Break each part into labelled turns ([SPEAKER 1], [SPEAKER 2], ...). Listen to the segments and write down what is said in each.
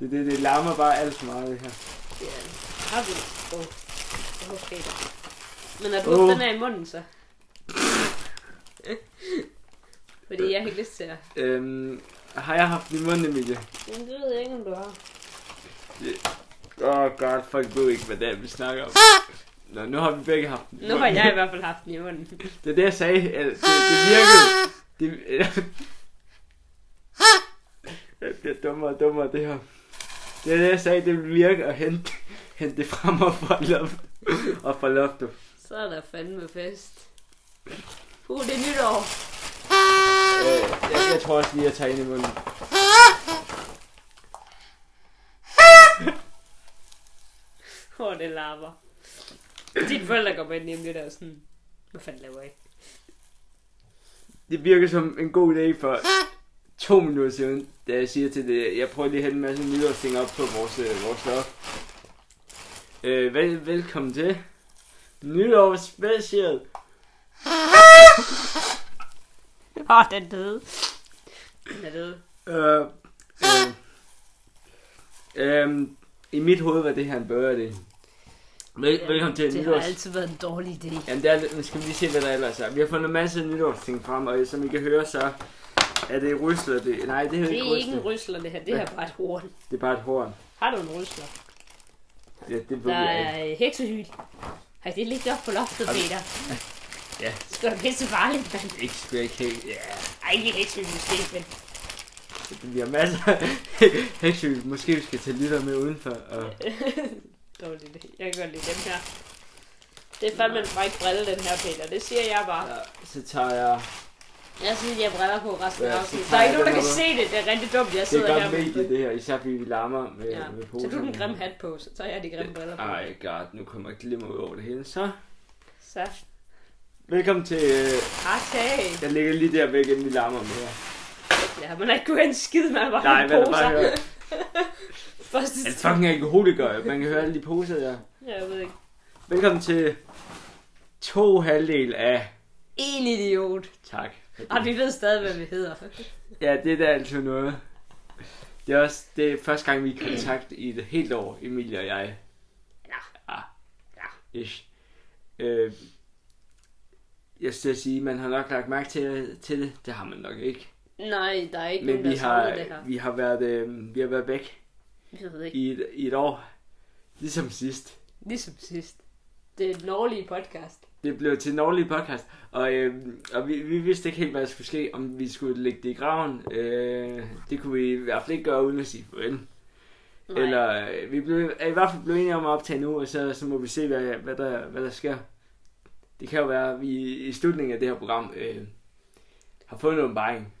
[SPEAKER 1] Det, det, det larmer bare alt for meget, det her.
[SPEAKER 2] Det er har vi. Åh, oh. jeg håber ikke. Men at du
[SPEAKER 1] Åh.
[SPEAKER 2] oh. den er i munden, så. Fordi jeg har ikke lyst til det.
[SPEAKER 1] Øhm, har jeg haft den i munden, Emilie?
[SPEAKER 2] Men det ved jeg ikke, om du har.
[SPEAKER 1] Åh, oh god, folk ved ikke, hvad det er, vi snakker om. Nå, nu har vi begge haft den i
[SPEAKER 2] Nu har
[SPEAKER 1] munden.
[SPEAKER 2] jeg i hvert fald haft den i munden.
[SPEAKER 1] Det er det, jeg sagde. Øh, Det, det virkede. Det, øh, jeg bliver dummere og dummere, det her. Det er det, jeg sagde. Det vil virke at hente, hente det frem og fra loftet. Og fra loftet.
[SPEAKER 2] Så er der fandme fest. Uh, det er nytår.
[SPEAKER 1] Øh, jeg, jeg tror også lige, jeg tager ind i munden.
[SPEAKER 2] Åh, oh, det larmer. Dine forældre går ind hjemme lidt og er sådan, hvad fanden laver I?
[SPEAKER 1] Det virker som en god idé for to minutter siden, da jeg siger til det, jeg prøver lige at hælde en masse nytårsting op på vores, øh, vores loft. Øh, vel, velkommen til nytårsspecial.
[SPEAKER 2] Åh, oh, den døde. Den er døde.
[SPEAKER 1] Øh, øh, øh, I mit hoved var det her en burger det. Vel, velkommen til
[SPEAKER 2] Det har
[SPEAKER 1] nytårs...
[SPEAKER 2] altid været en dårlig idé.
[SPEAKER 1] Jamen, det er, lidt- nu skal vi lige se, hvad der ellers er. Vi har fundet en masse nytårsting frem, og som I kan høre, så er det rysler. Det, nej, det er,
[SPEAKER 2] Det er ikke en
[SPEAKER 1] rysler.
[SPEAKER 2] rysler, det her. Det her er bare et horn.
[SPEAKER 1] Det er bare et horn.
[SPEAKER 2] Har du en rysler?
[SPEAKER 1] Ja, det ved
[SPEAKER 2] Der
[SPEAKER 1] jeg ikke.
[SPEAKER 2] er øh, heksehyl. Har det ligget op på loftet, Peter?
[SPEAKER 1] Ja.
[SPEAKER 2] Det er pisse farligt, mand.
[SPEAKER 1] Ikke sgu ikke helt. Ja,
[SPEAKER 2] Ej, ikke heksehyl, måske, men
[SPEAKER 1] vi har masser af heksyg. Måske vi skal tage lytter med udenfor. Og...
[SPEAKER 2] dårlig idé. Jeg kan godt lide dem her. Det er fandme en fræk brille, den her, Peter. Det siger jeg bare.
[SPEAKER 1] Ja, så tager jeg...
[SPEAKER 2] Jeg synes, jeg har briller på resten af
[SPEAKER 1] Ja,
[SPEAKER 2] afsnittet.
[SPEAKER 1] så
[SPEAKER 2] Der
[SPEAKER 1] tager
[SPEAKER 2] er ikke
[SPEAKER 1] jeg
[SPEAKER 2] nogen, der
[SPEAKER 1] den
[SPEAKER 2] kan
[SPEAKER 1] her
[SPEAKER 2] se det. Det er rigtig dumt, jeg
[SPEAKER 1] Det
[SPEAKER 2] sidder
[SPEAKER 1] er
[SPEAKER 2] her
[SPEAKER 1] godt
[SPEAKER 2] med...
[SPEAKER 1] vigtigt, det her. Især fordi vi larmer med,
[SPEAKER 2] Ja.
[SPEAKER 1] med
[SPEAKER 2] Så
[SPEAKER 1] posen.
[SPEAKER 2] du den grimme hat på, så tager jeg de grimme briller på.
[SPEAKER 1] Ej, god, nu kommer jeg glimmer ud over det hele. Så,
[SPEAKER 2] Så,
[SPEAKER 1] velkommen til... Øh,
[SPEAKER 2] okay.
[SPEAKER 1] jeg ligger lige der væk, inden vi larmer mere.
[SPEAKER 2] Ja, man har ikke kunnet have en skid med at bare
[SPEAKER 1] Nej,
[SPEAKER 2] have
[SPEAKER 1] hvad er det bare
[SPEAKER 2] poser.
[SPEAKER 1] hører?
[SPEAKER 2] Første
[SPEAKER 1] Er det fucking alkoholiker? Man kan høre alle de poser der.
[SPEAKER 2] Jeg ved ikke.
[SPEAKER 1] Velkommen til to halvdel af...
[SPEAKER 2] En idiot.
[SPEAKER 1] Tak. for det.
[SPEAKER 2] Og vi ved stadig, hvad vi hedder.
[SPEAKER 1] Ja, det er da altid noget. Det er også det er første gang, vi er i kontakt i et helt år, Emilie og jeg.
[SPEAKER 2] Ja.
[SPEAKER 1] Ja. Ish. Øh, jeg skal sige, man har nok lagt mærke til, til det. Det har man nok ikke.
[SPEAKER 2] Nej, der er ikke
[SPEAKER 1] Men
[SPEAKER 2] nogen,
[SPEAKER 1] vi
[SPEAKER 2] der har...
[SPEAKER 1] har,
[SPEAKER 2] det her.
[SPEAKER 1] vi har været, øh, vi har været væk
[SPEAKER 2] Jeg ved ikke.
[SPEAKER 1] i et, i et år. Ligesom sidst.
[SPEAKER 2] Ligesom sidst. Det er den årlige podcast.
[SPEAKER 1] Det blev til en årlig podcast, og, øh, og vi, vi vidste ikke helt, hvad der skulle ske, om vi skulle lægge det i graven. Øh, det kunne vi i hvert fald ikke gøre uden at sige farvel.
[SPEAKER 2] Nej.
[SPEAKER 1] Eller øh, vi blev, er i hvert fald blevet enige om at optage nu, og så, så må vi se, hvad, hvad, der, hvad der sker. Det kan jo være, at vi i slutningen af det her program øh, har fået en åbenbaring.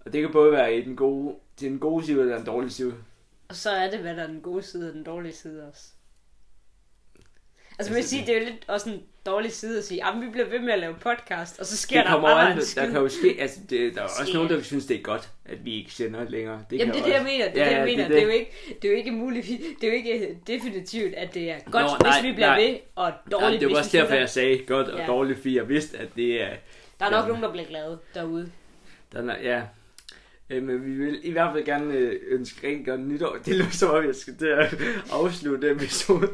[SPEAKER 1] Og det kan både være i den gode, til den gode side eller den dårlige side.
[SPEAKER 2] Og så er det, hvad der er den gode side og den dårlige side også. Altså,
[SPEAKER 1] Altså,
[SPEAKER 2] man sige, det er jo lidt også en dårlig side at sige, at vi bliver ved med at lave podcast, og så sker
[SPEAKER 1] Det
[SPEAKER 2] der
[SPEAKER 1] kommer
[SPEAKER 2] bare
[SPEAKER 1] an,
[SPEAKER 2] en
[SPEAKER 1] der,
[SPEAKER 2] skid.
[SPEAKER 1] der kan jo ske, altså det, der er også
[SPEAKER 2] Sker.
[SPEAKER 1] nogen, der vil synes, det er godt, at vi ikke sender længere. Det
[SPEAKER 2] Jamen, det
[SPEAKER 1] kan
[SPEAKER 2] er
[SPEAKER 1] jo
[SPEAKER 2] det, jeg
[SPEAKER 1] også-
[SPEAKER 2] mener. Det
[SPEAKER 1] Ja,
[SPEAKER 2] er det, jeg
[SPEAKER 1] ja,
[SPEAKER 2] mener. Det, er jo ikke, det er jo ikke muligt. Det er jo ikke øh, definitivt, at det er godt,
[SPEAKER 1] Nå,
[SPEAKER 2] Nå, hvis
[SPEAKER 1] nej,
[SPEAKER 2] vi bliver
[SPEAKER 1] nej.
[SPEAKER 2] ved, og dårligt,
[SPEAKER 1] Jamen, det
[SPEAKER 2] hvis
[SPEAKER 1] var
[SPEAKER 2] vi
[SPEAKER 1] også derfor,
[SPEAKER 2] slutter.
[SPEAKER 1] jeg sagde godt og
[SPEAKER 2] Ja.
[SPEAKER 1] dårligt, fordi jeg vidste, at det er...
[SPEAKER 2] Der er nok
[SPEAKER 1] Ja.
[SPEAKER 2] nogen, der bliver glade derude.
[SPEAKER 1] Der er, ja. Øh, men vi vil i hvert fald gerne øh, ønske rent godt nytår. Det lyder som om, jeg skal til at afslutte episoden.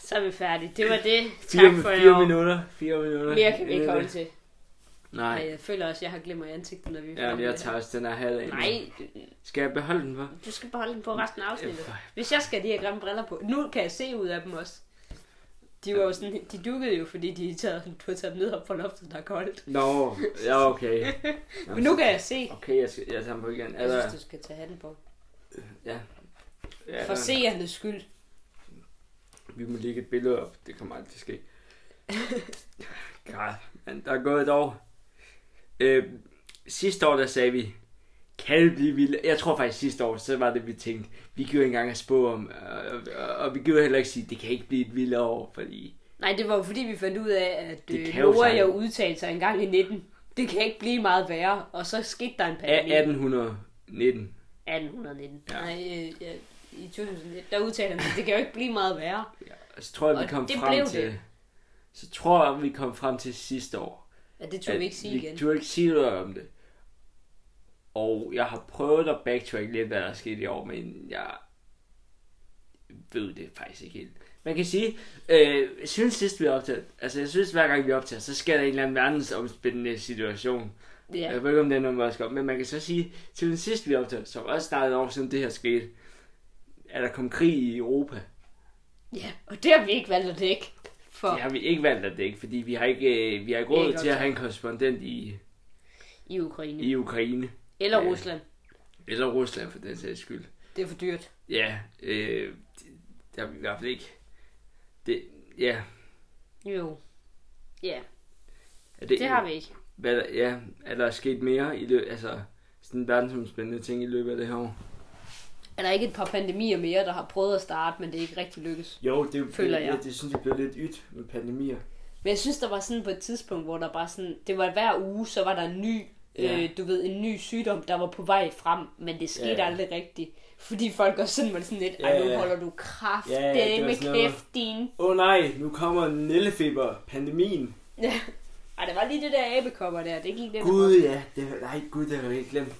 [SPEAKER 2] Så er vi færdige. Det var det. Tak
[SPEAKER 1] Fire,
[SPEAKER 2] for i
[SPEAKER 1] fire
[SPEAKER 2] år.
[SPEAKER 1] minutter. Fire minutter.
[SPEAKER 2] Mere kan vi ikke
[SPEAKER 1] Øh,
[SPEAKER 2] holde til.
[SPEAKER 1] Nej.
[SPEAKER 2] Ej, jeg føler også, at jeg har glemt mig i ansigtet, når vi er
[SPEAKER 1] Ja,
[SPEAKER 2] fremme
[SPEAKER 1] men jeg
[SPEAKER 2] ved det her.
[SPEAKER 1] tager også den her halv af.
[SPEAKER 2] Nej,
[SPEAKER 1] Skal jeg beholde den for?
[SPEAKER 2] du skal bare holde den på resten af afsnittet.
[SPEAKER 1] Øh,
[SPEAKER 2] Hvis jeg skal have de her grimme briller på. Nu kan jeg se ud af dem også. De var jo sådan, de dukkede jo, fordi de er taget, du har taget dem ned op på loftet, der er koldt.
[SPEAKER 1] Nå, ja okay.
[SPEAKER 2] Men nu kan jeg se.
[SPEAKER 1] Okay, jeg, skal, jeg tager den på igen. Er
[SPEAKER 2] Jeg
[SPEAKER 1] der,
[SPEAKER 2] synes, du skal tage hatten på.
[SPEAKER 1] ja. ja
[SPEAKER 2] For
[SPEAKER 1] der-
[SPEAKER 2] seernes skyld.
[SPEAKER 1] Vi må lægge et billede op. Det kommer aldrig til at ske. God, man, der er gået et år. Øh, sidste år, der sagde vi, kan det blive vildt? Jeg tror faktisk sidste år, så var det, vi tænkte, vi giver ikke engang at spå om, og, og, og vi giver heller ikke sige, det kan ikke blive et vildt år, fordi
[SPEAKER 2] Nej, det var jo fordi, vi fandt ud af, at
[SPEAKER 1] Det
[SPEAKER 2] øh,
[SPEAKER 1] kan jo
[SPEAKER 2] Nora
[SPEAKER 1] sagtens.
[SPEAKER 2] jo udtalte sig en gang i 19. Det kan ikke blive meget værre. Og så skete der en
[SPEAKER 1] af
[SPEAKER 2] pandemi.
[SPEAKER 1] 1819.
[SPEAKER 2] 1819.
[SPEAKER 1] Ja.
[SPEAKER 2] Ja. Nej, øh, ja, i 2019, der udtalte han sig, det kan jo ikke blive meget værre.
[SPEAKER 1] Og så tror jeg, vi
[SPEAKER 2] Og
[SPEAKER 1] kom
[SPEAKER 2] det
[SPEAKER 1] frem
[SPEAKER 2] blev
[SPEAKER 1] til...
[SPEAKER 2] det.
[SPEAKER 1] Så tror jeg, vi kom frem til sidste år.
[SPEAKER 2] Ja, det turde vi ikke sige igen.
[SPEAKER 1] Du ikke sige noget om det. Og jeg har prøvet at backtrack lidt, hvad der er sket i år, men jeg ved det faktisk ikke helt. Man kan sige, øh, siden sidst vi har optaget, altså jeg synes hver gang vi optager, så sker der en eller anden verdensomspændende situation. Ja.
[SPEAKER 2] Ja,
[SPEAKER 1] Jeg ved ikke om den er noget, man skal op, men man kan så sige, til den sidste vi optog, som også startede et år siden det her skete, at der kom krig i Europa.
[SPEAKER 2] ja. og det har vi ikke valgt at dække. For
[SPEAKER 1] Det
[SPEAKER 2] ja.
[SPEAKER 1] har vi ikke valgt at dække, fordi vi har ikke, øh, vi har ikke råd
[SPEAKER 2] Ikke
[SPEAKER 1] til at
[SPEAKER 2] optaget.
[SPEAKER 1] have en korrespondent i,
[SPEAKER 2] i Ukraine.
[SPEAKER 1] i Ukraine.
[SPEAKER 2] Eller
[SPEAKER 1] Ja.
[SPEAKER 2] Rusland.
[SPEAKER 1] Eller Rusland for den sags skyld.
[SPEAKER 2] Det er for dyrt.
[SPEAKER 1] Ja, øh, det- der er vi i hvert fald ikke. Det, ja,
[SPEAKER 2] Jo. Ja,
[SPEAKER 1] er
[SPEAKER 2] det har vi ikke.
[SPEAKER 1] Hvad, der- ja, er der sket mere i løbet, altså sådan verdensomspændende ting i løbet af det her år?
[SPEAKER 2] Er der ikke et par pandemier mere, der har prøvet at starte, men det er ikke rigtig lykkes?
[SPEAKER 1] Jo, det,
[SPEAKER 2] Føler jeg.
[SPEAKER 1] Det, det synes jeg blev lidt ydt med pandemier.
[SPEAKER 2] Men jeg synes, der var sådan på et tidspunkt, hvor der bare sådan... Det var hver uge, så var der en ny...
[SPEAKER 1] Ja.
[SPEAKER 2] Ja. Øh, du ved, en ny sygdom, der var på vej frem, men det skete
[SPEAKER 1] Ja.
[SPEAKER 2] ja. aldrig rigtigt. Fordi folk også sådan var sådan lidt,
[SPEAKER 1] Ja,
[SPEAKER 2] ej,
[SPEAKER 1] ja.
[SPEAKER 2] nu holder du kraft,
[SPEAKER 1] Ja, ja,
[SPEAKER 2] ja,
[SPEAKER 1] det var
[SPEAKER 2] det er med
[SPEAKER 1] sådan noget-
[SPEAKER 2] kæft, din.
[SPEAKER 1] Åh oh, nej, nu kommer Nellefeber, pandemien.
[SPEAKER 2] Ja. Ej, der var lige det der abekopper der, det gik lidt amok.
[SPEAKER 1] Gud ja, det, nej gud, det har jeg helt glemt.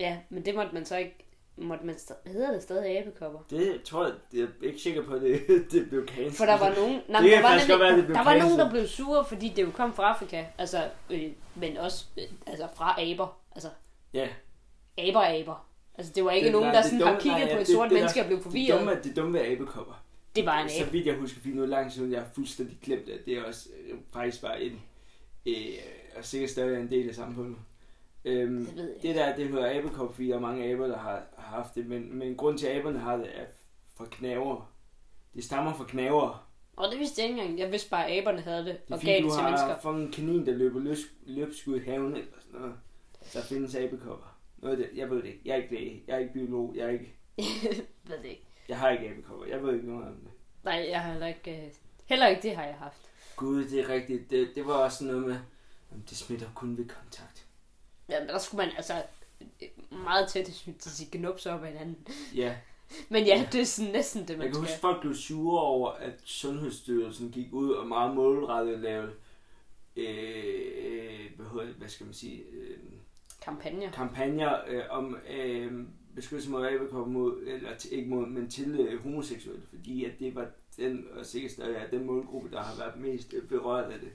[SPEAKER 2] Ja, men det måtte man så ikke... Måtte man st- hedder det stadig abekopper?
[SPEAKER 1] Det tror jeg, jeg er ikke sikker på, at det, det blev cancelled.
[SPEAKER 2] For der var nogen, nej,
[SPEAKER 1] Det
[SPEAKER 2] det
[SPEAKER 1] kan
[SPEAKER 2] der, var
[SPEAKER 1] faktisk
[SPEAKER 2] nemlig,
[SPEAKER 1] godt være, det blev
[SPEAKER 2] der var nogen,
[SPEAKER 1] passet.
[SPEAKER 2] der blev sure, fordi det jo kom fra Afrika. Altså, øh, men også øh, altså fra aber. Altså,
[SPEAKER 1] Ja.
[SPEAKER 2] aber er aber. Altså, det var ikke
[SPEAKER 1] Det-
[SPEAKER 2] det, nogen,
[SPEAKER 1] nej,
[SPEAKER 2] der
[SPEAKER 1] det
[SPEAKER 2] sådan
[SPEAKER 1] dumme-
[SPEAKER 2] har kigget
[SPEAKER 1] nej, ja,
[SPEAKER 2] på et
[SPEAKER 1] det-
[SPEAKER 2] sort
[SPEAKER 1] det der-
[SPEAKER 2] menneske og blev
[SPEAKER 1] Det dumme, altså,
[SPEAKER 2] forvirret.
[SPEAKER 1] er- det dumme er abekopper.
[SPEAKER 2] Det var en
[SPEAKER 1] Så
[SPEAKER 2] abe.
[SPEAKER 1] vidt jeg husker, fordi nu er langt siden, jeg har fuldstændig glemt, at det også øh, faktisk var en, øh, og sikkert stadig er en del af samfundet. Øhm,
[SPEAKER 2] Det ved jeg
[SPEAKER 1] det der, det hedder abekop, fordi der er mange aber, der har, har haft det, men, men grund til, at aberne har det, er fra knaver. Det stammer fra knaver.
[SPEAKER 2] Og det vidste jeg ikke engang. Jeg vidste bare, at aberne havde det
[SPEAKER 1] Det er
[SPEAKER 2] og
[SPEAKER 1] fordi,
[SPEAKER 2] gav
[SPEAKER 1] du
[SPEAKER 2] det til
[SPEAKER 1] har
[SPEAKER 2] mennesker.
[SPEAKER 1] fucking en kanin, der løber løs, løbskud i haven eller sådan noget. Der findes abekopper. Noget af det, jeg ved det ikke. Jeg er ikke læge. Jeg er ikke biolog. Jeg, er ikke,
[SPEAKER 2] Ved det ikke.
[SPEAKER 1] jeg har ikke abekopper. Jeg ved ikke noget om det.
[SPEAKER 2] Nej, jeg har heller ikke... øh, Heller ikke det har jeg haft.
[SPEAKER 1] Gud, det er rigtigt. Det, det var også noget med, jamen, det smitter kun ved kontakt.
[SPEAKER 2] Ja, men der skulle man altså øh, meget tæt til til sit genupse op af hinanden.
[SPEAKER 1] Ja,
[SPEAKER 2] Men ja, det er sådan næsten det,
[SPEAKER 1] jeg
[SPEAKER 2] man
[SPEAKER 1] kan huske,
[SPEAKER 2] skal.
[SPEAKER 1] folk blev sure over, at Sundhedsstyrelsen gik ud og meget målrettet lavede, øh, hvad, hedder, det? hvad skal man sige, øh,
[SPEAKER 2] Kampagner.
[SPEAKER 1] kampagner øh, om øh, beskyttelse mod abekopper mod, eller til, ikke mod, men til øh, homoseksuelle, fordi at det var den, og sikkert stadig er den målgruppe, der har været mest øh, berørt af det.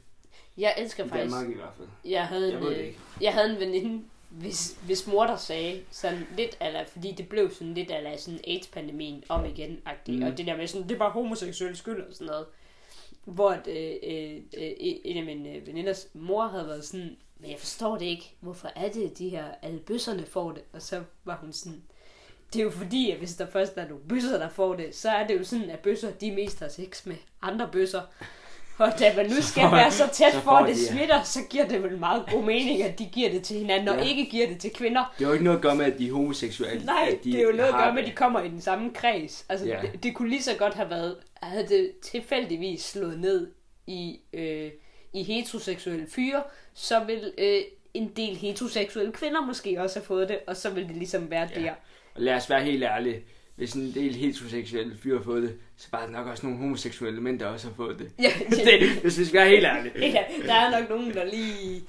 [SPEAKER 2] Jeg elsker
[SPEAKER 1] I
[SPEAKER 2] faktisk...
[SPEAKER 1] Danmark i hvert fald.
[SPEAKER 2] Jeg havde,
[SPEAKER 1] Jeg
[SPEAKER 2] en,
[SPEAKER 1] ved det
[SPEAKER 2] øh,
[SPEAKER 1] ikke.
[SPEAKER 2] jeg havde en veninde, hvis, hvis mor der sagde sådan lidt ala, fordi det blev sådan lidt ala sådan AIDS-pandemien om igen agtig
[SPEAKER 1] Mm.
[SPEAKER 2] mm. og det der med sådan, det er bare homoseksuel skyld og sådan noget. Hvor at, øh, øh, øh, en af mine øh, veninders mor havde været sådan, men jeg forstår det ikke, hvorfor er det, de her alle bøsserne får det? Og så var hun sådan, det er jo fordi, at hvis der først er nogle bøsser, der får det, så er det jo sådan, at bøsser, de mest har sex med andre bøsser. Og da man nu skal
[SPEAKER 1] får-
[SPEAKER 2] være så tæt
[SPEAKER 1] så
[SPEAKER 2] for, at
[SPEAKER 1] får
[SPEAKER 2] det
[SPEAKER 1] de, ja.
[SPEAKER 2] smitter, så giver det vel meget god mening, at de giver det til hinanden, og
[SPEAKER 1] Ja.
[SPEAKER 2] ikke giver det til kvinder.
[SPEAKER 1] Det har jo ikke noget at gøre med, at de er homoseksuelle.
[SPEAKER 2] Nej,
[SPEAKER 1] at
[SPEAKER 2] de det er jo noget at
[SPEAKER 1] har
[SPEAKER 2] gøre med,
[SPEAKER 1] det.
[SPEAKER 2] at de kommer i den samme kreds. Altså,
[SPEAKER 1] Ja.
[SPEAKER 2] ja. det, det kunne lige så godt have været, havde det tilfældigvis slået ned i, øh, i heteroseksuelle fyre, så vil øh, en del heteroseksuelle kvinder måske også have fået det, og så vil det ligesom være
[SPEAKER 1] Ja.
[SPEAKER 2] ja. der.
[SPEAKER 1] Og lad os være helt ærlige. Hvis en del heteroseksuelle fyre har fået det, så var der nok også nogle homoseksuelle mænd, der også har fået det.
[SPEAKER 2] Ja,
[SPEAKER 1] det hvis vi skal være helt ærlige.
[SPEAKER 2] ja, der er nok nogen, der lige...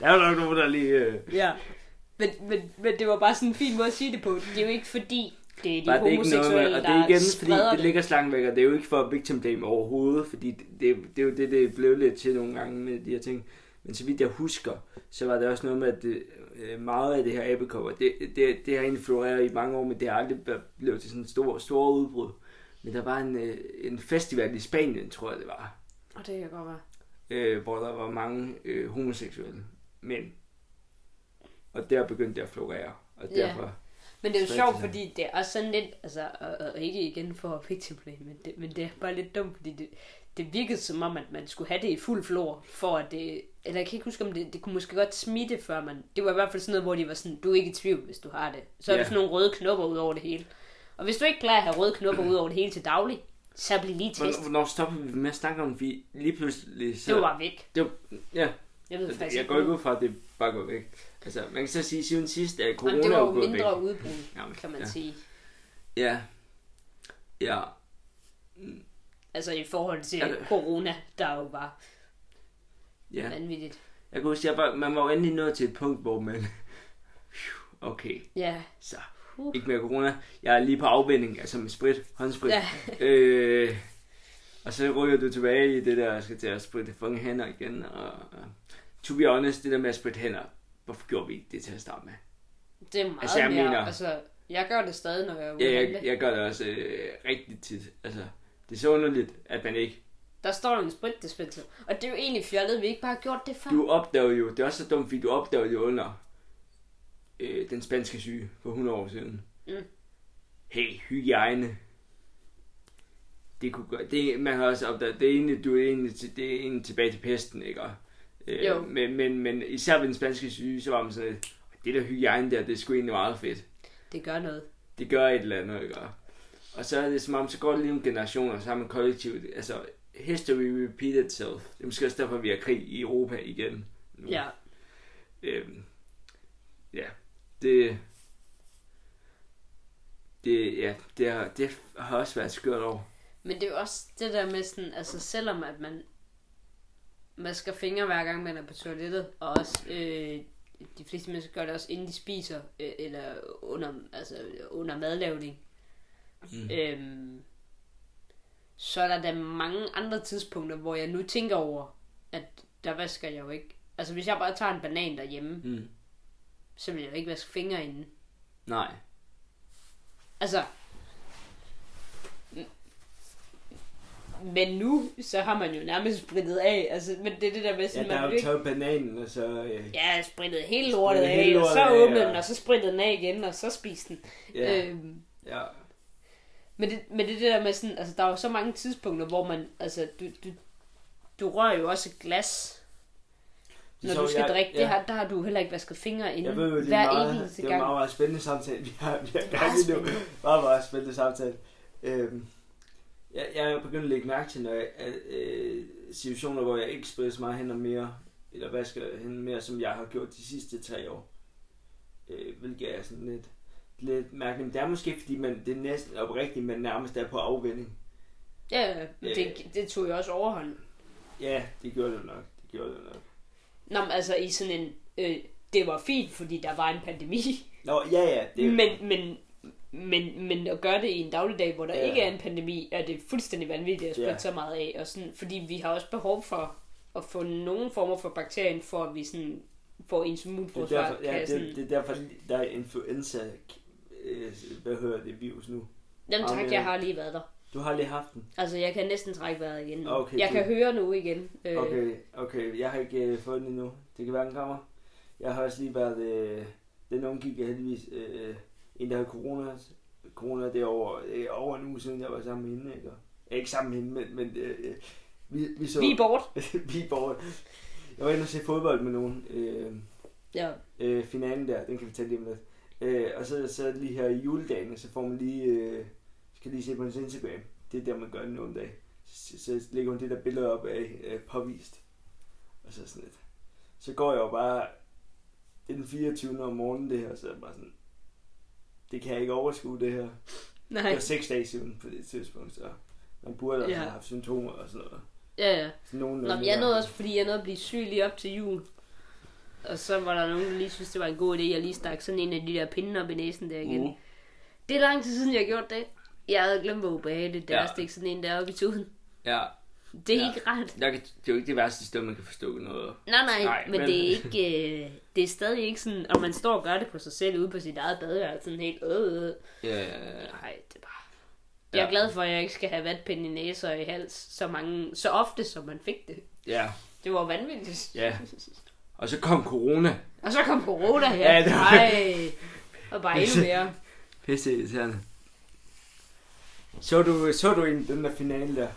[SPEAKER 1] Der er jo nok nogen, der lige... Øh...
[SPEAKER 2] Ja. Men, men, men det var bare sådan en fin måde at sige det på. Det er jo ikke fordi, det er de
[SPEAKER 1] Var det ikke noget med,
[SPEAKER 2] homoseksuelle,
[SPEAKER 1] og det
[SPEAKER 2] der
[SPEAKER 1] er igen, fordi
[SPEAKER 2] spreder
[SPEAKER 1] det
[SPEAKER 2] det.
[SPEAKER 1] ligger slangen væk, og det er jo ikke for victim blame overhovedet, fordi det, det, det er jo det, det blev lidt til nogle gange med de her ting. Men så vidt jeg husker, så var det også noget med, at det, øh, meget af det her abekopper, det, det, det har egentlig floreret i mange år, men det har aldrig været- blevet til sådan en stor, stor udbrud. Men der var en, øh, en festival i Spanien, tror jeg det var,
[SPEAKER 2] Og det kan godt være.
[SPEAKER 1] øh, hvor der var mange øh, homoseksuelle mænd. Og der begyndte det at florere. Og
[SPEAKER 2] Ja.
[SPEAKER 1] derfor...
[SPEAKER 2] Men det er jo
[SPEAKER 1] Straight
[SPEAKER 2] sjovt,
[SPEAKER 1] design.
[SPEAKER 2] fordi det er også sådan lidt, altså, og, og ikke igen for at victim blame, men det, men det er bare lidt dumt, fordi det, det virkede som om, at man skulle have det i fuld flor, for at det, eller jeg kan ikke huske, om det, det kunne måske godt smitte, før man, det var i hvert fald sådan noget, hvor de var sådan, du er ikke i tvivl, hvis du har det. Så er
[SPEAKER 1] Ja.
[SPEAKER 2] der sådan nogle røde knopper ud over det hele. Og hvis du ikke klarer at have røde knopper ud over det hele til daglig, så bliv lige testet.
[SPEAKER 1] Hvornår, hvornår stopper vi med at snakke om, vi lige pludselig... Så...
[SPEAKER 2] Det var bare væk.
[SPEAKER 1] Det var, ja,
[SPEAKER 2] Jeg ved faktisk
[SPEAKER 1] jeg går ikke ud fra, at det bare går væk. Altså, man kan så sige, siden sidst er corona
[SPEAKER 2] Jamen, det var
[SPEAKER 1] er
[SPEAKER 2] jo
[SPEAKER 1] gået
[SPEAKER 2] mindre
[SPEAKER 1] væk. Jamen,
[SPEAKER 2] udbrud, kan man
[SPEAKER 1] ja.
[SPEAKER 2] ja. sige.
[SPEAKER 1] Ja. Ja.
[SPEAKER 2] Altså i forhold til
[SPEAKER 1] Ja, det-
[SPEAKER 2] corona, der jo var
[SPEAKER 1] Ja.
[SPEAKER 2] vanvittigt.
[SPEAKER 1] Jeg kan huske, jeg var, man var jo endelig nået til et punkt, hvor man... Phew, Okay,
[SPEAKER 2] Ja,
[SPEAKER 1] så
[SPEAKER 2] Uh.
[SPEAKER 1] Ikke mere corona. Jeg er lige på afvinding, altså med sprit, håndsprit.
[SPEAKER 2] Ja.
[SPEAKER 1] Øh, og så ryger du tilbage i det der, jeg skal til at spritte fucking hænder igen. Og, og, to be honest, det der med at spritte hænder, hvorfor gjorde vi ikke det til at starte med?
[SPEAKER 2] Det er meget
[SPEAKER 1] Altså,
[SPEAKER 2] altså,
[SPEAKER 1] jeg
[SPEAKER 2] jeg mere,
[SPEAKER 1] mener-
[SPEAKER 2] altså, jeg gør det stadig, når jeg er ude
[SPEAKER 1] Ja,
[SPEAKER 2] at
[SPEAKER 1] jeg,
[SPEAKER 2] handle.
[SPEAKER 1] jeg gør det også øh, rigtig tit. Altså, det er så underligt, at man ikke...
[SPEAKER 2] Der står jo en spritdispenser. Og det er jo egentlig fjollet, at vi ikke bare har gjort det før.
[SPEAKER 1] Du opdager jo, det er også så dumt, fordi du opdager jo under øh, den spanske syge for 100 år siden.
[SPEAKER 2] Mm.
[SPEAKER 1] Hey, hygiejne. Det kunne gøre, det, man har også opdaget, det er egentlig, du er egentlig, til- det er egentlig tilbage til pesten, ikke? Og, øh,
[SPEAKER 2] Jo.
[SPEAKER 1] Men, men, men især ved den spanske syge, så var man sådan lidt, det der hygiejne der, det er sgu egentlig meget fedt.
[SPEAKER 2] Det gør noget.
[SPEAKER 1] det gør et eller andet, ikke? Og så er det som om, så går det lige en generation, og så har man kollektivt, altså, history repeat itself. Det er måske også derfor, vi har krig i Europa igen. Nu.
[SPEAKER 2] Ja.
[SPEAKER 1] Øhm, ja, det, det, ja, det har, det har også været et skørt over.
[SPEAKER 2] Men det er jo også det der med sådan, altså selvom at man masker fingre hver gang man er på toilettet, og også øh, de fleste mennesker gør det også inden de spiser, øh, eller under, altså, under madlavning,
[SPEAKER 1] Mm.
[SPEAKER 2] øhm, så er der da mange andre tidspunkter, hvor jeg nu tænker over, at der vasker jeg jo ikke. Altså hvis jeg bare tager en banan derhjemme,
[SPEAKER 1] Mm.
[SPEAKER 2] så vil jeg jo ikke vaske fingre inden.
[SPEAKER 1] Nej.
[SPEAKER 2] Altså. Men nu, så har man jo nærmest spritet af. Altså, men det er det der med, sådan, man vil ikke...
[SPEAKER 1] taget bananen, og så... Øh,
[SPEAKER 2] Ja, spritet hele lortet
[SPEAKER 1] Spritet
[SPEAKER 2] af,
[SPEAKER 1] hele
[SPEAKER 2] og
[SPEAKER 1] lortet
[SPEAKER 2] så
[SPEAKER 1] af,
[SPEAKER 2] åbnede
[SPEAKER 1] ja.
[SPEAKER 2] den, og så sprittede den af igen, og så spiste den. Øhm,
[SPEAKER 1] ja.
[SPEAKER 2] men, det, men det er det der med sådan, altså der er jo så mange tidspunkter, hvor man, altså du, du, du rører jo også et glas, når du skal drikke det her, der har du heller ikke vasket fingre inden hver eneste gang.
[SPEAKER 1] meget spændende samtale, vi har, vi har
[SPEAKER 2] Meget spændende.
[SPEAKER 1] Meget, meget spændende samtale. Øhm, jeg, jeg er begyndt at lægge mærke til, når jeg, at, øh, situationer, hvor jeg ikke spritter så meget hænder mere, eller vasker hænder mere, som jeg har gjort de sidste tre år. Øh, hvilket er sådan lidt, lidt mærkeligt. Men det er måske, fordi man, det er næsten oprigtigt, men nærmest er på afvinding.
[SPEAKER 2] Ja, ja, men det, det tog jo også overhånd.
[SPEAKER 1] Ja, det gjorde det nok. Det gjorde det nok.
[SPEAKER 2] Nå, men altså i sådan en, øh, det var fint, fordi der var en pandemi,
[SPEAKER 1] Nå, ja, ja. Det,
[SPEAKER 2] men, men, men, men at gøre det i en dagligdag, hvor der
[SPEAKER 1] Ja.
[SPEAKER 2] ja. ikke er en pandemi, er det fuldstændig vanvittigt at spritte
[SPEAKER 1] Ja.
[SPEAKER 2] ja. så meget af, og sådan, fordi vi har også behov for at få nogle former for bakterien, for at vi sådan får ens
[SPEAKER 1] det er
[SPEAKER 2] immunforsvar.
[SPEAKER 1] derfor, ja,
[SPEAKER 2] kan sådan-
[SPEAKER 1] det, det er derfor, der er influenza, øh, hvad hedder det, virus nu.
[SPEAKER 2] Jamen tak,
[SPEAKER 1] Amen.
[SPEAKER 2] jeg har lige været der.
[SPEAKER 1] Du har lige haft den.
[SPEAKER 2] Altså, jeg kan næsten trække vejret igen. nu.
[SPEAKER 1] Okay,
[SPEAKER 2] jeg
[SPEAKER 1] du-
[SPEAKER 2] kan høre nu igen. Øh,
[SPEAKER 1] Okay, okay. Jeg har ikke øh, fået den endnu. Det kan være, den kommer. Jeg har også lige været... Øh, den undgik jeg heldigvis. Øh, en, der havde corona. Corona det er over, øh, over en uge siden, jeg var sammen med hende. Ikke, Og- ja, ikke sammen med hende, men... men øh, øh, vi, vi så...
[SPEAKER 2] Vi er bort.
[SPEAKER 1] Viborg. Jeg var inde og se fodbold med nogen. Øh,
[SPEAKER 2] Ja.
[SPEAKER 1] øh, finalen der, den kan vi tage lige om lidt. Øh, og så, så lige her i juledagen, så får man lige, øh, skal lige se på hendes Instagram. Det er der, man gør den nogle dage. Så, så lægger hun det der billede op af øh, påvist. Og så sådan lidt. Så går jeg jo bare, det er den 24. om morgenen det her, så er jeg bare sådan, det kan jeg ikke overskue det her. Det
[SPEAKER 2] Nej.
[SPEAKER 1] var seks dage siden på det tidspunkt, så man burde også
[SPEAKER 2] Ja.
[SPEAKER 1] have haft symptomer og sådan noget.
[SPEAKER 2] Ja, ja.
[SPEAKER 1] Sådan nogen,
[SPEAKER 2] Nå, men jeg nåede også, fordi jeg nåede at blive syg lige op til jul. Og så var der nogen, der lige synes, det var en god idé, jeg lige stak sådan en af de der pinde op i næsen der igen.
[SPEAKER 1] Uh.
[SPEAKER 2] Uh. Det er lang tid siden, jeg gjorde det. Jeg havde glemt, hvor ubehageligt det er
[SPEAKER 1] Ja.
[SPEAKER 2] at stikke sådan en der op i tuden.
[SPEAKER 1] Ja,
[SPEAKER 2] Det er
[SPEAKER 1] Ja.
[SPEAKER 2] ja. ikke rart.
[SPEAKER 1] jeg kan, det er jo ikke det værste sted, man kan forstå noget.
[SPEAKER 2] Nej,
[SPEAKER 1] Nej,
[SPEAKER 2] nej, nej men,
[SPEAKER 1] men-
[SPEAKER 2] men, det er ikke... Øh, det er stadig ikke sådan, at man står og gør det på sig selv ude på sit eget badeværelse, sådan helt... Øh, øh.
[SPEAKER 1] Ja,
[SPEAKER 2] Nej, det er bare...
[SPEAKER 1] Ja.
[SPEAKER 2] Jeg er glad for, at jeg ikke skal have vatpinde i næse og i hals så, mange, så ofte, som man fik det.
[SPEAKER 1] ja.
[SPEAKER 2] Det var vanvittigt.
[SPEAKER 1] Ja. Og så kom corona.
[SPEAKER 2] Og så kom corona her.
[SPEAKER 1] Ja,
[SPEAKER 2] Ja,
[SPEAKER 1] det
[SPEAKER 2] det
[SPEAKER 1] var-
[SPEAKER 2] Og bare endnu mere.
[SPEAKER 1] Pisse irriterende. Så du, så du en, den der finale der?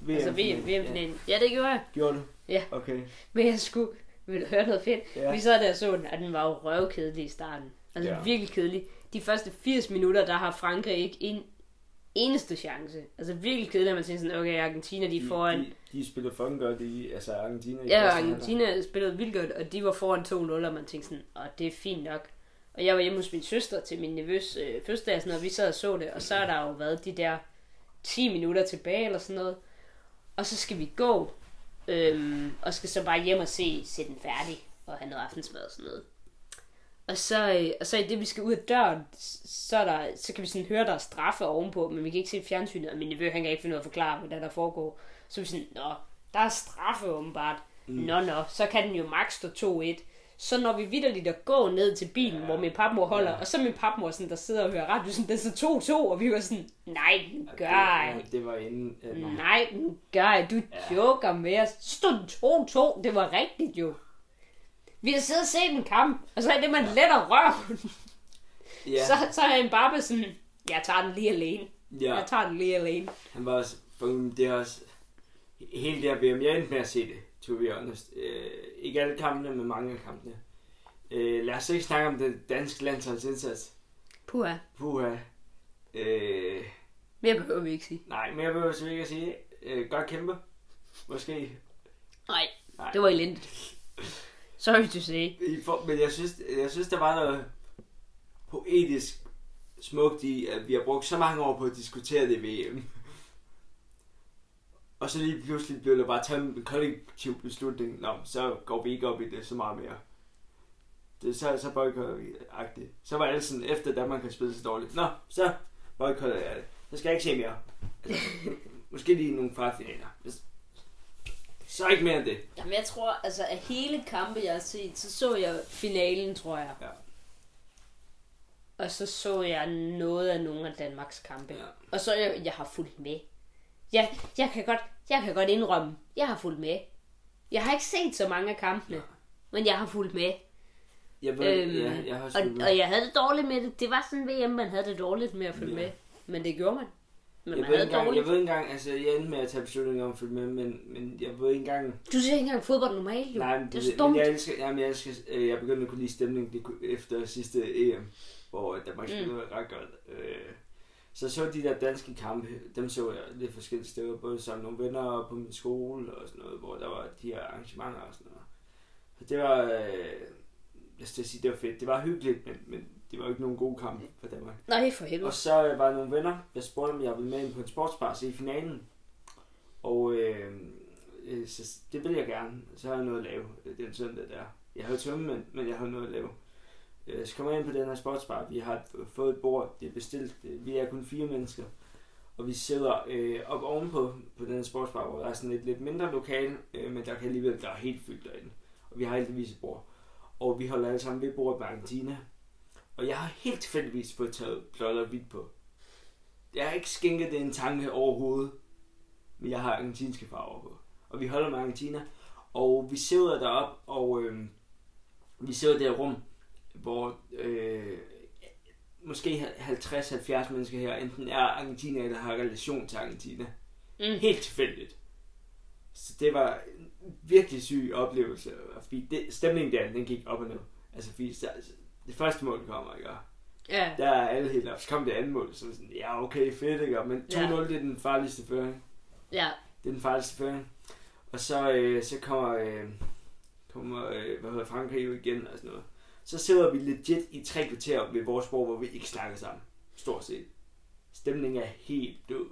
[SPEAKER 1] VM
[SPEAKER 2] altså VM, VM
[SPEAKER 1] Ja.
[SPEAKER 2] finalen. Ja. det gjorde jeg.
[SPEAKER 1] Gjorde du?
[SPEAKER 2] Ja.
[SPEAKER 1] Okay.
[SPEAKER 2] Men jeg skulle ville høre noget fedt.
[SPEAKER 1] Ja.
[SPEAKER 2] Ja. Vi sad der og så den, og den var jo røvkedelig i starten. Altså
[SPEAKER 1] Ja.
[SPEAKER 2] ja. virkelig kedelig. De første 80 minutter, der har Frankrig ikke en eneste chance. Altså virkelig kedeligt, at man tænker sådan, okay, Argentina de er foran.
[SPEAKER 1] De, de spiller fucking godt i, altså Argentina. i
[SPEAKER 2] Ja, og
[SPEAKER 1] første halvleg.
[SPEAKER 2] Argentina spillede vildt godt, og de var foran 2-0, og man tænkte sådan, og det er fint nok. Og jeg var hjemme hos min søster til min nervøs øh, fødselsdag, og sådan noget, og vi sad og så det, og så er der jo været de der 10 minutter tilbage, eller sådan noget. Og så skal vi gå, øhm, og skal så bare hjem og se, se den færdig, og have noget aftensmad og sådan noget. Og så, øh, og så i det, vi skal ud af døren, s- så, er der, så kan vi sådan høre, der er straffe ovenpå, men vi kan ikke se fjernsynet, og min nevø, han kan ikke finde ud af at forklare, hvad der, der foregår. Så er vi sådan, nå, der er straffe åbenbart. Mm. Nå, nå, så kan den jo max stå 2-1. Så når vi vidderligt at gå ned til bilen, ja. hvor min papmor holder, ja. og så min papmor, sådan, der sidder og hører radio, sådan, den så 2-2, og vi var sådan, nej, den gør ej.
[SPEAKER 1] Det, det var inden... Øh, nej.
[SPEAKER 2] Nej, men gør jeg. Du ja. joker med os. Så Stod den 2-2. Det var rigtigt jo. Vi har siddet og set en kamp, og så er det, man letter røven.
[SPEAKER 1] Ja,
[SPEAKER 2] Ja. Så, så er en babbe sådan, jeg tager den lige alene. Ja.
[SPEAKER 1] ja,
[SPEAKER 2] Jeg tager den lige alene.
[SPEAKER 1] han var også... fucking- Det er også... Hele det her VM, jeg endte med at se det, to be honest. Øh, ikke alle kampene, men mange af kampene. Øh, lad os ikke snakke om det danske landsholds indsats.
[SPEAKER 2] Puha.
[SPEAKER 1] Puha. Øh,
[SPEAKER 2] Mere behøver vi ikke sige.
[SPEAKER 1] nej, mere behøver jeg selvfølgelig ikke at sige. Øh, godt kæmpe. Måske.
[SPEAKER 2] Nej,
[SPEAKER 1] Nej.
[SPEAKER 2] det var elendigt. Sorry to say.
[SPEAKER 1] I for, men jeg synes, jeg synes, der var noget poetisk smukt i, at vi har brugt så mange år på at diskutere det i VM. Og så lige pludselig blev der bare taget en kollektiv beslutning. Nå, så går vi ikke op i det så meget mere. Det, så, så boykotter vi agtigt. Så var alle sådan, efter Danmark har spillet så dårligt. Nå, så boykotter jeg det. Så skal jeg ikke se mere. Altså, måske lige nogle kvartfinaler. Hvis- Så ikke mere end det.
[SPEAKER 2] Jamen jeg tror, altså af hele kampe, jeg har set, så så jeg finalen, tror jeg.
[SPEAKER 1] Ja.
[SPEAKER 2] Og så så jeg noget af nogle af Danmarks kampe.
[SPEAKER 1] Ja.
[SPEAKER 2] Ja. Og så jeg, jeg har fulgt med. Jeg, jeg, kan godt, jeg kan godt indrømme, jeg har fulgt med. Jeg har ikke set så mange af kampene,
[SPEAKER 1] Nej.
[SPEAKER 2] men jeg har fulgt med.
[SPEAKER 1] Jeg ved,
[SPEAKER 2] Øhm,
[SPEAKER 1] øhm, ja, jeg har også
[SPEAKER 2] og,
[SPEAKER 1] fulgt med.
[SPEAKER 2] og jeg havde det dårligt med det. Det var sådan VM, man havde det dårligt med at følge
[SPEAKER 1] Ja.
[SPEAKER 2] med. Men det gjorde man. Men
[SPEAKER 1] Jeg
[SPEAKER 2] man
[SPEAKER 1] ved,
[SPEAKER 2] havde
[SPEAKER 1] ikke
[SPEAKER 2] det
[SPEAKER 1] engang, jeg
[SPEAKER 2] dårligt.
[SPEAKER 1] ved ikke engang, altså jeg endte med at tage beslutninger om at følge med, men, men jeg ved ikke engang...
[SPEAKER 2] Du ser ikke engang fodbold normalt, jo.
[SPEAKER 1] Nej, men
[SPEAKER 2] det er
[SPEAKER 1] ved-
[SPEAKER 2] så dumt.
[SPEAKER 1] Men jeg elsker, jamen, jeg elsker, øh, jeg begyndte at kunne lide stemningen det kunne- efter sidste EM, hvor Danmark spillede mm. ret godt. Øh, så så de der danske kampe, dem så jeg lidt forskellige steder, både sammen nogle venner og på min skole og sådan noget, hvor der var de her arrangementer og sådan noget. Så det var, øh, jeg skal sige, det var fedt. Det var hyggeligt, men, men det var jo ikke nogen gode kampe for Danmark.
[SPEAKER 2] Nej, for helvede.
[SPEAKER 1] Og så øh, var der nogle venner, jeg spurgte, om jeg ville med ind på en sportsbar se finalen. Og øh, øh, så, det ville jeg gerne. Så har jeg noget at lave øh, den søndag der. Jeg havde tømmemænd, men jeg havde noget at lave. Øh, så kommer jeg ind på den her sportsbar. Vi har f- fået et bord. Det er bestilt. Øh, Vi er kun fire mennesker. Og vi sidder øh, op ovenpå på den her sportsbar, hvor der er sådan et lidt mindre lokale, øh, men der kan alligevel der er helt fyldt derinde. Og vi har heldigvis et bord. Og vi holder alle sammen ved bordet med Argentina. Og jeg har helt tilfældigvis fået taget blåt og hvidt på. Jeg har ikke skænket det en tanke overhovedet, men jeg har argentinske farver på. Og vi holder med Argentina, og vi sidder derop, og øh, vi sidder i det her rum, hvor øh, måske 50-70 mennesker her enten er Argentina eller har relation til Argentina.
[SPEAKER 2] Mm.
[SPEAKER 1] Helt tilfældigt. Så det var en virkelig syg oplevelse. og Fordi det, stemningen der, den gik op og ned. Altså, fordi så- altså, det første mål kommer, ikke? Og
[SPEAKER 2] Ja.
[SPEAKER 1] Der er alle helt op. Så kom det andet mål, så var det sådan, ja, okay, fedt, ikke? Og Men 2-0, det er den farligste føring.
[SPEAKER 2] ja.
[SPEAKER 1] Det er den farligste føring. Og så, øh, så kommer, øh, kommer øh, hvad hedder Frankrig jo igen og sådan noget. Så sidder vi legit i tre kvarter ved vores sprog, hvor vi ikke snakker sammen. Stort set. Stemningen er helt død.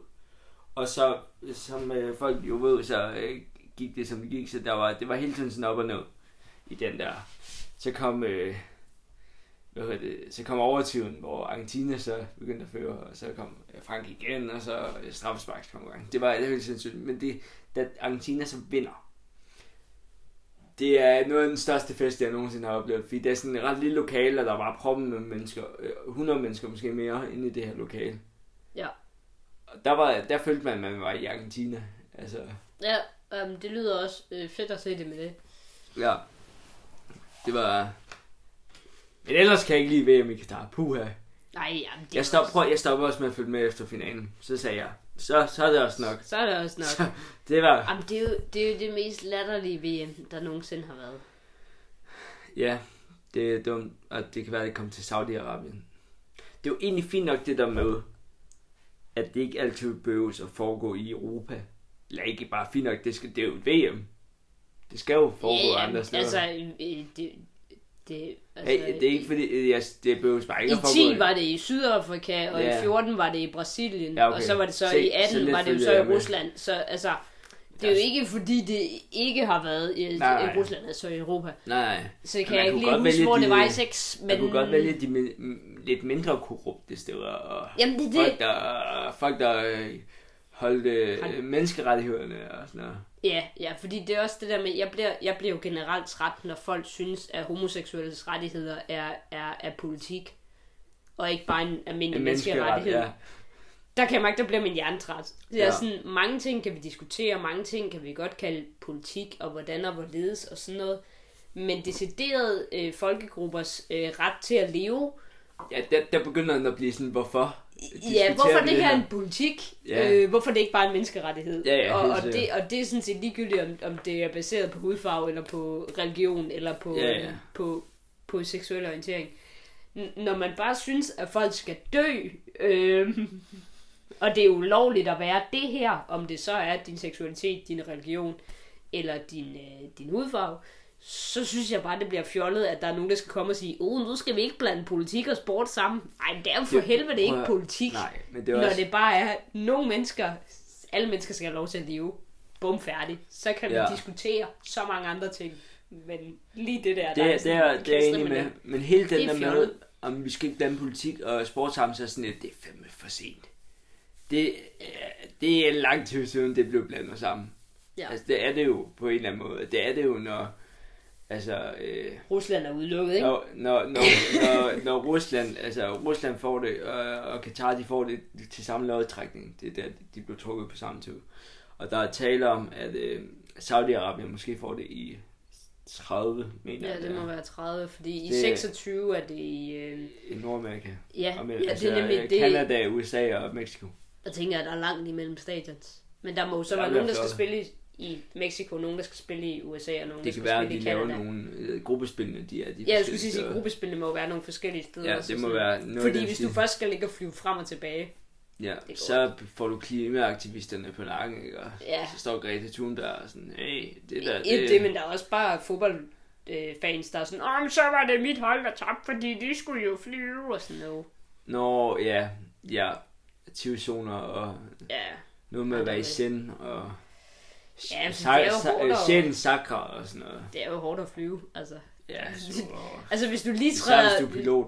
[SPEAKER 1] Og så, som øh, folk jo ved, så øh, gik det som det gik, så der var, det var hele tiden sådan op og ned i den der. Så kom, øh, hvad hedder det, så kom overtyven, hvor Argentina så begyndte at føre, og så kom øh, Frank igen, og så øh, straffesparkskonkurrence. Det var det var helt sindssygt, men det, da Argentina så vinder, det er noget af den største fest, jeg nogensinde har oplevet, fordi det er sådan et ret lille lokale, og der var proppen med mennesker, øh, 100 mennesker måske mere, inde i det her lokale.
[SPEAKER 2] Ja.
[SPEAKER 1] Og der, var, der følte man, at man var i Argentina. Altså,
[SPEAKER 2] Ja, øhm, det lyder også øh, fedt at se det med det.
[SPEAKER 1] ja. Det var... Men ellers kan jeg ikke lide VM i Katar. Puha.
[SPEAKER 2] Nej, jamen, det
[SPEAKER 1] Jeg,
[SPEAKER 2] var
[SPEAKER 1] stop, prøv, jeg stopper også med at følge med efter finalen. Så sagde jeg, så, så er det også nok.
[SPEAKER 2] Så er det også nok.
[SPEAKER 1] Så, det var,
[SPEAKER 2] Jamen, det er, jo, det er jo det mest latterlige VM, der nogensinde har været.
[SPEAKER 1] ja, det er dumt, og det kan være, at det kom til Saudi-Arabien. Det er jo egentlig fint nok det der med, at det ikke altid behøves at foregå i Europa. Eller ikke bare fint nok, det, skal, det er jo et VM. Det skal jo foregå
[SPEAKER 2] ja,
[SPEAKER 1] andre steder.
[SPEAKER 2] Altså, øh, det, det, altså,
[SPEAKER 1] Hey, det er ikke fordi, øh, jeg, det behøves bare ikke
[SPEAKER 2] I
[SPEAKER 1] at foregå.
[SPEAKER 2] 10 var det i Sydafrika, og
[SPEAKER 1] Ja.
[SPEAKER 2] i 14 var det i Brasilien,
[SPEAKER 1] Ja,
[SPEAKER 2] ja,
[SPEAKER 1] okay.
[SPEAKER 2] okay. og så var det så
[SPEAKER 1] Se,
[SPEAKER 2] i
[SPEAKER 1] så
[SPEAKER 2] 18
[SPEAKER 1] lidt
[SPEAKER 2] var det jo
[SPEAKER 1] følger
[SPEAKER 2] så i
[SPEAKER 1] jeg med.
[SPEAKER 2] Rusland. Så altså, Det er jo ikke, fordi det ikke har været i
[SPEAKER 1] Nej,
[SPEAKER 2] nej,
[SPEAKER 1] nej.
[SPEAKER 2] Rusland, altså i Europa.
[SPEAKER 1] Nej,
[SPEAKER 2] Så kan
[SPEAKER 1] man
[SPEAKER 2] jeg ikke
[SPEAKER 1] kunne
[SPEAKER 2] lige
[SPEAKER 1] godt
[SPEAKER 2] huske,
[SPEAKER 1] vælge
[SPEAKER 2] hvor
[SPEAKER 1] de-
[SPEAKER 2] det var i 6, men...
[SPEAKER 1] man kunne godt vælge de min- m- lidt mindre korrupte steder. Og
[SPEAKER 2] Jamen, det er
[SPEAKER 1] Folk,
[SPEAKER 2] det.
[SPEAKER 1] der, folk, der øh, holdt
[SPEAKER 2] Hold-
[SPEAKER 1] øh, menneskerettighederne og sådan noget.
[SPEAKER 2] Ja, ja, fordi det er også det der med, jeg bliver, jeg bliver jo generelt træt, når folk synes, at homoseksuelles rettigheder er, er, er politik, og ikke bare en almindelig menneskerettighed.
[SPEAKER 1] ja.
[SPEAKER 2] Der kan jeg mærke, der bliver min hjerne træt. Det er
[SPEAKER 1] Ja.
[SPEAKER 2] sådan, mange ting kan vi diskutere, mange ting kan vi godt kalde politik, og hvordan og hvorledes og sådan noget. Men decideret øh, folkegruppers øh, ret til at leve,
[SPEAKER 1] ja der, der begynder den at blive sådan, hvorfor?
[SPEAKER 2] Ja,
[SPEAKER 1] diskuterer
[SPEAKER 2] hvorfor
[SPEAKER 1] vi
[SPEAKER 2] det her er en politik?
[SPEAKER 1] Ja.
[SPEAKER 2] Øh, hvorfor det ikke bare er en menneskerettighed?
[SPEAKER 1] Ja, ja,
[SPEAKER 2] og,
[SPEAKER 1] helt
[SPEAKER 2] og, det,
[SPEAKER 1] sikkert.
[SPEAKER 2] og det er sådan set ligegyldigt, om, om det er baseret på hudfarve, eller på religion, eller på, øhm,
[SPEAKER 1] Ja, ja.
[SPEAKER 2] på, på seksuel orientering. N- når man bare synes, at folk skal dø, øh, og det er ulovligt at være det her, om det så er din seksualitet, din religion, eller din, øh, din hudfarve, så synes jeg bare, det bliver fjollet, at der er nogen, der skal komme og sige, oh, nu skal vi ikke blande politik og sport sammen. Nej, det er jo for
[SPEAKER 1] Det-
[SPEAKER 2] helvede ikke
[SPEAKER 1] prøv at-
[SPEAKER 2] politik,
[SPEAKER 1] Nej, men det
[SPEAKER 2] det
[SPEAKER 1] er
[SPEAKER 2] når
[SPEAKER 1] også...
[SPEAKER 2] det bare er, nogle mennesker, alle mennesker skal have lov til at leve. Bum, færdig. Så kan ja.
[SPEAKER 1] Ja.
[SPEAKER 2] vi diskutere så mange andre ting. Men lige det der,
[SPEAKER 1] Det,
[SPEAKER 2] der
[SPEAKER 1] er- det, er, det er jeg enig med. Men hele
[SPEAKER 2] Det
[SPEAKER 1] den
[SPEAKER 2] er
[SPEAKER 1] der med,
[SPEAKER 2] fjollet.
[SPEAKER 1] om vi skal ikke blande politik og sport sammen, så er sådan lidt, det er fandme for sent. Det, er- det er lang tid siden, det blev blandet sammen.
[SPEAKER 2] Ja.
[SPEAKER 1] Altså, det er det jo på en eller anden måde. Det er det jo, når... Altså, øh,
[SPEAKER 2] Rusland er udelukket, ikke?
[SPEAKER 1] når, når, når, når, når Rusland, altså Rusland får det, og, og Katar de får det til samme lodtrækning. Det er der, de blev trukket på samme tid. Og der er tale om, at øh, Saudi-Arabien måske får det i 30, mener
[SPEAKER 2] Ja,
[SPEAKER 1] jeg,
[SPEAKER 2] det
[SPEAKER 1] er.
[SPEAKER 2] må være 30, fordi i
[SPEAKER 1] Det-
[SPEAKER 2] 26 er det i... Øh,
[SPEAKER 1] I Nordamerika.
[SPEAKER 2] ja,
[SPEAKER 1] Og med, altså,
[SPEAKER 2] ja, det er nemlig det.
[SPEAKER 1] Canada, USA og Mexico.
[SPEAKER 2] Jeg tænker, at der er langt imellem stadions. Men der må jo så
[SPEAKER 1] Der
[SPEAKER 2] være
[SPEAKER 1] er
[SPEAKER 2] nogen, der
[SPEAKER 1] lidt
[SPEAKER 2] skal
[SPEAKER 1] flot.
[SPEAKER 2] spille i, i Mexico, nogen, der skal spille i USA, og nogen, der
[SPEAKER 1] Det
[SPEAKER 2] skal
[SPEAKER 1] kan være, at
[SPEAKER 2] spille
[SPEAKER 1] de
[SPEAKER 2] i
[SPEAKER 1] laver
[SPEAKER 2] Canada.
[SPEAKER 1] nogle øh, gruppespillene, de er de
[SPEAKER 2] Ja, jeg skulle
[SPEAKER 1] forskellige
[SPEAKER 2] sige,
[SPEAKER 1] steder.
[SPEAKER 2] at gruppespillene må jo være nogle forskellige steder.
[SPEAKER 1] Ja,
[SPEAKER 2] også,
[SPEAKER 1] det må
[SPEAKER 2] sådan.
[SPEAKER 1] være noget i
[SPEAKER 2] Fordi
[SPEAKER 1] den
[SPEAKER 2] hvis
[SPEAKER 1] stil.
[SPEAKER 2] du først skal ligge og flyve frem og tilbage,
[SPEAKER 1] Ja,
[SPEAKER 2] går
[SPEAKER 1] så får du klimaaktivisterne på nakken, ikke? Og
[SPEAKER 2] Ja.
[SPEAKER 1] så står Greta Thunberg og sådan, hey, det der,
[SPEAKER 2] det, det, men der er også bare fodboldfans, der er sådan, Åh, men så var det mit hold, der tabte, fordi de skulle jo flyve, og sådan noget.
[SPEAKER 1] Nå, ja, ja, tidszoner og
[SPEAKER 2] Ja,
[SPEAKER 1] noget med
[SPEAKER 2] Ja,
[SPEAKER 1] at være i
[SPEAKER 2] det-
[SPEAKER 1] send og
[SPEAKER 2] Ja, men
[SPEAKER 1] sa-
[SPEAKER 2] det er jo
[SPEAKER 1] sa-
[SPEAKER 2] hårdt at-
[SPEAKER 1] sjældent sakre og sådan noget.
[SPEAKER 2] det er jo hårdt at flyve, altså.
[SPEAKER 1] Ja, super.
[SPEAKER 2] Altså, hvis du
[SPEAKER 1] Især
[SPEAKER 2] lige
[SPEAKER 1] hvis du er
[SPEAKER 2] træder,
[SPEAKER 1] pilot.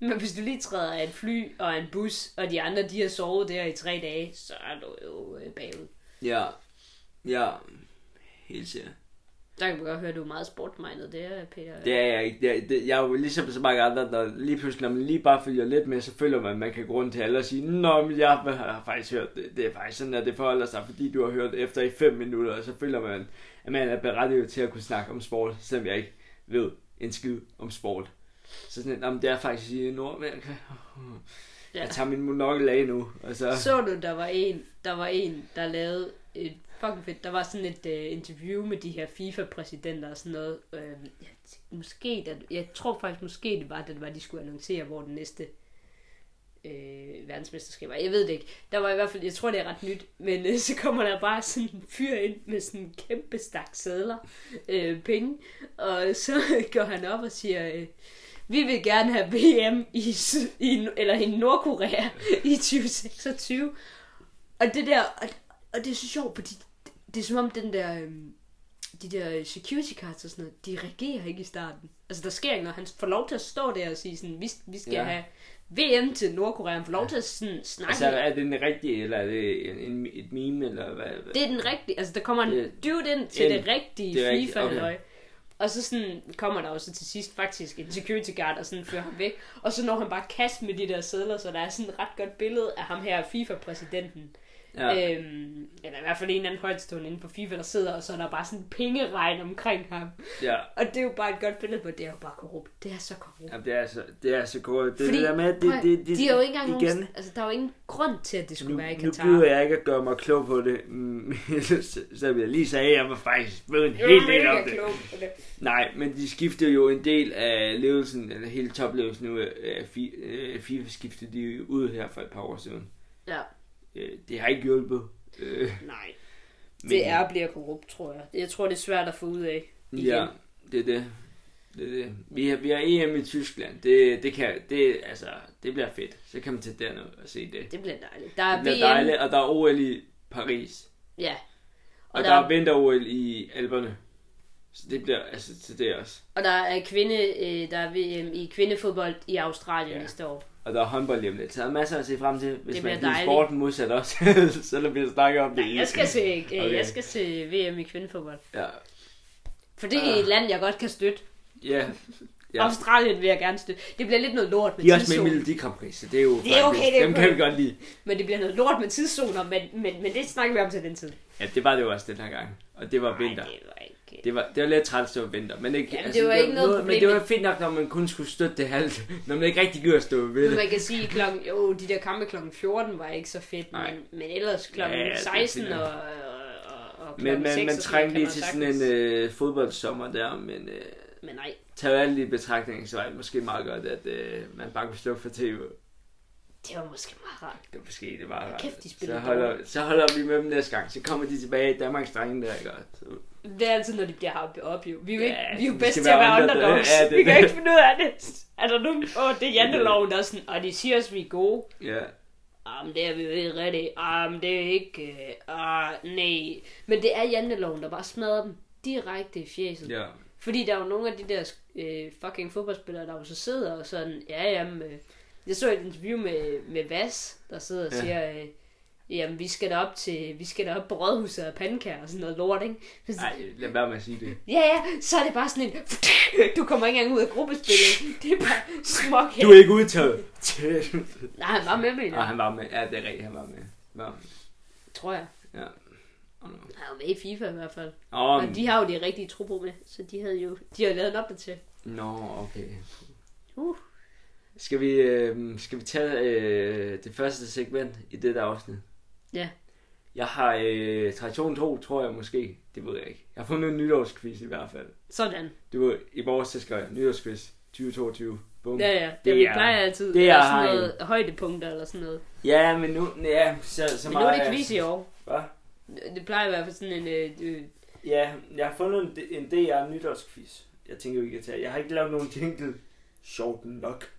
[SPEAKER 2] men hvis du lige træder af et fly og af en bus, og de andre, de har sovet der i tre dage, så er du jo øh, bagud.
[SPEAKER 1] Ja, ja, helt sikkert.
[SPEAKER 2] Der kan man godt høre, at du er meget sportmindet, det er Peter.
[SPEAKER 1] Det er jeg ikke. Det er, det, jeg er jo ligesom så mange andre, der lige pludselig, når man lige bare følger lidt med, så føler man, at man kan gå rundt til alle og sige, Nå, men jeg har faktisk hørt det. Det er faktisk sådan, at det forholder sig, fordi du har hørt efter i 5 minutter, og så føler man, at man er berettiget til at kunne snakke om sport, selvom jeg ikke ved en skid om sport. Så sådan, jamen, det er faktisk i Nordamerika.
[SPEAKER 2] Ja.
[SPEAKER 1] Jeg tager min monokkel af nu, og så...
[SPEAKER 2] Så du, der var en, der var en, der lavede et fucking fedt, der var sådan et øh, interview med de her FIFA-præsidenter og sådan noget. Øh, jeg, t- måske, der, jeg tror faktisk måske det var, da det var, de skulle annoncere, hvor den næste øh, verdensmesterskab var. Jeg ved det ikke. Der var i hvert fald, jeg tror det er ret nyt, men øh, så kommer der bare sådan en fyr ind med sådan en kæmpe stak sædler, øh, penge, og så går han op og siger, øh, vi vil gerne have VM i, Syd- i, eller i Nordkorea i 2026. Og det der, og, og det er så sjovt, fordi det, det er som om den der, øhm, de der security cards og sådan noget, de reagerer ikke i starten. Altså der sker ikke noget. Han får lov til at stå der og sige sådan, vi, vi skal ja.
[SPEAKER 1] Ja.
[SPEAKER 2] have VM til Nordkorea. Han får lov til at sådan, snakke.
[SPEAKER 1] Altså, er det den rigtige, eller er det en, en, et meme, eller hvad? hvad?
[SPEAKER 2] Det er den rigtige, altså der kommer en
[SPEAKER 1] Det-
[SPEAKER 2] dude ind til
[SPEAKER 1] en-
[SPEAKER 2] det rigtige
[SPEAKER 1] det er rigtigt,
[SPEAKER 2] FIFA halløj.
[SPEAKER 1] okay.
[SPEAKER 2] Og så sådan kommer der også til sidst faktisk en security guard og sådan fører ham væk. Og så når han bare kast med de der sædler, så der er sådan et ret godt billede af ham her FIFA-præsidenten.
[SPEAKER 1] ja.
[SPEAKER 2] Ja. Øhm, eller i hvert fald en eller anden højtstående inde på FIFA, der sidder, og så er der bare sådan en pengeregn omkring ham.
[SPEAKER 1] ja.
[SPEAKER 2] Og det er jo bare et godt billede på, at det er jo bare korrupt. Det er så korrupt.
[SPEAKER 1] Jamen, det er så, det er så godt. Det, er
[SPEAKER 2] Fordi,
[SPEAKER 1] det der med, at det,
[SPEAKER 2] prøv at-
[SPEAKER 1] det, det,
[SPEAKER 2] de er jo ikke engang
[SPEAKER 1] igen,
[SPEAKER 2] nogen, altså, der er jo ingen grund til, at det skulle
[SPEAKER 1] nu,
[SPEAKER 2] være i
[SPEAKER 1] nu
[SPEAKER 2] Katar.
[SPEAKER 1] gider jeg ikke at gøre mig klog på det, mm, så- selvom jeg lige sagde, at jeg var faktisk ved en hel del om det. Nej, men de skifter jo en del af levelsen, eller hele toplevelsen nu af Fi- øh, FIFA skiftede de jo ud her for et par år siden.
[SPEAKER 2] Ja,
[SPEAKER 1] Øh, Det har ikke hjulpet. Øh,
[SPEAKER 2] nej.
[SPEAKER 1] men-
[SPEAKER 2] Det er at blive korrupt, tror jeg. Jeg tror, det er svært at få ud af. igen.
[SPEAKER 1] Ja, det er det. Det er det. Vi har, vi har EM i Tyskland. Det, det, kan, det, altså, det bliver fedt. Så kan man tage derned og se det.
[SPEAKER 2] Det bliver dejligt. Der er
[SPEAKER 1] Det bliver
[SPEAKER 2] VM.
[SPEAKER 1] dejligt, og der er OL i Paris.
[SPEAKER 2] Ja.
[SPEAKER 1] Og der er vinter-OL i alberne. Så det bliver, altså, til det også.
[SPEAKER 2] og der er kvinde, øh, der er VM i kvindefodbold i Australien
[SPEAKER 1] Ja.
[SPEAKER 2] ja. næste år.
[SPEAKER 1] Og der er håndbold lige om lidt. Så der er masser at se frem til, hvis
[SPEAKER 2] Det
[SPEAKER 1] man
[SPEAKER 2] bliver
[SPEAKER 1] kan lide
[SPEAKER 2] dejligt.
[SPEAKER 1] sporten modsat også. så der bliver snakket om det.
[SPEAKER 2] Nej, jeg skal se, øh,
[SPEAKER 1] Okay.
[SPEAKER 2] okay. jeg skal se VM i kvindefodbold.
[SPEAKER 1] Ja.
[SPEAKER 2] For det er
[SPEAKER 1] Ah.
[SPEAKER 2] et land, jeg godt kan støtte.
[SPEAKER 1] Ja.
[SPEAKER 2] Ja.
[SPEAKER 1] ja.
[SPEAKER 2] Australien vil jeg gerne støtte. Det bliver lidt noget lort med
[SPEAKER 1] De er også med i
[SPEAKER 2] tidszoner.
[SPEAKER 1] Melodi Grand Prix, så det er jo
[SPEAKER 2] Det er okay, det er
[SPEAKER 1] dem
[SPEAKER 2] okay.
[SPEAKER 1] kan vi godt lide.
[SPEAKER 2] Men det bliver noget lort med tidszoner, men, men, men det snakker vi om til den tid.
[SPEAKER 1] Ja, det var det jo også den her gang. Og det var vinter.
[SPEAKER 2] Nej, det var ikke...
[SPEAKER 1] Det var, det var lidt træt at stå ved vinter, men ikke,
[SPEAKER 2] Jamen, det var ikke noget
[SPEAKER 1] Men
[SPEAKER 2] problem.
[SPEAKER 1] det var fint nok, når man kun skulle støtte det halvt, når man ikke rigtig gider at stå ved
[SPEAKER 2] Men
[SPEAKER 1] det.
[SPEAKER 2] man kan sige, klokken, jo, de der kampe klokken 14 var ikke så fedt,
[SPEAKER 1] Nej.
[SPEAKER 2] men, men ellers klokken
[SPEAKER 1] Ja, ja,
[SPEAKER 2] ja,
[SPEAKER 1] det er
[SPEAKER 2] 16
[SPEAKER 1] fint nok.
[SPEAKER 2] og, og, og klokken
[SPEAKER 1] Men man,
[SPEAKER 2] 6
[SPEAKER 1] man
[SPEAKER 2] og sådan
[SPEAKER 1] trængte
[SPEAKER 2] kan
[SPEAKER 1] lige
[SPEAKER 2] man
[SPEAKER 1] til sådan en
[SPEAKER 2] sagtens.
[SPEAKER 1] øh, fodboldsommer der, men øh,
[SPEAKER 2] Men nej,
[SPEAKER 1] tager alt i betragtning, så er det måske meget godt, at øh, man bare kunne slukke for tv.
[SPEAKER 2] det var måske meget rart.
[SPEAKER 1] Det var måske det var
[SPEAKER 2] Kæft, de spiller
[SPEAKER 1] så holder, så holder vi med dem næste gang. Så kommer de tilbage i Danmarks drenge der, ikke? også?
[SPEAKER 2] Det er altid, når de bliver harpet op, jo. Vi er jo, ikke,
[SPEAKER 1] Ja,
[SPEAKER 2] vi er jo
[SPEAKER 1] vi
[SPEAKER 2] bedst
[SPEAKER 1] skal
[SPEAKER 2] til at
[SPEAKER 1] være
[SPEAKER 2] være
[SPEAKER 1] underdog.
[SPEAKER 2] underdogs.
[SPEAKER 1] Ja,
[SPEAKER 2] Ja,
[SPEAKER 1] det er
[SPEAKER 2] vi kan
[SPEAKER 1] det.
[SPEAKER 2] ikke finde ud af det. Er der nogen? Åh, det er janteloven, der er sådan, og de siger os, vi er gode.
[SPEAKER 1] Ja.
[SPEAKER 2] Jamen, det er vi jo ikke rigtigt. Jamen, det er ikke... Øh, ah, nej. Men det er janteloven, der bare smadrer dem direkte i fjeset.
[SPEAKER 1] ja.
[SPEAKER 2] Fordi der er jo nogle af de der øh, fucking fodboldspillere, der jo så sidder og sådan, ja, jamen, øh, jeg så et interview med, med Vas, der sidder og
[SPEAKER 1] Ja.
[SPEAKER 2] ja. siger, øh, jamen, vi skal derop til, vi skal derop på rådhuset og pandekager og sådan noget lort, ikke? Så,
[SPEAKER 1] Ej, lad være med at sige det.
[SPEAKER 2] ja, ja, så er det bare sådan en, du kommer ikke engang ud af gruppespillet, det er bare smuk
[SPEAKER 1] Du er ikke udtaget.
[SPEAKER 2] Nej, han var med, mener
[SPEAKER 1] Og
[SPEAKER 2] jeg,
[SPEAKER 1] han var med. Ja, det er rigtigt, han var med. Var med.
[SPEAKER 2] tror jeg.
[SPEAKER 1] Ja. Åh, nå.
[SPEAKER 2] Han var med i FIFA i hvert fald.
[SPEAKER 1] Åh,
[SPEAKER 2] Og de har jo de rigtige trupper med, så de havde jo, de har lavet en opdatering.
[SPEAKER 1] Nå, okay.
[SPEAKER 2] Uh.
[SPEAKER 1] Skal vi, øh, skal vi tage øh, det første segment i det der afsnit?
[SPEAKER 2] Ja.
[SPEAKER 1] Jeg har øh, tradition 2, tror jeg måske. Det ved jeg ikke. Jeg har fundet en nytårsquiz i hvert fald.
[SPEAKER 2] Sådan.
[SPEAKER 1] Det var i morges, så skrev jeg nytårsquiz 2022. Bum.
[SPEAKER 2] Ja, ja.
[SPEAKER 1] Det
[SPEAKER 2] Det, vi
[SPEAKER 1] er-
[SPEAKER 2] plejer altid
[SPEAKER 1] det
[SPEAKER 2] det
[SPEAKER 1] er
[SPEAKER 2] er sådan
[SPEAKER 1] hegn.
[SPEAKER 2] noget højdepunkter eller sådan noget.
[SPEAKER 1] ja men nu, ja, så, så
[SPEAKER 2] Men nu
[SPEAKER 1] meget...
[SPEAKER 2] er det quiz i år.
[SPEAKER 1] Hvad?
[SPEAKER 2] Det plejer i hvert fald sådan en... Øh, øh,
[SPEAKER 1] Ja, jeg har fundet en, en DR nytårsquiz. Jeg tænker, vi kan tage. Jeg har ikke lavet nogen jingle. Sjovt nok.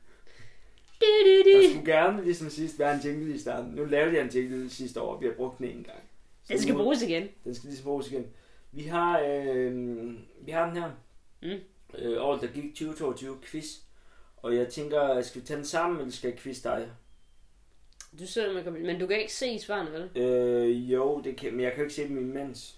[SPEAKER 2] di, di,
[SPEAKER 1] Der
[SPEAKER 2] di.
[SPEAKER 1] skulle gerne, ligesom sidst, være en jingle i starten. Nu lavede jeg en jingle sidste år, og vi har brugt den en gang. Så
[SPEAKER 2] Den skal
[SPEAKER 1] nu-
[SPEAKER 2] bruges igen.
[SPEAKER 1] Den skal ligesom bruges igen. Vi har, øh, vi har den her.
[SPEAKER 2] Mm.
[SPEAKER 1] Øh, året, der gik 2022 quiz. Og jeg tænker, skal vi tage den sammen, eller skal jeg quiz dig?
[SPEAKER 2] Du ser, man kan, men du kan ikke se svarene, vel?
[SPEAKER 1] Øh, jo, det kan, men jeg kan jo ikke se dem imens.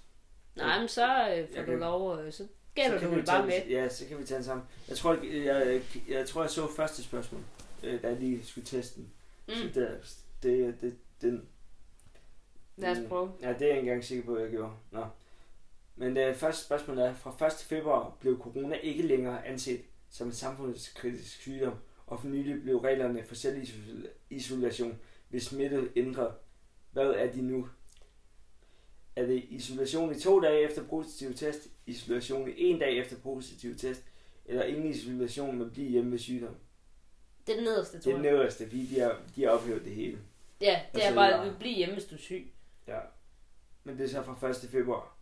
[SPEAKER 2] Nej, men så øh, får
[SPEAKER 1] Jeg
[SPEAKER 2] du
[SPEAKER 1] kan-
[SPEAKER 2] lov... Øh, så
[SPEAKER 1] Så
[SPEAKER 2] gælder
[SPEAKER 1] kan
[SPEAKER 2] du
[SPEAKER 1] vi
[SPEAKER 2] vel
[SPEAKER 1] tage
[SPEAKER 2] bare
[SPEAKER 1] den-
[SPEAKER 2] med.
[SPEAKER 1] Ja, så kan vi tage den sammen. Jeg tror, jeg, jeg, jeg, tror, jeg så første spørgsmål, øh, da jeg lige skulle teste den.
[SPEAKER 2] Mm.
[SPEAKER 1] Så det, det, det, den.
[SPEAKER 2] Lad os
[SPEAKER 1] Mm.
[SPEAKER 2] prøve.
[SPEAKER 1] Ja, det er jeg ikke engang sikker på, at jeg gjorde. Nå. Men det første spørgsmål er, fra 1. februar blev corona ikke længere anset som en samfundskritisk sygdom, og for nylig blev reglerne for selvisolation ved smitte ændret. Hvad er de nu? Er det isolation i to dage efter positiv test, isolation i en dag efter positiv test, eller ingen isolation, men blive hjemme med sygdom?
[SPEAKER 2] Det er den nederste, tror
[SPEAKER 1] Det
[SPEAKER 2] jeg.
[SPEAKER 1] nævneste, fordi de har, de har ophævet det hele.
[SPEAKER 2] Ja, det
[SPEAKER 1] Altså,
[SPEAKER 2] er bare,
[SPEAKER 1] ja.
[SPEAKER 2] at du bliver hjemme, hvis du er syg.
[SPEAKER 1] Ja. Men det er så fra 1. februar.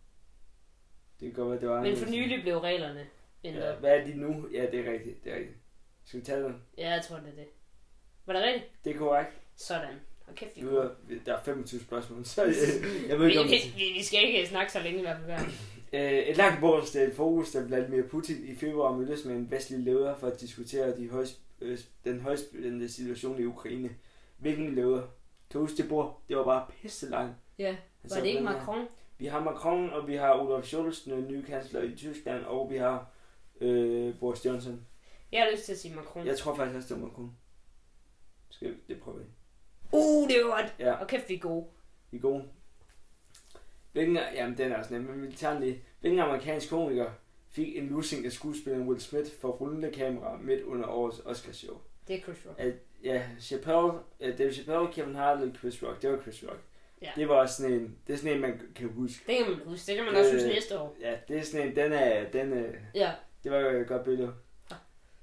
[SPEAKER 1] Det kan godt være, det var...
[SPEAKER 2] Men for
[SPEAKER 1] en-
[SPEAKER 2] nylig blev reglerne
[SPEAKER 1] Ja,
[SPEAKER 2] ændret.
[SPEAKER 1] hvad er de nu? Ja, det er rigtigt. Det er rigtigt. Skal vi tage den?
[SPEAKER 2] Ja, jeg tror, det er det. Var det rigtigt?
[SPEAKER 1] Det er korrekt.
[SPEAKER 2] Sådan. Hold kæft, vi er
[SPEAKER 1] Nu
[SPEAKER 2] gode.
[SPEAKER 1] er, der er 25 spørgsmål, så jeg, jeg ved
[SPEAKER 2] vi,
[SPEAKER 1] ikke om...
[SPEAKER 2] vi, vi, skal ikke snakke så længe i hvert fald. hver.
[SPEAKER 1] Øh, et langt bordsted fokus, da Vladimir Putin i februar mødtes med en vestlig leder for at diskutere de højs, øh, den højspændende situation i Ukraine. Hvilken leder? Kan du huske det bord? Det var bare pisse langt.
[SPEAKER 2] Ja,
[SPEAKER 1] Han
[SPEAKER 2] var
[SPEAKER 1] sad
[SPEAKER 2] det ikke
[SPEAKER 1] blandt andet-
[SPEAKER 2] Macron?
[SPEAKER 1] Vi har Macron, og vi har Olaf Scholz, den nye kansler i Tyskland, og vi har øh, Boris Johnson.
[SPEAKER 2] Jeg har lyst til at sige Macron.
[SPEAKER 1] Jeg tror faktisk også, det er Macron. Skal vi, det prøver vi.
[SPEAKER 2] Uh, det var godt.
[SPEAKER 1] Ja.
[SPEAKER 2] Og kæft, vi er gode.
[SPEAKER 1] Vi er gode. Hvilken, jamen den er også nem, men vi tager den lige. Hvilken amerikansk komiker fik en lussing af skuespilleren Will Smith for rullende kamera midt under årets Oscarshow?
[SPEAKER 2] Det er Chris Rock.
[SPEAKER 1] Ja, Chappelle, ja, David Chappelle, Kevin Hart eller Chris Rock. Det var Chris Rock.
[SPEAKER 2] Ja.
[SPEAKER 1] Det var også sådan en, det er sådan en, man kan huske.
[SPEAKER 2] Det kan man huske. Det kan man også
[SPEAKER 1] Øh.
[SPEAKER 2] huske næste år.
[SPEAKER 1] Ja, det er sådan en, den er, den er,
[SPEAKER 2] Ja.
[SPEAKER 1] Det var jo et godt billede.
[SPEAKER 2] Ja.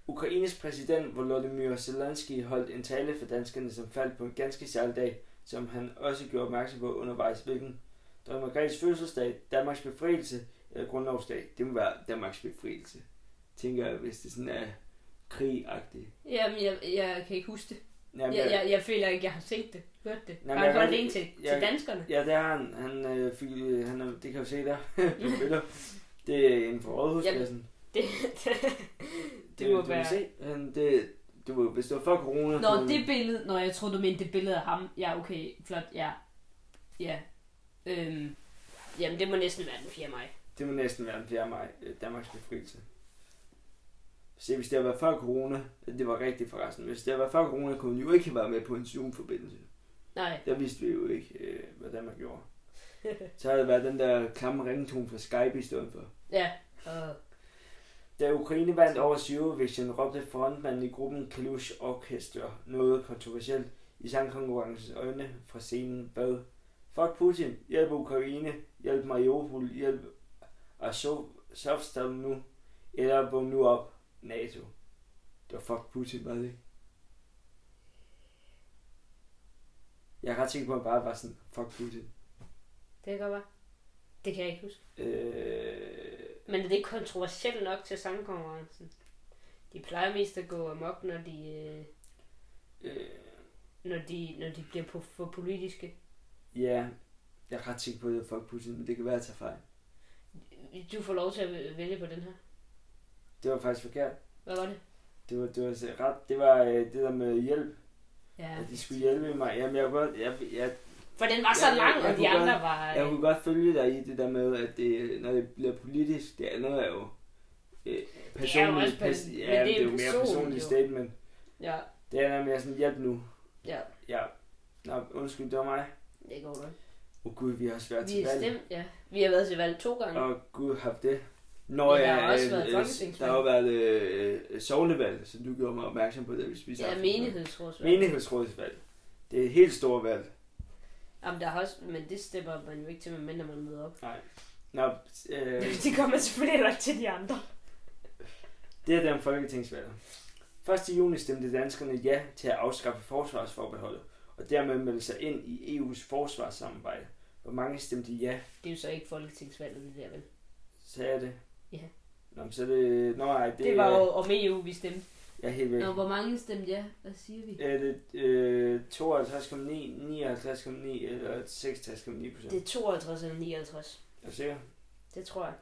[SPEAKER 1] Ukraines præsident Volodymyr Zelensky holdt en tale for danskerne, som faldt på en ganske særlig dag, som han også gjorde opmærksom på undervejs, hvilken Dronning Margrethes fødselsdag, Danmarks befrielse eller grundlovsdag. Det må være Danmarks befrielse, tænker jeg, hvis det sådan er krigagtigt.
[SPEAKER 2] Jamen, jeg, jeg kan ikke huske det.
[SPEAKER 1] Jamen,
[SPEAKER 2] Jeg, jeg, jeg føler ikke, jeg har set det, hørt det.
[SPEAKER 1] Jamen,
[SPEAKER 2] Jamen, jeg
[SPEAKER 1] jeg-
[SPEAKER 2] har det en til,
[SPEAKER 1] jeg-
[SPEAKER 2] til danskerne.
[SPEAKER 1] Ja, det har han. han, øh, fik, øh, han er, det kan jeg jo se der på billeder. Det er inden for rådhuspladsen.
[SPEAKER 2] Det, det må
[SPEAKER 1] du
[SPEAKER 2] være-
[SPEAKER 1] Kan se. Han, det, du, må- hvis det var før corona...
[SPEAKER 2] Nå,
[SPEAKER 1] kunne-
[SPEAKER 2] det billede... Nå, jeg troede, du mente det billede af ham. Ja, okay, flot, ja. Ja. Øhm, jamen, det må næsten være den 4. maj.
[SPEAKER 1] det må næsten være den 4. maj, øh, Danmarks befrielse. Se, hvis det havde været før corona, øh, det var rigtigt forresten, hvis det havde været før corona, kunne vi jo ikke have været med på en Zoom-forbindelse.
[SPEAKER 2] Nej.
[SPEAKER 1] Der vidste vi jo ikke, øh, hvad Danmark gjorde. Så havde det været den der klamme ringtone fra Skype i stedet for.
[SPEAKER 2] Ja. Øh,
[SPEAKER 1] Da Ukraine vandt over Eurovision, råbte frontmanden i gruppen Kalush Orchestra noget kontroversielt i sangkonkurrencens øjne fra scenen bad. Fuck Putin, hjælp Ukraine, hjælp Mariupol, hjælp Azovstal nu, eller vågn nu op, NATO. Det var fuck Putin, var det ikke? Jeg er ret sikker på, at han bare var sådan, fuck Putin.
[SPEAKER 2] det kan godt være. Det kan jeg ikke huske.
[SPEAKER 1] Øh,
[SPEAKER 2] Men er det ikke kontroversielt nok til sangkonkurrencen? De plejer mest at gå amok, når de, øh,
[SPEAKER 1] øh,
[SPEAKER 2] når de, når de bliver på, for politiske.
[SPEAKER 1] ja, jeg er ret sikker på, at det var fuck Putin, men det kan være, at jeg tager fejl.
[SPEAKER 2] Du får lov til at vælge på den her.
[SPEAKER 1] Det var faktisk forkert.
[SPEAKER 2] Hvad var det?
[SPEAKER 1] Det var, det var så ret. Det var øh, det der med hjælp.
[SPEAKER 2] Ja.
[SPEAKER 1] At de skulle hjælpe mig. Jamen, jeg, kunne godt, jeg, jeg,
[SPEAKER 2] For den var så
[SPEAKER 1] Ja,
[SPEAKER 2] lang,
[SPEAKER 1] jeg- jeg
[SPEAKER 2] og de
[SPEAKER 1] kunne
[SPEAKER 2] andre
[SPEAKER 1] godt-
[SPEAKER 2] var...
[SPEAKER 1] jeg kunne godt følge dig i det der med, at det, når det bliver politisk, det andet er jo øh, personligt.
[SPEAKER 2] også pers- men det
[SPEAKER 1] ja,
[SPEAKER 2] er
[SPEAKER 1] det er
[SPEAKER 2] en
[SPEAKER 1] jo mere
[SPEAKER 2] person,
[SPEAKER 1] personligt
[SPEAKER 2] jo.
[SPEAKER 1] statement.
[SPEAKER 2] Ja,
[SPEAKER 1] Det er mere sådan, hjælp nu.
[SPEAKER 2] ja.
[SPEAKER 1] Ja. Nå, undskyld, det var mig.
[SPEAKER 2] Det går godt.
[SPEAKER 1] Åh oh, gud, vi har også været
[SPEAKER 2] Vi
[SPEAKER 1] til
[SPEAKER 2] er
[SPEAKER 1] valg.
[SPEAKER 2] stemt, ja. Vi har været til valg to gange.
[SPEAKER 1] Åh oh, gud, har vi det. Nå,
[SPEAKER 2] Men der
[SPEAKER 1] ja,
[SPEAKER 2] har også
[SPEAKER 1] øh,
[SPEAKER 2] været
[SPEAKER 1] øh,
[SPEAKER 2] folketingsvalg.
[SPEAKER 1] der har jo været øh, sovnevalg, så du gjorde mig opmærksom på det, hvis vi
[SPEAKER 2] ja, menighedsrådsvalg.
[SPEAKER 1] Menighedsrådsvalg. Det er et helt stort valg.
[SPEAKER 2] Jamen, der er også, men det stemmer man jo ikke til, medmindre man møder op.
[SPEAKER 1] Nå, øh,
[SPEAKER 2] det kommer selvfølgelig heller ikke til de andre.
[SPEAKER 1] det er den folketingsvalg. 1. juni stemte danskerne ja til at afskaffe forsvarsforbeholdet, og dermed melde sig ind i EU's forsvarssamarbejde. Hvor mange stemte ja,
[SPEAKER 2] Det er jo så ikke folketingsvalget, det der vel.
[SPEAKER 1] sagde jeg det.
[SPEAKER 2] Ja.
[SPEAKER 1] Nå, men så er det... Nå, nej, det,
[SPEAKER 2] Det, det var jo om EU, vi stemte.
[SPEAKER 1] Jeg er helt væk.
[SPEAKER 2] Nå, hvor mange stemte ja? Hvad siger vi?
[SPEAKER 1] Er det øh, 52,9, 59,9 eller 66,9 procent?
[SPEAKER 2] Det er 52 eller 59.
[SPEAKER 1] Er du sikker?
[SPEAKER 2] Det tror jeg.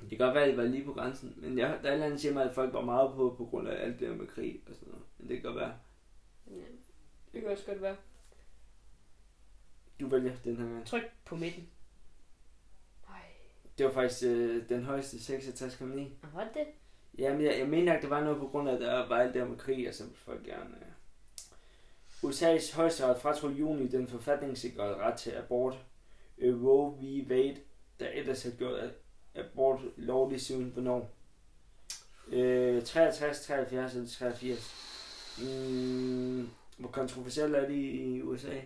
[SPEAKER 1] Det kan godt være, at det var lige på grænsen, men jeg, der er et eller andet, der siger mig, at folk var meget på på grund af alt det der med krig og sådan noget. Men det kan godt være.
[SPEAKER 2] Ja. Det kan også godt være.
[SPEAKER 1] Du vælger den her gang.
[SPEAKER 2] Tryk på midten. Nej.
[SPEAKER 1] Det var faktisk øh, den højeste 66,9.
[SPEAKER 2] Nå, Var det det?
[SPEAKER 1] Jamen, jeg, jeg mener ikke, det var noget på grund af, at der var alt det her med krig, og så ville folk gerne... Øh. USA's højesteret fratog i juni den forfatningssikrede ret til abort. Øh, Roe v. Wade, der ellers har gjort at abort lovlig siden hvornår? Øh, 63, 73 eller 83. Mm, hvor kontroversielt er det i USA?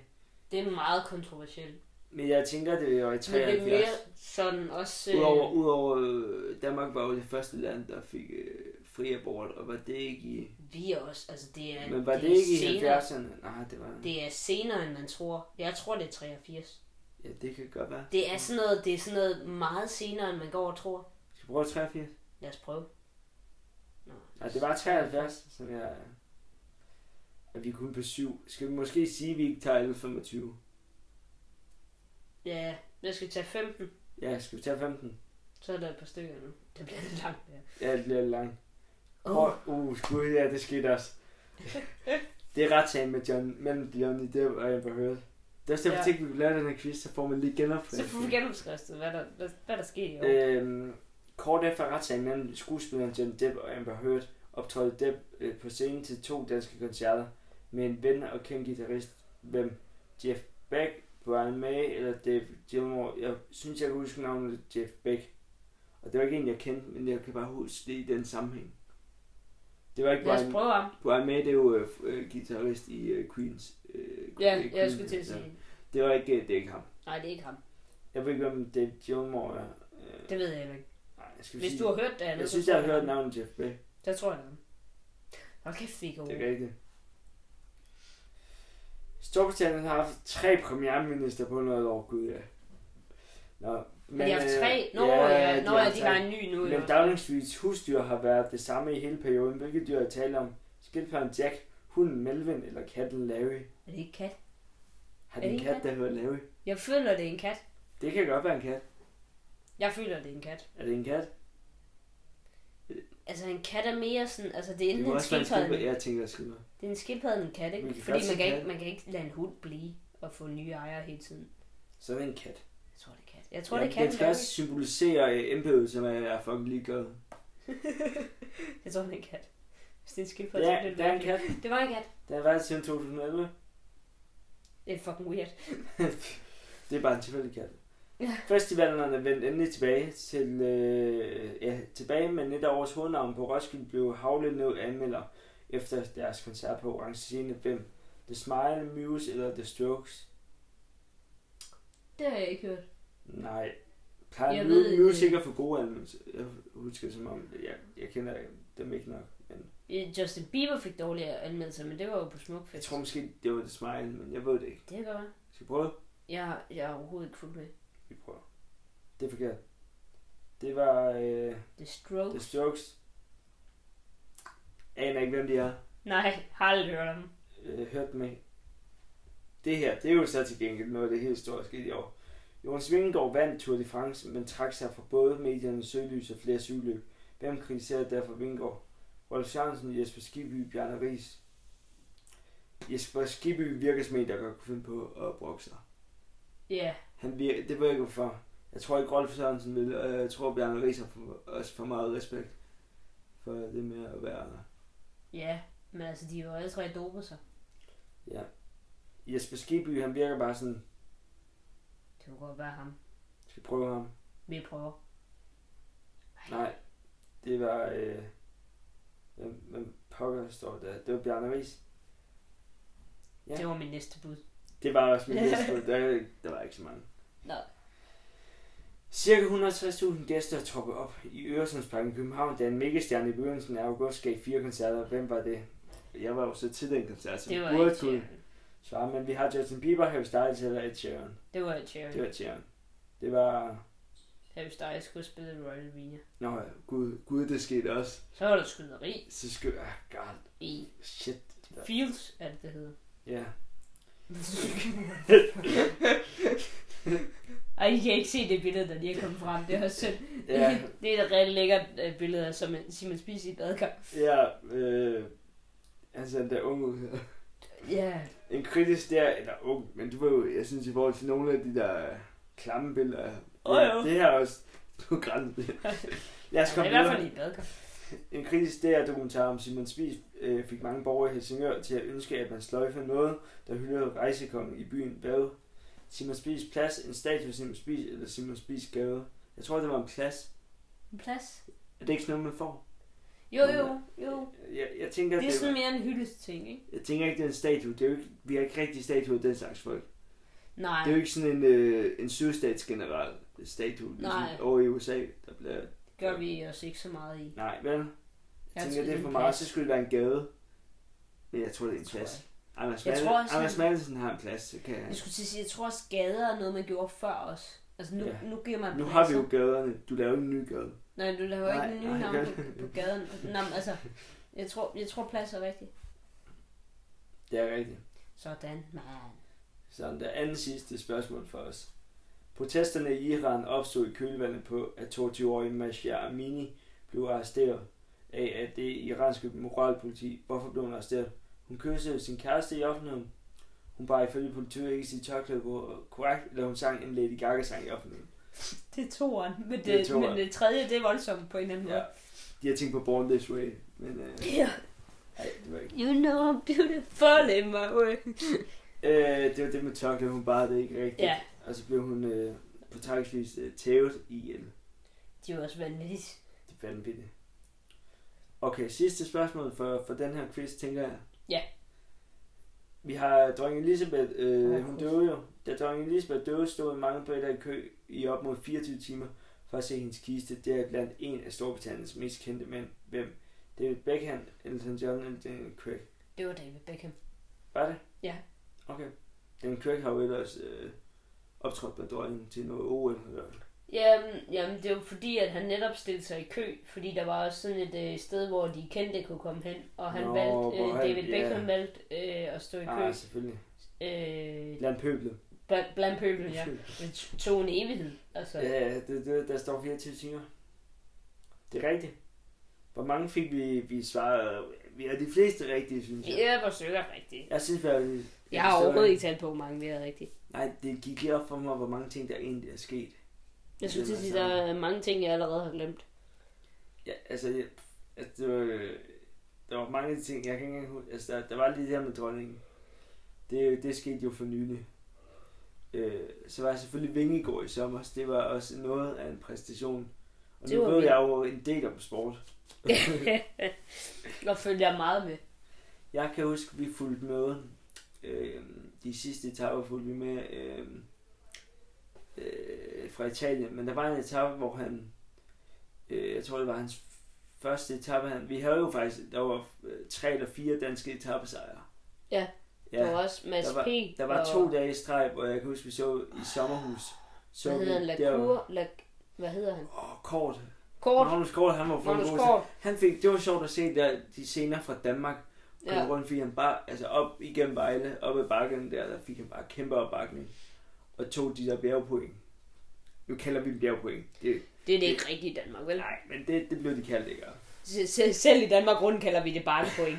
[SPEAKER 2] Det er meget kontroversielt.
[SPEAKER 1] Men jeg tænker, det var i
[SPEAKER 2] Men det
[SPEAKER 1] 73.
[SPEAKER 2] er mere sådan også... øh,
[SPEAKER 1] Udover, udover øh, Danmark var jo det første land, der fik øh, fri abort, og var det ikke i...
[SPEAKER 2] Vi er også, altså det er,
[SPEAKER 1] Men var det,
[SPEAKER 2] er
[SPEAKER 1] ikke i
[SPEAKER 2] senere,
[SPEAKER 1] 70'erne? Nej, det var... Det.
[SPEAKER 2] Det er senere, end man tror. Jeg tror, det er 83.
[SPEAKER 1] Ja, det kan godt være.
[SPEAKER 2] Det er sådan noget, det er sådan noget meget senere, end man går og tror.
[SPEAKER 1] Skal vi prøve 83?
[SPEAKER 2] Lad os prøve. Nå,
[SPEAKER 1] Nej, det var 73, som jeg... Og vi er kun på 7. Skal vi måske sige, at vi ikke tager alle 25?
[SPEAKER 2] Ja, jeg skal tage 15.
[SPEAKER 1] Ja, skal vi tage 15?
[SPEAKER 2] Så er der et par stykker nu. Det bliver lidt langt. Ja.
[SPEAKER 1] Ja, det bliver langt.
[SPEAKER 2] Oh,
[SPEAKER 1] Åh, oh. uh, gud, ja, det skete også. det er retssagen med John, mellem Johnny Depp og Amber Heard. Det er også derfor,
[SPEAKER 2] Ja.
[SPEAKER 1] ja. at vi laver den her quiz, så får man lige genopfrisket.
[SPEAKER 2] så får vi genopskristet, hvad der, hvad, hvad der sker i år.
[SPEAKER 1] Øhm, kort efter retssagen mellem skuespilleren Johnny Depp og Amber Heard optrådte Depp øh, på scenen til to danske koncerter med en ven og kendt guitarist. Hvem? Jeff Beck, Brian May eller Dave Gilmore? Jeg synes, jeg kan huske navnet Jeff Beck. Og det var ikke en, jeg kendte, men jeg kan bare huske det i den sammenhæng. Det var ikke
[SPEAKER 2] Lad os
[SPEAKER 1] Brian,
[SPEAKER 2] prøve ham.
[SPEAKER 1] Brian May, det er jo øh, øh, guitarist i øh, Queens. Øh,
[SPEAKER 2] Ja,
[SPEAKER 1] Queen-
[SPEAKER 2] jeg skulle til at
[SPEAKER 1] ja.
[SPEAKER 2] sige.
[SPEAKER 1] Det var ikke, øh, det er ikke ham.
[SPEAKER 2] Nej, det er ikke ham.
[SPEAKER 1] Jeg ved ikke, hvem Dave Gilmore er. Øh,
[SPEAKER 2] Det ved jeg heller ikke.
[SPEAKER 1] nej, skal vi
[SPEAKER 2] Hvis
[SPEAKER 1] sige-
[SPEAKER 2] du har hørt det andet,
[SPEAKER 1] jeg
[SPEAKER 2] så
[SPEAKER 1] synes,
[SPEAKER 2] tror
[SPEAKER 1] jeg har hørt navnet Jeff Beck.
[SPEAKER 2] Så tror jeg det. er ham. Hold kæft, vi er
[SPEAKER 1] Det
[SPEAKER 2] gode.
[SPEAKER 1] er rigtigt. Storbritannien har haft tre premierminister på noget år, gud ja. Nå,
[SPEAKER 2] Men de har haft
[SPEAKER 1] øh,
[SPEAKER 2] tre. Nå, ja,
[SPEAKER 1] de
[SPEAKER 2] nå,
[SPEAKER 1] har
[SPEAKER 2] ja,
[SPEAKER 1] haft
[SPEAKER 2] de
[SPEAKER 1] tre.
[SPEAKER 2] har en ny nu. jo.
[SPEAKER 1] Men Downing Streets husdyr har været det samme i hele perioden. Hvilke dyr er tale om? Skildpadden Jack, hunden Melvin eller katten Larry?
[SPEAKER 2] Er det ikke kat?
[SPEAKER 1] Har
[SPEAKER 2] Er
[SPEAKER 1] den
[SPEAKER 2] det
[SPEAKER 1] en
[SPEAKER 2] en
[SPEAKER 1] kat,
[SPEAKER 2] kat?
[SPEAKER 1] der hedder Larry?
[SPEAKER 2] Jeg føler, det er en kat.
[SPEAKER 1] Det kan godt være en kat.
[SPEAKER 2] Jeg føler, det er en kat.
[SPEAKER 1] Er det en kat?
[SPEAKER 2] Altså, en kat er mere sådan... Altså, det er
[SPEAKER 1] Det
[SPEAKER 2] enten
[SPEAKER 1] må
[SPEAKER 2] en
[SPEAKER 1] også være en skildpadde.
[SPEAKER 2] skildpadde.
[SPEAKER 1] Jeg tænker, at skildpadde.
[SPEAKER 2] Det er en skildpadde end en kat, ikke?
[SPEAKER 1] Men de kan
[SPEAKER 2] Fordi
[SPEAKER 1] godt
[SPEAKER 2] man
[SPEAKER 1] sige
[SPEAKER 2] kan ikke,
[SPEAKER 1] kat.
[SPEAKER 2] man kan ikke lade en hund blive og få nye ejere hele tiden.
[SPEAKER 1] Så er det en kat.
[SPEAKER 2] Jeg tror, det er kat. Jeg tror,
[SPEAKER 1] ja,
[SPEAKER 2] det er kat.
[SPEAKER 1] Den skal også symbolisere øh, embedet, som jeg er fucking ligeglad.
[SPEAKER 2] Jeg tror, det er en kat. Hvis det er en skildpadde, så
[SPEAKER 1] Ja,
[SPEAKER 2] bliver det
[SPEAKER 1] der er en
[SPEAKER 2] mærkeligt.
[SPEAKER 1] kat.
[SPEAKER 2] Det var en kat.
[SPEAKER 1] Den har været siden 2011.
[SPEAKER 2] Det er fucking weird.
[SPEAKER 1] det er bare en tilfældig kat.
[SPEAKER 2] Ja.
[SPEAKER 1] Festivalerne er vendt endelig tilbage til, øh, ja, tilbage med net af års hovednavn på Roskilde blev havlet ned anmelder efter deres koncert på Orange Scene 5. The Smile, Muse eller The Strokes?
[SPEAKER 2] Det har jeg ikke hørt.
[SPEAKER 1] Nej. Plejer
[SPEAKER 2] Jeg
[SPEAKER 1] mu-
[SPEAKER 2] ved, øh,
[SPEAKER 1] Muse ikke at få gode anmeldelser? Jeg husker som om, jeg, jeg kender dem ikke nok. Men
[SPEAKER 2] Øh, Justin Bieber fik dårlige anmeldelser, men det var jo på Smukfest.
[SPEAKER 1] jeg tror måske, det var The Smile, men jeg ved det ikke.
[SPEAKER 2] Det kan godt være.
[SPEAKER 1] Skal vi prøve det?
[SPEAKER 2] Jeg, jeg er overhovedet ikke fuldt med.
[SPEAKER 1] Vi prøver. Det er forkert. Det var øh,
[SPEAKER 2] The Stroke.
[SPEAKER 1] The Strokes. Aner ikke, hvem de er.
[SPEAKER 2] Nej, har aldrig hørt om.
[SPEAKER 1] øh, hørt med. Det her, det er jo så til gengæld noget af det helt store sket i år. Jonas Vingegaard vandt Tour de France, men trak sig fra både mediernes søgelys og flere sygløb. Hvem kritiserede derfor Vingegaard? Rolf Sørensen, Jesper Skibby, Bjarne Ries. Jesper Skibby virker som en, der godt kunne finde på at brokke sig.
[SPEAKER 2] Ja,
[SPEAKER 1] Han virker, det virker for. Jeg tror ikke, Rolf Sørensen vil, og jeg tror, Bjarne Ries har for, også for meget respekt for det med at være
[SPEAKER 2] ja. Men altså, de var alle tre dopet sig.
[SPEAKER 1] Ja. Jesper Skibby, han virker bare sådan,
[SPEAKER 2] Det kunne godt være ham.
[SPEAKER 1] skal vi prøve ham.
[SPEAKER 2] Vi prøver. Ej.
[SPEAKER 1] Nej, det var... Øh, hvem, hvem pokker står der? Det var Bjarne Ries. Ja.
[SPEAKER 2] Det var min næste bud.
[SPEAKER 1] Det var også min næste bud. der, der var ikke så mange.
[SPEAKER 2] Nej.
[SPEAKER 1] Cirka 160.000 gæster troppede op i Øresundsparken i København, da en megastjerne i begyndelsen af august gav fire koncerter. Hvem var det? Jeg var jo så til den koncert, som
[SPEAKER 2] Det var
[SPEAKER 1] burde
[SPEAKER 2] ikke
[SPEAKER 1] kunne
[SPEAKER 2] Sharon.
[SPEAKER 1] svare, men vi har Justin Bieber, Harry Styles eller Ed Sheeran.
[SPEAKER 2] Det var ikke Sharon.
[SPEAKER 1] Det var Ed Sheeran. Det var...
[SPEAKER 2] Harry Styles skulle spille Royal Arena.
[SPEAKER 1] Nå, ja, gud, gud, det skete også.
[SPEAKER 2] Så var der skyderi
[SPEAKER 1] Så skal... Ah, god,
[SPEAKER 2] i
[SPEAKER 1] shit.
[SPEAKER 2] Fields, er det det hedder.
[SPEAKER 1] Ja. Yeah.
[SPEAKER 2] Ej, I kan ikke se det billede, der lige er kommet frem. Det er også synd.
[SPEAKER 1] Ja,
[SPEAKER 2] det er et rigtig lækkert øh, billede af Simon- Simon Spies i et badkar.
[SPEAKER 1] Ja, øh, altså den der unge ud.
[SPEAKER 2] Ja,
[SPEAKER 1] En kritisk der, eller ung, men du ved jo, jeg synes i forhold til nogle af de der øh, klamme billeder.
[SPEAKER 2] Åh,
[SPEAKER 1] det-
[SPEAKER 2] jo.
[SPEAKER 1] Det her er også på grænsen. Lad os
[SPEAKER 2] altså,
[SPEAKER 1] komme
[SPEAKER 2] i hvert
[SPEAKER 1] videre.
[SPEAKER 2] fald i et badkar.
[SPEAKER 1] En kritisk der dokumentar om Simon Spies øh, fik mange borgere i Helsingør til at ønske, at man sløjfer noget, der hylder rejsekongen i byen. Hvad? Simon Spies plads, en statue af Simon Spies, eller Simon Spies gade. Jeg tror, det var en plads.
[SPEAKER 2] En plads.
[SPEAKER 1] Er det ikke sådan noget, man får?
[SPEAKER 2] Jo, jo, jo.
[SPEAKER 1] Jeg, jeg tænker,
[SPEAKER 2] Det er
[SPEAKER 1] var-
[SPEAKER 2] sådan mere en hyldesting, ikke?
[SPEAKER 1] Jeg tænker ikke, det er en statue. Det er jo ikke, vi har ikke rigtig statue af den slags folk. Ej.
[SPEAKER 2] Nej,
[SPEAKER 1] Det er jo ikke sådan en, øh, en sydstatsgeneral statue
[SPEAKER 2] Nej.
[SPEAKER 1] ligesom, over i USA, der bliver...
[SPEAKER 2] det gør vi os ikke så meget i.
[SPEAKER 1] Nej, vel? Jeg tænker, det er for
[SPEAKER 2] en
[SPEAKER 1] meget.
[SPEAKER 2] plads.
[SPEAKER 1] Så skulle det være en gade. Men jeg tror, det er en
[SPEAKER 2] Tror jeg.
[SPEAKER 1] plads. Anders,
[SPEAKER 2] Jeg
[SPEAKER 1] Madsen-
[SPEAKER 2] tror også,
[SPEAKER 1] Anders
[SPEAKER 2] han-
[SPEAKER 1] Madsen har en plads, så kan jeg...
[SPEAKER 2] Jeg skulle til at sige, jeg tror også gader er noget, man gjorde før os. Altså nu,
[SPEAKER 1] Ja.
[SPEAKER 2] ja. nu giver man
[SPEAKER 1] Nu
[SPEAKER 2] pladser.
[SPEAKER 1] har vi jo gaderne. Du laver en ny gade.
[SPEAKER 2] Nej, du laver
[SPEAKER 1] Nej,
[SPEAKER 2] ikke en ny
[SPEAKER 1] nej,
[SPEAKER 2] navn
[SPEAKER 1] gør
[SPEAKER 2] på, på gaden. Nå, men altså, jeg tror, jeg tror plads er rigtigt.
[SPEAKER 1] Det er rigtigt.
[SPEAKER 2] Sådan, man.
[SPEAKER 1] Sådan, der anden sidste spørgsmål for os. Protesterne i Iran opstod i kølvandet på, at 22-årige Mashar Amini blev arresteret af at det iranske moralpoliti. Hvorfor blev hun arresteret? Hun kyssede sin kæreste i offentligheden. Hun bar ifølge politiet ikke sit tørklæde på korrekt, eller hun sang en Lady Gaga-sang i offentligheden.
[SPEAKER 2] Det er toeren, men det,
[SPEAKER 1] Det er
[SPEAKER 2] det,
[SPEAKER 1] toeren.
[SPEAKER 2] men det tredje, det er voldsomt på en eller anden
[SPEAKER 1] Ja.
[SPEAKER 2] måde.
[SPEAKER 1] De har tænkt på Born This Way, men øh,
[SPEAKER 2] Yeah.
[SPEAKER 1] ej, det var ikke.
[SPEAKER 2] You know I'm beautiful in my way.
[SPEAKER 1] Øh, det var det med tørklæde, hun bare det ikke rigtigt.
[SPEAKER 2] Ja,
[SPEAKER 1] Og så blev hun øh, på tragisk vis øh, tævet i en
[SPEAKER 2] de er også vanvittigt.
[SPEAKER 1] Det er vanvittigt. Okay, sidste spørgsmål for, for den her quiz, tænker jeg.
[SPEAKER 2] Ja.
[SPEAKER 1] Vi har dronning Elisabeth, øh,
[SPEAKER 2] Ja,
[SPEAKER 1] hun
[SPEAKER 2] quiz.
[SPEAKER 1] døde jo. Da dronning Elisabeth døde, stod mange britter i kø i op mod 24 timer for at se hendes kiste. Det er blandt en af Storbritanniens mest kendte mænd. Hvem? David Beckham, Elton John eller Daniel Craig.
[SPEAKER 2] Det var David Beckham.
[SPEAKER 1] Var det?
[SPEAKER 2] Ja.
[SPEAKER 1] Okay. Daniel Craig har jo ellers øh, optrådt med dronningen til noget OL. i hvert fald.
[SPEAKER 2] Jamen, jamen, det var fordi, at han netop stillede sig i kø, fordi der var også sådan et øh, sted, hvor de kendte kunne komme hen, og han
[SPEAKER 1] Nå,
[SPEAKER 2] Nå, valgte,
[SPEAKER 1] hvor
[SPEAKER 2] øh,
[SPEAKER 1] han-
[SPEAKER 2] David
[SPEAKER 1] ja.
[SPEAKER 2] Beckham valgte øh, at stå i kø.
[SPEAKER 1] Ah, selvfølgelig.
[SPEAKER 2] Øh,
[SPEAKER 1] Blandt pøblet.
[SPEAKER 2] blandt, blandt pøblen, ja. Det tog en evighed, altså.
[SPEAKER 1] Ja, ja, det, det, der står 24 timer. Det er rigtigt. Hvor mange fik vi, vi svaret? Vi er de fleste rigtige, synes jeg.
[SPEAKER 2] Ja, hvor sikkert rigtigt.
[SPEAKER 1] Jeg synes, at vi...
[SPEAKER 2] Jeg har overhovedet ikke talt på, hvor mange det er rigtigt.
[SPEAKER 1] Nej, det gik lige op for mig, hvor mange ting, der egentlig er sket.
[SPEAKER 2] Jeg skulle til at sige,
[SPEAKER 1] Jamen,
[SPEAKER 2] der
[SPEAKER 1] altså.
[SPEAKER 2] er mange ting, jeg allerede har glemt.
[SPEAKER 1] Ja, altså, jeg, altså det var, øh, der var mange af de ting, jeg kan ikke engang huske. Altså, der, der var lige det her med dronningen. Det, det skete jo for nylig. Øh, så var jeg selvfølgelig Vingegård i sommer, så det var også noget af en præstation. Og
[SPEAKER 2] Det
[SPEAKER 1] nu
[SPEAKER 2] var
[SPEAKER 1] ved
[SPEAKER 2] vildt.
[SPEAKER 1] jeg jo en del om sport.
[SPEAKER 2] Der følger jeg meget med.
[SPEAKER 1] Jeg kan huske, vi fulgte med. Øh, de sidste etaper fulgte vi med øh, øh, fra Italien. Men der var en etape, hvor han... Øh, jeg tror, det var hans første etape. Han, vi havde jo faktisk... Der var øh, tre eller fire danske etappesejre.
[SPEAKER 2] Ja,
[SPEAKER 1] ja.
[SPEAKER 2] Der var også Mads
[SPEAKER 1] Der var-
[SPEAKER 2] P.
[SPEAKER 1] Der var
[SPEAKER 2] og,
[SPEAKER 1] to dage i streg, hvor jeg kan huske, vi så i sommerhus. Så
[SPEAKER 2] Hvad
[SPEAKER 1] vi
[SPEAKER 2] hedder han?
[SPEAKER 1] der-
[SPEAKER 2] Lacour? Lac... Hvad hedder han?
[SPEAKER 1] Åh, Kort.
[SPEAKER 2] Kort.
[SPEAKER 1] Magnus Kort, han var for
[SPEAKER 2] Magnus
[SPEAKER 1] god. til-
[SPEAKER 2] Kort.
[SPEAKER 1] Han fik, det var sjovt at se der, de scener fra Danmark, kom
[SPEAKER 2] Ja.
[SPEAKER 1] ja. rundt, fik han bare, altså op igennem Vejle, op ad bakken der, der fik han bare kæmpe opbakning, og tog de der bjergpoint. Nu kalder vi dem bjergpoint. Det,
[SPEAKER 2] Det er det ikke rigtigt i Danmark, vel?
[SPEAKER 1] nej, men det, det blev de kaldt, ikke?
[SPEAKER 2] Se- se- Selv i Danmark rundt kalder vi det bakkepoint.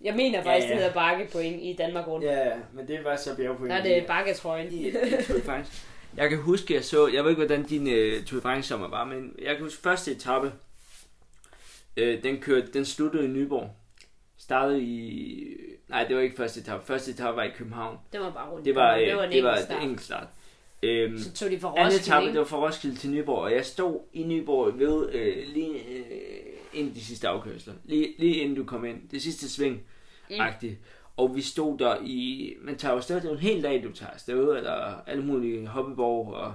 [SPEAKER 2] Jeg mener faktisk,
[SPEAKER 1] Ja,
[SPEAKER 2] ja,
[SPEAKER 1] ja.
[SPEAKER 2] det hedder bakkepoint i Danmark rundt. Ja.
[SPEAKER 1] Ja, men det var så bjergpoint.
[SPEAKER 2] Der er det bakketrøjen.
[SPEAKER 1] i i Tour de France. Jeg kan huske, jeg så, jeg ved ikke, hvordan din øh, Tour de France sommer var, men jeg kan huske første etape, øh, den, kørte, den sluttede i Nyborg. Startede i, nej, det var ikke første etape. Første etape var i København.
[SPEAKER 2] Det var bare rundt.
[SPEAKER 1] Det var, øh,
[SPEAKER 2] det var en
[SPEAKER 1] det var
[SPEAKER 2] enkelt start.
[SPEAKER 1] et enkelt start. Øhm,
[SPEAKER 2] Så tog de fra
[SPEAKER 1] anden
[SPEAKER 2] Roskilde,
[SPEAKER 1] etape, det
[SPEAKER 2] ikke?
[SPEAKER 1] var fra Roskilde til Nyborg, og jeg stod i Nyborg ved øh, lige øh, inden de sidste afkørsler. Lige, lige inden du kom ind. Det sidste sving mm. Og vi stod der i... Man tager jo afsted, det er jo en hel dag, du tager afsted, og der er alle mulige hoppeborg, og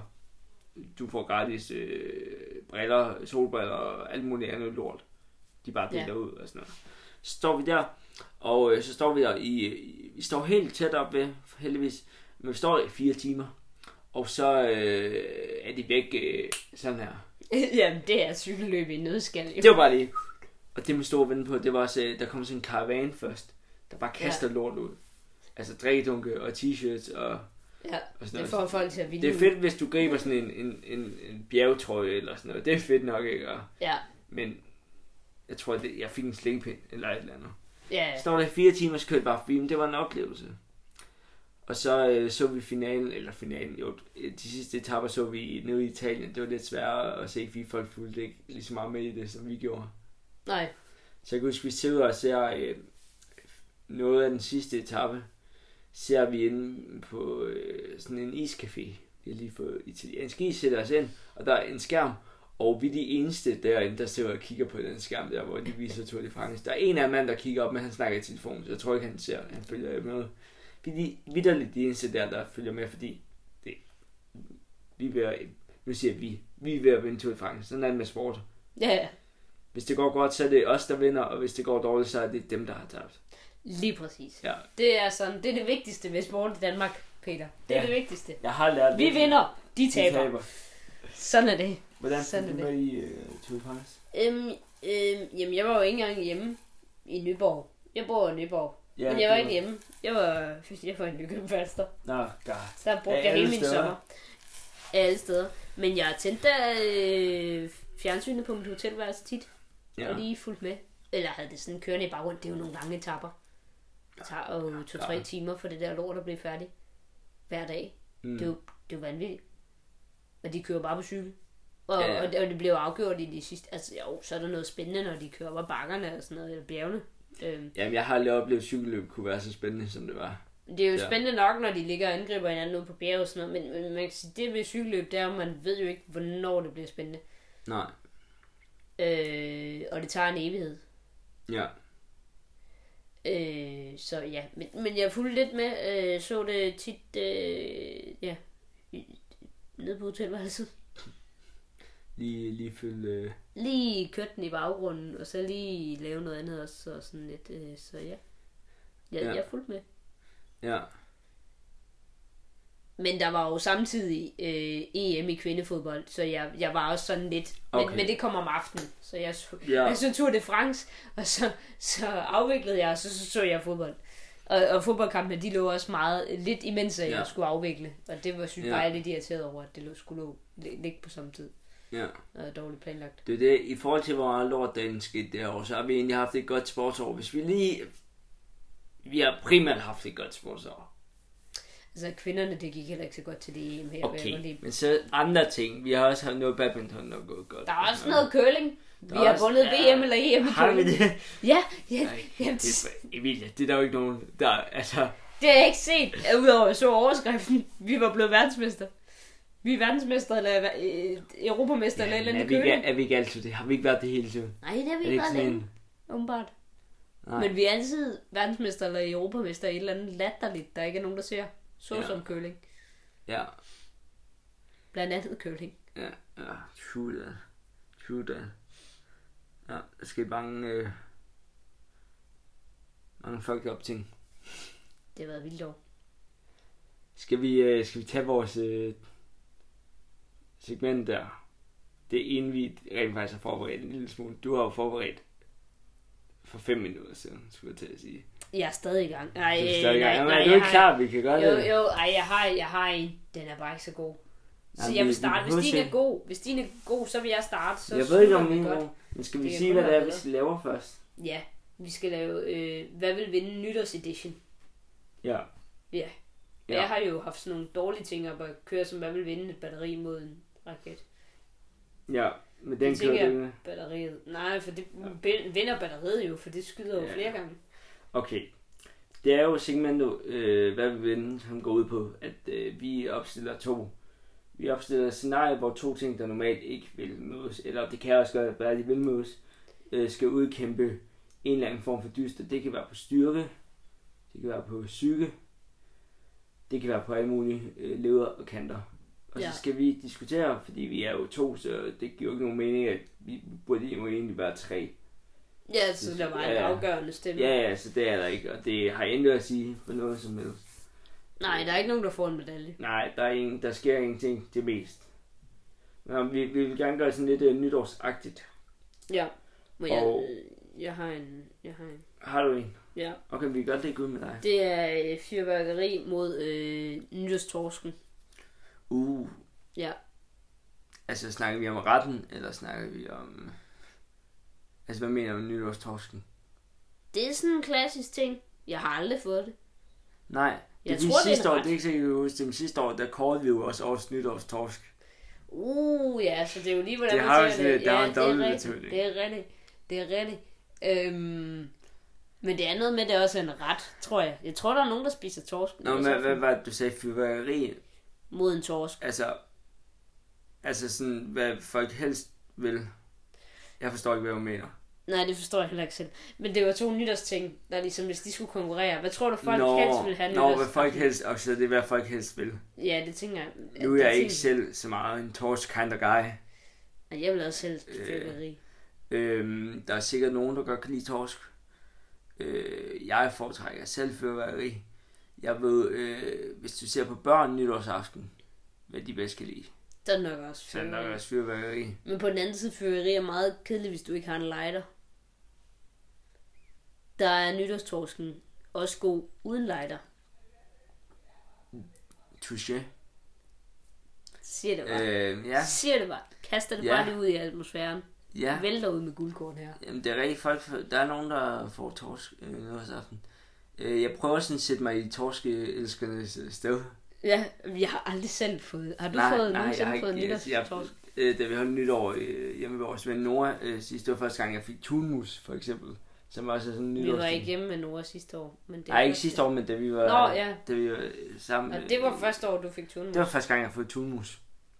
[SPEAKER 1] du får gratis øh, briller, solbriller og alt muligt andet lort. De bare deler
[SPEAKER 2] Ja.
[SPEAKER 1] ud og sådan noget. Så står vi der, og øh, så står vi der i, i... Vi står helt tæt op ved, heldigvis, men vi står der i fire timer. Og så øh, er de væk øh, sådan her.
[SPEAKER 2] Jamen, det er cykelløb i en nødskal. jo.
[SPEAKER 1] Det var bare det. Og det, man stod og ventede på, det var også, øh, der kom sådan en karavan først, der bare kaster ja. lort ud. Altså drikkedunke og t-shirts og,
[SPEAKER 2] Ja,
[SPEAKER 1] og sådan
[SPEAKER 2] det
[SPEAKER 1] noget.
[SPEAKER 2] får folk til at ville.
[SPEAKER 1] det er fedt, hvis du griber sådan en, en, en, en bjergetrøje eller sådan noget. Det er fedt nok, ikke? Og,
[SPEAKER 2] Ja,
[SPEAKER 1] men jeg tror, det, jeg fik en slingpind eller et eller andet.
[SPEAKER 2] ja.
[SPEAKER 1] Så Står der i fire timer, så kørte bare forbi, men det var en oplevelse. Og så øh, så vi finalen, eller finalen, jo, de sidste etapper så vi nede i Italien. Det var lidt sværere at se, fordi folk fulgte ikke lige så meget med i det, som vi gjorde.
[SPEAKER 2] Nej,
[SPEAKER 1] Så jeg kan huske, vi sidder og ser øh, noget af den sidste etape, ser vi inde på øh, sådan en iscafé. Vi har lige fået italiensk is, sætter os ind, og der er en skærm, og vi er de eneste derinde, der sidder og kigger på den skærm der, hvor de viser Tour de France. Der er en af mænd, der kigger op, men han snakker i telefonen, så jeg tror ikke, han ser, han følger ikke med. Vi er de, vidderligt de eneste der, der følger med, fordi det, vi er ved at, nu siger jeg vi, vi er ved at vinde Tour de France. Sådan er det med sport.
[SPEAKER 2] ja,
[SPEAKER 1] Hvis det går godt, så er det os, der vinder, og hvis det går dårligt, så er det dem, der har tabt.
[SPEAKER 2] lige præcis.
[SPEAKER 1] Ja.
[SPEAKER 2] Det er sådan, det er det vigtigste ved sport i Danmark, Peter. Det er
[SPEAKER 1] Ja.
[SPEAKER 2] det vigtigste.
[SPEAKER 1] Jeg har lært
[SPEAKER 2] Vi vinder, de taber. Sådan er det.
[SPEAKER 1] Hvordan fik
[SPEAKER 2] Sådan er
[SPEAKER 1] du
[SPEAKER 2] det.
[SPEAKER 1] med i uh, Tour de France?
[SPEAKER 2] Øhm, øhm, jamen, jeg var jo ikke engang hjemme i Nyborg. Jeg bor i Nyborg. Ja, men jeg var
[SPEAKER 1] det
[SPEAKER 2] ikke hjemme. Jeg var, synes, jeg var en lykkefaster.
[SPEAKER 1] Nå, god.
[SPEAKER 2] Så der brugte
[SPEAKER 1] Ja,
[SPEAKER 2] jeg hele
[SPEAKER 1] alle
[SPEAKER 2] min
[SPEAKER 1] steder.
[SPEAKER 2] sommer. Ja, alle steder. Men jeg tændte øh, fjernsynet på mit hotelværelse tit. Ja. Og
[SPEAKER 1] Ja.
[SPEAKER 2] lige fulgt med. Eller havde det sådan kørende i baggrund. Det er jo nogle lange etapper. Det tager jo to-tre
[SPEAKER 1] klart.
[SPEAKER 2] timer for det der lort at blive færdig. Hver dag.
[SPEAKER 1] Mm.
[SPEAKER 2] Det, er jo, det er jo vanvittigt. Og de kører bare på cykel. Og,
[SPEAKER 1] Ja, ja.
[SPEAKER 2] ja. og, det, og det bliver jo afgjort i de sidste... Altså jo, så er der noget spændende, når de kører op ad bakkerne og sådan noget, eller bjergene. Øhm,
[SPEAKER 1] Jamen, jeg har aldrig oplevet, at cykelløb kunne være så spændende, som det var.
[SPEAKER 2] det er jo
[SPEAKER 1] Ja.
[SPEAKER 2] ja. spændende nok, når de ligger og angriber hinanden ude på bjerget og sådan noget, men, men man kan sige, det ved cykelløb, det er, at man ved jo ikke, hvornår det bliver spændende.
[SPEAKER 1] Nej.
[SPEAKER 2] Øh, og det tager en evighed.
[SPEAKER 1] Ja.
[SPEAKER 2] Øh, så ja, men, men jeg fulgte lidt med, øh, så det tit, øh, ja, i- nede på hotelværelset.
[SPEAKER 1] Lige, lige følge... Øh...
[SPEAKER 2] Lige kørte den i baggrunden, og så lige lave noget andet også, og sådan lidt, øh, så ja. Jeg,
[SPEAKER 1] Ja.
[SPEAKER 2] ja. jeg fulgte med.
[SPEAKER 1] Ja.
[SPEAKER 2] Men der var jo samtidig øh, EM i kvindefodbold, så jeg, jeg var også sådan lidt... Men,
[SPEAKER 1] Okay.
[SPEAKER 2] men det kommer om aftenen, så jeg, så-
[SPEAKER 1] Ja.
[SPEAKER 2] jeg så Tour de France, og så, så afviklede jeg, og så så, så jeg fodbold. Og, og fodboldkampene, de lå også meget lidt imens, at jeg
[SPEAKER 1] Ja.
[SPEAKER 2] skulle afvikle. Og det var synes
[SPEAKER 1] Ja.
[SPEAKER 2] jeg ja. lidt irriteret over, at det lå, skulle lå, lig- ligge på samme tid.
[SPEAKER 1] Ja.
[SPEAKER 2] Og dårligt planlagt.
[SPEAKER 1] Det er det, i forhold til, hvor meget lort den skete derovre, så har vi egentlig haft et godt sportsår. Hvis vi lige... Vi har primært haft et godt sportsår.
[SPEAKER 2] Altså kvinderne, det gik heller ikke så godt til det EM her. vil jeg godt
[SPEAKER 1] Okay,
[SPEAKER 2] lide.
[SPEAKER 1] men så andre ting. Vi har også haft noget badminton, der er gået godt.
[SPEAKER 2] Der er også noget curling. Vi
[SPEAKER 1] Der er
[SPEAKER 2] har
[SPEAKER 1] også-
[SPEAKER 2] vundet
[SPEAKER 1] ja.
[SPEAKER 2] VM eller EM i
[SPEAKER 1] Har vi
[SPEAKER 2] curling.
[SPEAKER 1] det?
[SPEAKER 2] Ja, ja,
[SPEAKER 1] Nej,
[SPEAKER 2] jamen,
[SPEAKER 1] det, er- Emilie, det er der jo ikke nogen, der... Altså,
[SPEAKER 2] Det har jeg ikke set, udover at jeg så overskriften. Vi var blevet verdensmester. Vi er verdensmester, eller øh, europamester, eller et eller
[SPEAKER 1] er,
[SPEAKER 2] andet
[SPEAKER 1] vi ikke,
[SPEAKER 2] køling.
[SPEAKER 1] er vi ikke altid det? Har vi ikke været det hele tiden?
[SPEAKER 2] Nej, det har
[SPEAKER 1] Er
[SPEAKER 2] vi
[SPEAKER 1] det
[SPEAKER 2] ikke
[SPEAKER 1] ikke
[SPEAKER 2] været
[SPEAKER 1] sådan
[SPEAKER 2] længe,
[SPEAKER 1] en...
[SPEAKER 2] åbenbart.
[SPEAKER 1] Nej.
[SPEAKER 2] Men vi er altid verdensmester eller europamester i et eller andet latterligt, der ikke er nogen, der ser. Så
[SPEAKER 1] Ja.
[SPEAKER 2] som køling.
[SPEAKER 1] Ja,
[SPEAKER 2] Blandt andet køling.
[SPEAKER 1] ja, ja. True that. True that. Ja, der sker mange... Øh, mange fucked up ting.
[SPEAKER 2] Det har været vildt år.
[SPEAKER 1] Skal vi, øh, skal vi tage vores øh, segment der? Det er en, vi rent faktisk har forberedt en lille smule. Du har jo forberedt for fem minutter siden, skulle jeg til at sige.
[SPEAKER 2] Jeg er stadig i gang. Nej,
[SPEAKER 1] du er
[SPEAKER 2] øh,
[SPEAKER 1] stadig i gang. Jamen, er
[SPEAKER 2] jeg
[SPEAKER 1] du ikke
[SPEAKER 2] har-
[SPEAKER 1] klar? Vi kan øh, gøre
[SPEAKER 2] Jo,
[SPEAKER 1] det.
[SPEAKER 2] jo, ej, jeg har, jeg har en. Den er bare ikke så god. Så
[SPEAKER 1] Jamen,
[SPEAKER 2] jeg
[SPEAKER 1] vi-
[SPEAKER 2] vil
[SPEAKER 1] vi
[SPEAKER 2] starte.
[SPEAKER 1] behøver
[SPEAKER 2] Hvis din
[SPEAKER 1] ikke-
[SPEAKER 2] er god, hvis din er god, så vil jeg starte. Så
[SPEAKER 1] jeg ved ikke, om
[SPEAKER 2] slutter vi
[SPEAKER 1] min
[SPEAKER 2] godt.
[SPEAKER 1] er- Men skal vi
[SPEAKER 2] Det kan
[SPEAKER 1] sige,
[SPEAKER 2] kun
[SPEAKER 1] hvad det
[SPEAKER 2] være
[SPEAKER 1] er, vi laver først?
[SPEAKER 2] Ja, vi skal lave, øh, hvad vil vinde nytårsedition?
[SPEAKER 1] Ja.
[SPEAKER 2] Ja.
[SPEAKER 1] Ja.
[SPEAKER 2] ja. Jeg har jo haft sådan nogle dårlige ting op at køre, som hvad vil vinde et batteri mod en raket.
[SPEAKER 1] Ja, men den
[SPEAKER 2] Det tænker
[SPEAKER 1] kører
[SPEAKER 2] jeg.
[SPEAKER 1] du med.
[SPEAKER 2] Batteriet. Nej, for det ja. vinder batteriet jo, for det skyder jo
[SPEAKER 1] Ja.
[SPEAKER 2] ja. flere gange.
[SPEAKER 1] Okay. Det er jo segmentet, øh, hvad vi vil, som går ud på, at øh, vi opstiller to. Vi opstiller et scenarie, hvor to ting, der normalt ikke vil mødes, eller det kan også godt være, at de vil mødes, øh, skal udkæmpe en eller anden form for dyster. Det kan være på styrke, det kan være på psyke, det kan være på alle mulige øh, leder og kanter. Og ja.
[SPEAKER 2] Ja.
[SPEAKER 1] så skal vi diskutere, fordi vi er jo to, så det giver jo ikke nogen mening, at vi burde jo egentlig være tre.
[SPEAKER 2] Ja, så der var en
[SPEAKER 1] Ja, ja.
[SPEAKER 2] afgørende stemme.
[SPEAKER 1] Ja, ja, så det er der ikke, og det har intet at sige for noget som helst.
[SPEAKER 2] Nej, der er ikke nogen, der får en medalje.
[SPEAKER 1] Nej, der, er ingen, der sker ingenting det mest. Men vi, vi vil gerne gøre det sådan lidt uh, nytårsagtigt.
[SPEAKER 2] Ja. Må jeg,
[SPEAKER 1] Og-
[SPEAKER 2] øh, jeg har en, jeg har en.
[SPEAKER 1] Har du en?
[SPEAKER 2] Ja.
[SPEAKER 1] Okay, vi kan godt lægge ud med dig.
[SPEAKER 2] Det er øh, fyrværkeri mod øh, nytårstorsken.
[SPEAKER 1] Uh,
[SPEAKER 2] Ja.
[SPEAKER 1] altså snakker vi om retten, eller snakker vi om... Altså, hvad mener du med nytårstorsken?
[SPEAKER 2] Det er sådan en klassisk ting. Jeg har aldrig fået det.
[SPEAKER 1] Nej, det
[SPEAKER 2] Jeg
[SPEAKER 1] er fordi
[SPEAKER 2] tror, det er en
[SPEAKER 1] sidste år,
[SPEAKER 2] ret.
[SPEAKER 1] det er ikke sikkert, du husker, men sidste år, der kårede vi jo også årets nytårstorsk.
[SPEAKER 2] Uh, ja, så det er jo lige, hvordan
[SPEAKER 1] Det
[SPEAKER 2] man
[SPEAKER 1] har jo
[SPEAKER 2] ser
[SPEAKER 1] sådan lidt-
[SPEAKER 2] det.
[SPEAKER 1] der er
[SPEAKER 2] ja,
[SPEAKER 1] jo en
[SPEAKER 2] det er
[SPEAKER 1] dobbelt
[SPEAKER 2] rigtigt.
[SPEAKER 1] betydning.
[SPEAKER 2] Det er rigtigt. Det er rigtigt. Øhm, men det er noget med, at det også er en ret, tror jeg. Jeg tror, der er nogen, der spiser torsk.
[SPEAKER 1] Nå,
[SPEAKER 2] Og
[SPEAKER 1] men
[SPEAKER 2] så-
[SPEAKER 1] hvad, hvad var det, du sagde? Fyrværkeri?
[SPEAKER 2] Mod en torsk.
[SPEAKER 1] altså, altså sådan, hvad folk helst vil. Jeg forstår ikke, hvad du mener.
[SPEAKER 2] Nej, det forstår jeg heller ikke selv. Men det var to nytårsting, der ligesom, hvis de skulle konkurrere. Hvad tror du, folk
[SPEAKER 1] Nå,
[SPEAKER 2] helst ville have
[SPEAKER 1] Nå, hvad
[SPEAKER 2] nytårs-
[SPEAKER 1] folk helst, og så det er, hvad folk helst vil.
[SPEAKER 2] Ja, det tænker jeg.
[SPEAKER 1] Nu er jeg
[SPEAKER 2] Det
[SPEAKER 1] ikke
[SPEAKER 2] tænker
[SPEAKER 1] selv så meget en torch kind of guy.
[SPEAKER 2] jeg. Jeg vil også selv
[SPEAKER 1] Øh.
[SPEAKER 2] fyrværkeri.
[SPEAKER 1] Øhm, der er sikkert nogen, der godt kan lide torsk. Øh, jeg foretrækker selv fyrværkeri. Jeg ved, øh, hvis du ser på børn nytårsaften, hvad de bedst kan lide.
[SPEAKER 2] Der er nok også
[SPEAKER 1] Så er det nok
[SPEAKER 2] fyrværkeri.
[SPEAKER 1] også fyrværkeri.
[SPEAKER 2] Men på den anden side, fyrværkeri er meget kedeligt, hvis du ikke har en lighter. Der er nytårstorsken også god uden lighter.
[SPEAKER 1] Touché.
[SPEAKER 2] Siger det bare. Øh,
[SPEAKER 1] Øh, ja,
[SPEAKER 2] ja. Siger det bare. Kaster det
[SPEAKER 1] Ja.
[SPEAKER 2] ja. bare lige ud i atmosfæren.
[SPEAKER 1] ja.
[SPEAKER 2] Ja. Vælter ud med guldkorn her.
[SPEAKER 1] Jamen, det er rigtigt. Folk, der er nogen, der får torsk øh, nytårsaften. Øh, jeg prøver sådan at sætte mig i torskeelskernes øh, sted.
[SPEAKER 2] Ja, jeg har aldrig selv fået... Har du fået nogensinde fået nytårstorsk?
[SPEAKER 1] øh, Jeg, øh, da vi holdt nytår øh, hjemme ved vores ven Nora øh, sidste, det var første gang, jeg fik tunmus, for eksempel. Som også er sådan en
[SPEAKER 2] Vi
[SPEAKER 1] nytårsting.
[SPEAKER 2] var ikke hjemme med Nora sidste år. Men det
[SPEAKER 1] Nej, ikke sidste år, men da vi var,
[SPEAKER 2] Nå, ja.
[SPEAKER 1] da vi var øh, sammen.
[SPEAKER 2] Og
[SPEAKER 1] øh,
[SPEAKER 2] det var første år, du fik tunmus.
[SPEAKER 1] Det var første gang, jeg fik tunmus.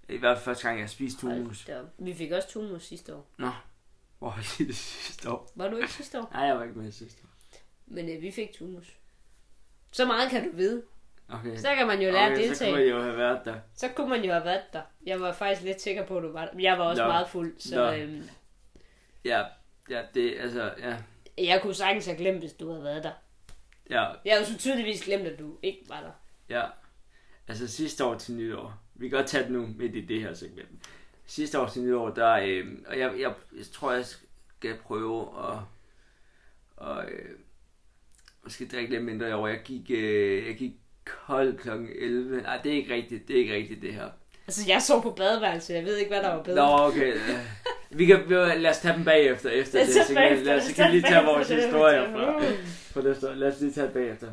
[SPEAKER 1] I hvert fald første gang, jeg spiste tunmus.
[SPEAKER 2] Hold da op. Vi fik også tunmus sidste år.
[SPEAKER 1] Hvor var det det sidste år?
[SPEAKER 2] Var du ikke sidste år?
[SPEAKER 1] Nej, jeg var ikke med sidste år.
[SPEAKER 2] Men øh, vi fik tunmus. Så meget kan du vide.
[SPEAKER 1] Okay.
[SPEAKER 2] Så kan man jo lære at
[SPEAKER 1] okay, så
[SPEAKER 2] deltage.
[SPEAKER 1] kunne jeg jo have været der.
[SPEAKER 2] Så kunne man jo have været der. Jeg var faktisk lidt sikker på, at du var der. Jeg var også
[SPEAKER 1] Nå.
[SPEAKER 2] Nå. meget fuld, så
[SPEAKER 1] Nå.
[SPEAKER 2] øhm,
[SPEAKER 1] Ja, ja, det, altså, ja.
[SPEAKER 2] jeg kunne sagtens have glemt, hvis du havde været der.
[SPEAKER 1] Ja,
[SPEAKER 2] Jeg havde jo så tydeligvis glemt, at du ikke var der.
[SPEAKER 1] ja. altså sidste år til nytår, vi kan godt tage det nu midt i det her segment. Sidste år til nytår, der, øh, og jeg, jeg, jeg tror, jeg skal prøve at, og, øh, måske drikke lidt mindre i år. Jeg gik, øh, jeg gik kold kl. 11. Nej, det er ikke rigtigt, det er ikke rigtigt det her.
[SPEAKER 2] Altså, jeg sov på badeværelset, jeg ved ikke, hvad der var bedre.
[SPEAKER 1] Nå, okay. øh, Vi kan, vi- lad os tage dem bagefter, efter
[SPEAKER 2] Lad
[SPEAKER 1] det
[SPEAKER 2] os
[SPEAKER 1] her
[SPEAKER 2] tage
[SPEAKER 1] segment.
[SPEAKER 2] bagefter,
[SPEAKER 1] Lad os,
[SPEAKER 2] lad os
[SPEAKER 1] kan vi lige
[SPEAKER 2] tage
[SPEAKER 1] tage
[SPEAKER 2] bagefter,
[SPEAKER 1] vores
[SPEAKER 2] det er
[SPEAKER 1] historier
[SPEAKER 2] rigtigt.
[SPEAKER 1] fra, fra det efter. Lad os lige tage det bagefter.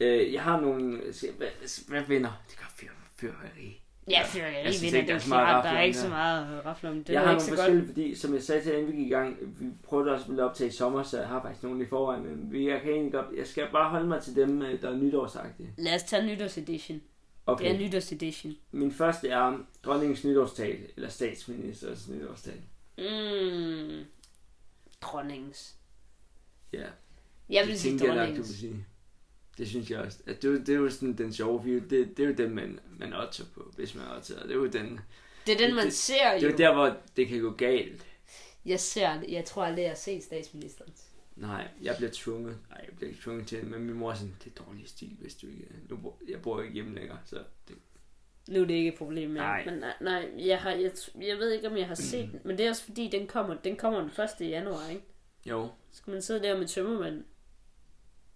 [SPEAKER 1] Øh, jeg har nogle... se, Hvad, hvad vinder? Det gør fyr, fyrværkeri.
[SPEAKER 2] Ja, fyrværkeri
[SPEAKER 1] Jeg synes
[SPEAKER 2] vinder,
[SPEAKER 1] ikke,
[SPEAKER 2] det
[SPEAKER 1] der er
[SPEAKER 2] er
[SPEAKER 1] så meget
[SPEAKER 2] klart. Der er
[SPEAKER 1] rafling
[SPEAKER 2] ikke
[SPEAKER 1] her.
[SPEAKER 2] så meget rafler om det.
[SPEAKER 1] jeg
[SPEAKER 2] er
[SPEAKER 1] har
[SPEAKER 2] ikke
[SPEAKER 1] nogle
[SPEAKER 2] så godt.
[SPEAKER 1] forskellige, fordi som jeg sagde til jer, inden vi gik i gang, vi prøvede også at ville optage i sommer, så jeg har faktisk nogle i forvejen, men vi, jeg kan egentlig godt, jeg skal bare holde mig til dem, øh, der er nytårsagtige.
[SPEAKER 2] Lad os tage nytårsedition. Okay. Det er nytårsedition.
[SPEAKER 1] Min første er dronningens nytårstale, eller statsministers nytårstale.
[SPEAKER 2] Mm. Dronningens.
[SPEAKER 1] Ja,
[SPEAKER 2] Jeg vil sige
[SPEAKER 1] tænker nok, du
[SPEAKER 2] dronningens.
[SPEAKER 1] vil sige. Det synes jeg også. At det, er jo- det er jo sådan den sjove, fordi det, det er jo den, man, man otter på, hvis man otter. Det er jo den,
[SPEAKER 2] Det er den, man
[SPEAKER 1] det-
[SPEAKER 2] ser
[SPEAKER 1] det er
[SPEAKER 2] jo.
[SPEAKER 1] jo der, hvor det kan gå galt.
[SPEAKER 2] Jeg ser, jeg tror aldrig, jeg har set statsministeren.
[SPEAKER 1] Nej, jeg bliver tvunget. Nej, jeg bliver ikke tvunget til det, men min mor er sådan, det er dårlig stil, hvis du ikke... Nu, bor- jeg bor jo ikke hjemme længere, så det,
[SPEAKER 2] Nu er det ikke et problem mere.
[SPEAKER 1] Nej.
[SPEAKER 2] Men nej, nej jeg, har, jeg, tr- jeg ved ikke, om jeg har set den. Men det er også fordi, den kommer den, kommer den 1. januar, ikke?
[SPEAKER 1] jo.
[SPEAKER 2] Så skal man sidde der med tømmermanden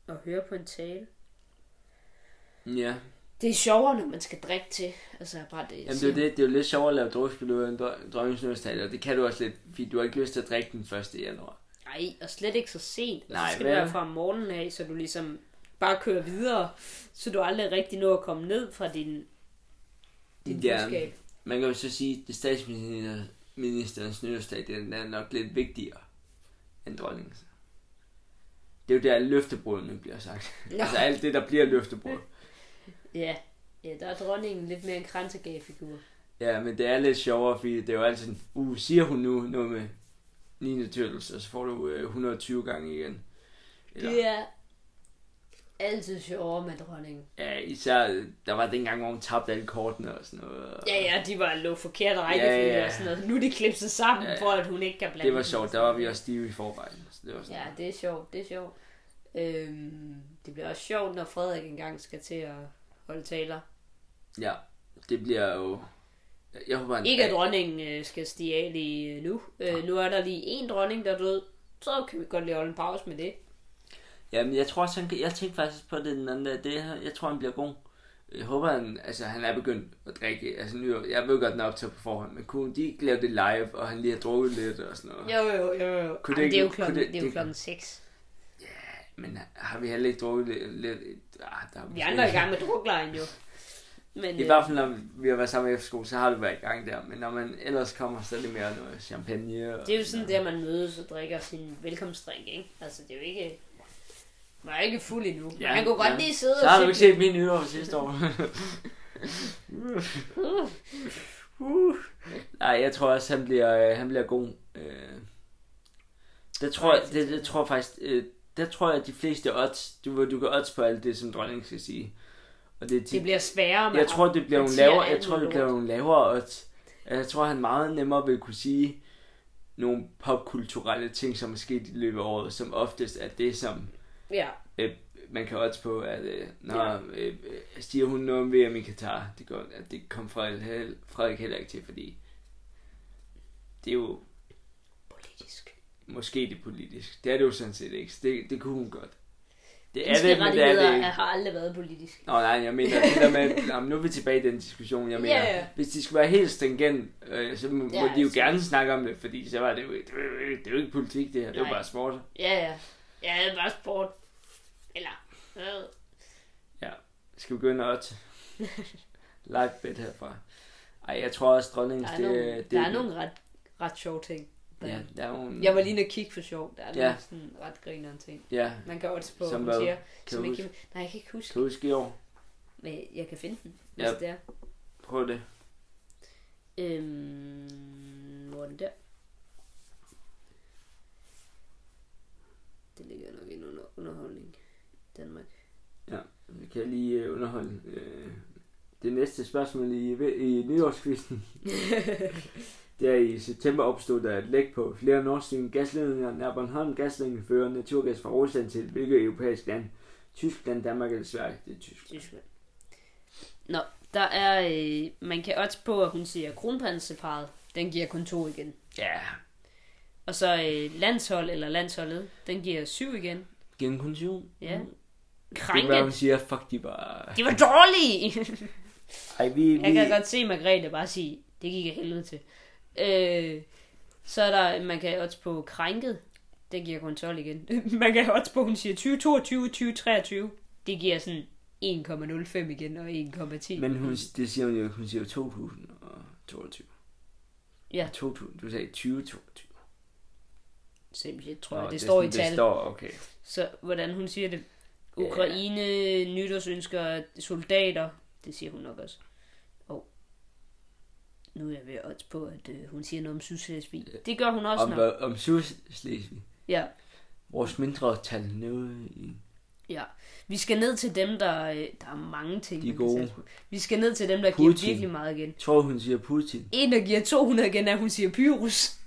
[SPEAKER 2] og høre på en tale.
[SPEAKER 1] Ja,
[SPEAKER 2] Det er sjovere, når man skal drikke til. Altså, jeg bare det, jeg
[SPEAKER 1] Jamen, det, er
[SPEAKER 2] siger.
[SPEAKER 1] jo det, det er jo lidt sjovere at lave drukspil ud af en dro- dronningens nytårstale, og det kan du også lidt, fordi du har ikke lyst til at drikke den 1. januar.
[SPEAKER 2] Ej, og slet ikke så sent. Nej,
[SPEAKER 1] Nej,
[SPEAKER 2] så skal
[SPEAKER 1] vel?
[SPEAKER 2] du være fra morgenen af, så du ligesom bare kører videre, så du aldrig rigtig når at komme ned fra din, din
[SPEAKER 1] Ja.
[SPEAKER 2] ja. budskab.
[SPEAKER 1] Man kan jo så sige, at statsministerens nytårsdag, den er nok lidt vigtigere end dronningens. Det er jo der, løftebruddene bliver sagt.
[SPEAKER 2] Nå.
[SPEAKER 1] altså alt det, der bliver løftebrud.
[SPEAKER 2] Ja. ja, der er dronningen lidt mere en kransegagefigur.
[SPEAKER 1] Ja, men det er lidt sjovere, fordi det er jo altid sådan, uh, siger hun nu noget med 9. Turtles, og så får du øh, 120 gange igen.
[SPEAKER 2] Ja. Det er altid sjovere med dronningen.
[SPEAKER 1] Ja, især, øh, der var dengang, hvor hun tabte alle kortene og sådan noget. og-
[SPEAKER 2] Ja, ja, de var lå forkert rækkefølge ja,
[SPEAKER 1] Ja,
[SPEAKER 2] ja.
[SPEAKER 1] ja.
[SPEAKER 2] og sådan noget. Nu er de klipset sammen,
[SPEAKER 1] Ja,
[SPEAKER 2] ja,
[SPEAKER 1] ja.
[SPEAKER 2] for at hun ikke kan blande
[SPEAKER 1] Det var
[SPEAKER 2] dem.
[SPEAKER 1] sjovt, der var vi også stive i forvejen. Så det var sådan,
[SPEAKER 2] Ja, det er sjovt, det er sjovt. Øhm, det bliver også sjovt, når Frederik engang skal til at holde taler.
[SPEAKER 1] ja. det bliver jo... Jeg håber, han...
[SPEAKER 2] Ikke at dronningen øh, skal stige af lige øh, nu. Øh, nu er der lige en dronning, der er død. Så kan vi godt lige holde en pause med det.
[SPEAKER 1] Jamen, jeg tror også, han kan... Jeg tænkte faktisk på det den anden dag. Det her, jeg tror, han bliver god. Jeg håber, han... Altså, han er begyndt at drikke. Altså, nu, jeg ved godt, den er optaget på forhånd. Men kunne de ikke lave det live, og han lige har drukket lidt og sådan noget?
[SPEAKER 2] Jo, jo, jo. jo.
[SPEAKER 1] Kunne
[SPEAKER 2] Kunne
[SPEAKER 1] det ikke-
[SPEAKER 2] det, Ej, det er jo
[SPEAKER 1] kunne
[SPEAKER 2] klokken,
[SPEAKER 1] det-
[SPEAKER 2] det, det er jo
[SPEAKER 1] det-
[SPEAKER 2] klokken 6.
[SPEAKER 1] Men øh, har vi heller ikke drukket lidt... lidt ah, der er
[SPEAKER 2] Vi andre er i gang med druklejen jo. Men
[SPEAKER 1] I hvert fald, når vi har været sammen efter skole, så har det været i gang der. Men når man ellers kommer, så er det mere noget champagne. Og
[SPEAKER 2] det er jo sådan der, man mødes og drikker sin velkomstdrink, ikke? Altså, det er jo ikke... Man er ikke fuld endnu. Ja, man kunne godt lige sidde
[SPEAKER 1] Så
[SPEAKER 2] og
[SPEAKER 1] har du ikke
[SPEAKER 2] se-
[SPEAKER 1] set min nytår sidste år.
[SPEAKER 2] Uh,
[SPEAKER 1] Uh. Nej, jeg tror også, han bliver, øh, han bliver god. Øh, det tror jeg, det, det tror jeg faktisk, øh, der tror jeg, at de fleste odds, du, ved, du kan odds på alt det, som dronningen skal sige. Og det, er de,
[SPEAKER 2] det bliver sværere med
[SPEAKER 1] jeg tror, det bliver
[SPEAKER 2] man
[SPEAKER 1] nogle
[SPEAKER 2] siger
[SPEAKER 1] lavere, jeg
[SPEAKER 2] alt
[SPEAKER 1] tror, det
[SPEAKER 2] lort.
[SPEAKER 1] bliver nogle lavere odds. Jeg tror, han meget nemmere vil kunne sige nogle popkulturelle ting, som er sket i løbet af året, som oftest er det, som
[SPEAKER 2] Ja,
[SPEAKER 1] øh, man kan også på, at øh, når
[SPEAKER 2] Ja.
[SPEAKER 1] ja. øh, øh, stiger hun noget om VM i Katar, det, går, at det kom Frederik, Frederik heller ikke til, fordi det er jo
[SPEAKER 2] politisk.
[SPEAKER 1] måske det politisk. Det er det jo sådan set ikke. så Det, det kunne hun godt. Det er det, men det er det
[SPEAKER 2] Menneskerettigheder
[SPEAKER 1] ikke.
[SPEAKER 2] har aldrig været politisk.
[SPEAKER 1] Nå nej, jeg mener det der med, jamen, nu er vi tilbage i den diskussion, jeg mener,
[SPEAKER 2] Ja, ja.
[SPEAKER 1] hvis de skulle være helt stringent, øh, så må,
[SPEAKER 2] Ja,
[SPEAKER 1] må de jo
[SPEAKER 2] altså.
[SPEAKER 1] gerne snakke om det, fordi så var det jo, det, var jo ikke- det er jo ikke politik det her, det er jo
[SPEAKER 2] Nej.
[SPEAKER 1] bare sport.
[SPEAKER 2] Ja, ja. Ja, det var sport. Eller, øh,
[SPEAKER 1] Skal vi begynde at live bet herfra? Ej, jeg tror også, dronningens,
[SPEAKER 2] der er,
[SPEAKER 1] det, øh,
[SPEAKER 2] nogle,
[SPEAKER 1] det,
[SPEAKER 2] der er nogle ret, ret sjove ting. Der.
[SPEAKER 1] Ja,
[SPEAKER 2] Ja.
[SPEAKER 1] der er nogle...
[SPEAKER 2] Jeg var lige inde og kigge for sjov. Der er
[SPEAKER 1] Ja.
[SPEAKER 2] nogle sådan ret grinerende ting.
[SPEAKER 1] Ja,
[SPEAKER 2] Man kan også på,
[SPEAKER 1] Som
[SPEAKER 2] som
[SPEAKER 1] hvad?
[SPEAKER 2] siger.
[SPEAKER 1] kan
[SPEAKER 2] Som
[SPEAKER 1] du
[SPEAKER 2] jeg
[SPEAKER 1] huske,
[SPEAKER 2] kan, nej, jeg kan ikke huske.
[SPEAKER 1] kan du huske i år?
[SPEAKER 2] Men jeg kan finde den, hvis
[SPEAKER 1] Ja.
[SPEAKER 2] det er.
[SPEAKER 1] Prøv det.
[SPEAKER 2] Øhm, hvor er den der? Det ligger nok i en under, underholdning. Danmark.
[SPEAKER 1] Jeg kan lige øh, underholde øh, det næste spørgsmål i, i nyårskvisten. det er i september opstod der et læk på flere Nordstream gasledninger nær Bornholm. Gasledningen fører naturgas fra Rusland til hvilket europæisk land? Tyskland, Danmark eller Sverige? Det er Tyskland.
[SPEAKER 2] Tyskland. Nå, Der er, øh, man kan odds på, at hun siger kronprinseparet. Den giver kun to igen.
[SPEAKER 1] Ja,
[SPEAKER 2] Og så øh, landshold eller landsholdet. Den giver syv igen.
[SPEAKER 1] genkondition.
[SPEAKER 2] Ja.
[SPEAKER 1] Det er hvad hun
[SPEAKER 2] Krænket.
[SPEAKER 1] siger, fuck de bare...
[SPEAKER 2] Det var dårligt!
[SPEAKER 1] Ej, vi,
[SPEAKER 2] Jeg
[SPEAKER 1] vi...
[SPEAKER 2] kan godt se Margrethe bare sige, det gik af helvede til. Øh, så er der, man kan odds på krænket. Det giver kun 12 igen. man kan odds på, hun siger 2022, 2023. Det giver sådan 1,05 igen og 1,10.
[SPEAKER 1] Men hun, det siger hun jo, hun siger jo 2022.
[SPEAKER 2] Ja.
[SPEAKER 1] 2000, du sagde 2022.
[SPEAKER 2] Simpelthen, tror jeg.
[SPEAKER 1] Nå,
[SPEAKER 2] det, står
[SPEAKER 1] sådan,
[SPEAKER 2] i tal.
[SPEAKER 1] Det står, okay.
[SPEAKER 2] Så hvordan hun siger det. Ukraine, nytårsønsker, soldater. Det siger hun nok også. Og nu er jeg ved at odds på, at øh, hun siger noget om Sydslesvig. Det gør hun også
[SPEAKER 1] Om,
[SPEAKER 2] nok.
[SPEAKER 1] hvad- om Sydslesvig.
[SPEAKER 2] Ja.
[SPEAKER 1] Vores mindre tal nede i...
[SPEAKER 2] Ja, vi skal ned til dem, der... øh, Der er mange ting,
[SPEAKER 1] De er
[SPEAKER 2] man kan
[SPEAKER 1] gode.
[SPEAKER 2] satse på. Vi skal ned til dem, der
[SPEAKER 1] Putin.
[SPEAKER 2] giver virkelig meget igen.
[SPEAKER 1] Jeg tror, hun siger Putin.
[SPEAKER 2] En, der giver 200 igen, er, at hun siger Pyrus.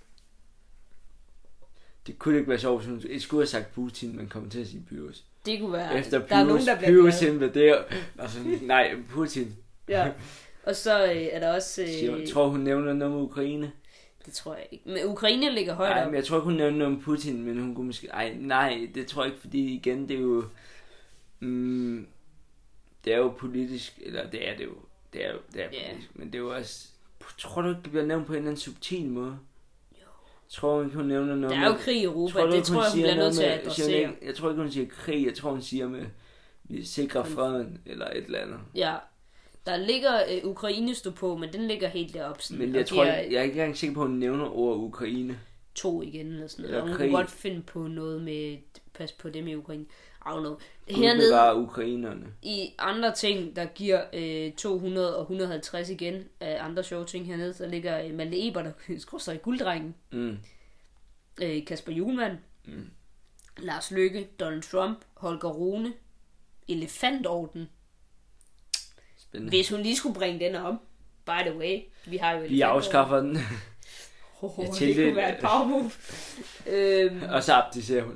[SPEAKER 1] Det kunne ikke være sjovt, hvis hun jeg skulle have sagt Putin, men kom til at sige Pyrus.
[SPEAKER 2] Det kunne være...
[SPEAKER 1] Efter Pyrus,
[SPEAKER 2] der er nogen, der bliver
[SPEAKER 1] Pyrus
[SPEAKER 2] glade. Mm.
[SPEAKER 1] invaderer. Altså, nej, Putin.
[SPEAKER 2] Ja. Og så øh, er der også...
[SPEAKER 1] Siger,
[SPEAKER 2] Øh,
[SPEAKER 1] jeg tror, hun nævner noget med Ukraine.
[SPEAKER 2] det tror jeg ikke. Men Ukraine ligger højt
[SPEAKER 1] Nej,
[SPEAKER 2] op.
[SPEAKER 1] men jeg tror ikke, hun nævner noget om Putin, men hun kunne måske... Ej, nej, det tror jeg ikke, fordi igen, det er jo... Mm, det er jo politisk, eller det er det jo. Det er jo det er
[SPEAKER 2] Ja.
[SPEAKER 1] politisk, men det er jo også... Tror du ikke, det bliver nævnt på en eller anden subtil måde? Tror hun ikke, hun nævner noget
[SPEAKER 2] Der er jo
[SPEAKER 1] med-
[SPEAKER 2] krig i Europa.
[SPEAKER 1] du
[SPEAKER 2] det
[SPEAKER 1] ikke,
[SPEAKER 2] tror jeg, hun
[SPEAKER 1] siger
[SPEAKER 2] bliver
[SPEAKER 1] noget
[SPEAKER 2] nødt til at
[SPEAKER 1] med- siger hun
[SPEAKER 2] adressere.
[SPEAKER 1] ikke- Jeg tror ikke, hun siger krig. Jeg tror, hun siger med, vi sikrer freden, eller et eller andet.
[SPEAKER 2] Ja. Der ligger øh, Ukraine stå på, men den ligger helt deroppe. Sådan,
[SPEAKER 1] Men
[SPEAKER 2] og
[SPEAKER 1] jeg tror,
[SPEAKER 2] giver
[SPEAKER 1] jeg, jeg er ikke engang sikker på, at hun nævner ordet Ukraine.
[SPEAKER 2] to igen eller sådan noget.
[SPEAKER 1] Eller
[SPEAKER 2] Og hun
[SPEAKER 1] krig.
[SPEAKER 2] kunne godt finde på noget med... Pas på dem i Ukraine. I don't know.
[SPEAKER 1] Hernede...
[SPEAKER 2] Hernede,
[SPEAKER 1] bare ukrainerne.
[SPEAKER 2] i andre ting, der giver øh, 200 og 150 igen af andre sjove ting hernede, der ligger øh, Malte Ebert der skrår i Gulddrengen,
[SPEAKER 1] Mm.
[SPEAKER 2] øh, Kasper Julemand,
[SPEAKER 1] Mm.
[SPEAKER 2] Lars Løkke, Donald Trump, Holger Rune, Elefantorden.
[SPEAKER 1] Spændende.
[SPEAKER 2] Hvis hun lige skulle bringe den om, by the way, vi har jo
[SPEAKER 1] Vi afskaffer den,
[SPEAKER 2] Oh,
[SPEAKER 1] Jeg
[SPEAKER 2] det
[SPEAKER 1] tænkte-
[SPEAKER 2] kunne være et power move. øhm,
[SPEAKER 1] og så abdicerer hun.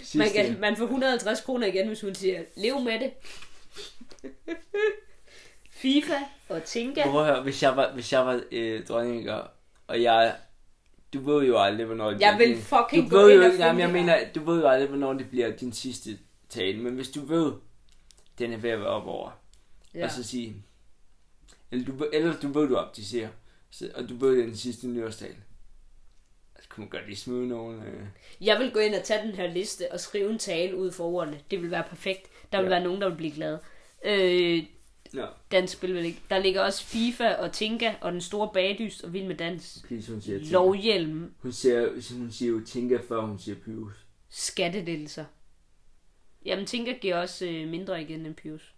[SPEAKER 2] man,
[SPEAKER 1] Sidste.
[SPEAKER 2] kan, man får 150 kroner igen, hvis hun siger, lev med det. FIFA og Tinka.
[SPEAKER 1] Prøv at høre, hvis jeg var, hvis jeg var øh, dronninger, og jeg... Du ved jo aldrig, hvornår det
[SPEAKER 2] Jeg
[SPEAKER 1] bliver
[SPEAKER 2] vil
[SPEAKER 1] din-
[SPEAKER 2] fucking
[SPEAKER 1] du
[SPEAKER 2] gå
[SPEAKER 1] ved
[SPEAKER 2] ind
[SPEAKER 1] jo
[SPEAKER 2] og
[SPEAKER 1] ikke, nej, men
[SPEAKER 2] finde
[SPEAKER 1] jeg mener,
[SPEAKER 2] det
[SPEAKER 1] du ved jo aldrig, hvornår det bliver din sidste tale. Men hvis du ved, den er ved at være op over, ja.
[SPEAKER 2] Ja.
[SPEAKER 1] og så sige, eller du, ved- eller du ved, du optiserer, så, og du ved, det er den sidste nyårstale. Så kunne man godt lige smide nogle... Øh.
[SPEAKER 2] Jeg vil gå ind og tage den her liste og skrive en tale ud for ordene. Det vil være perfekt. Der vil
[SPEAKER 1] Ja.
[SPEAKER 2] ja. være nogen, der vil blive glade. Øh,
[SPEAKER 1] Nå,
[SPEAKER 2] dansk spil vil ikke. Der ligger også FIFA og Tinka og den store bagdyst og Vild med Dans.
[SPEAKER 1] please, hun siger Tinka.
[SPEAKER 2] Lovhjelm,
[SPEAKER 1] Hun siger, hun siger jo Tinka, før hun siger Pyrus.
[SPEAKER 2] skattedelser. Jamen, Tinka giver også øh, mindre igen end Pius.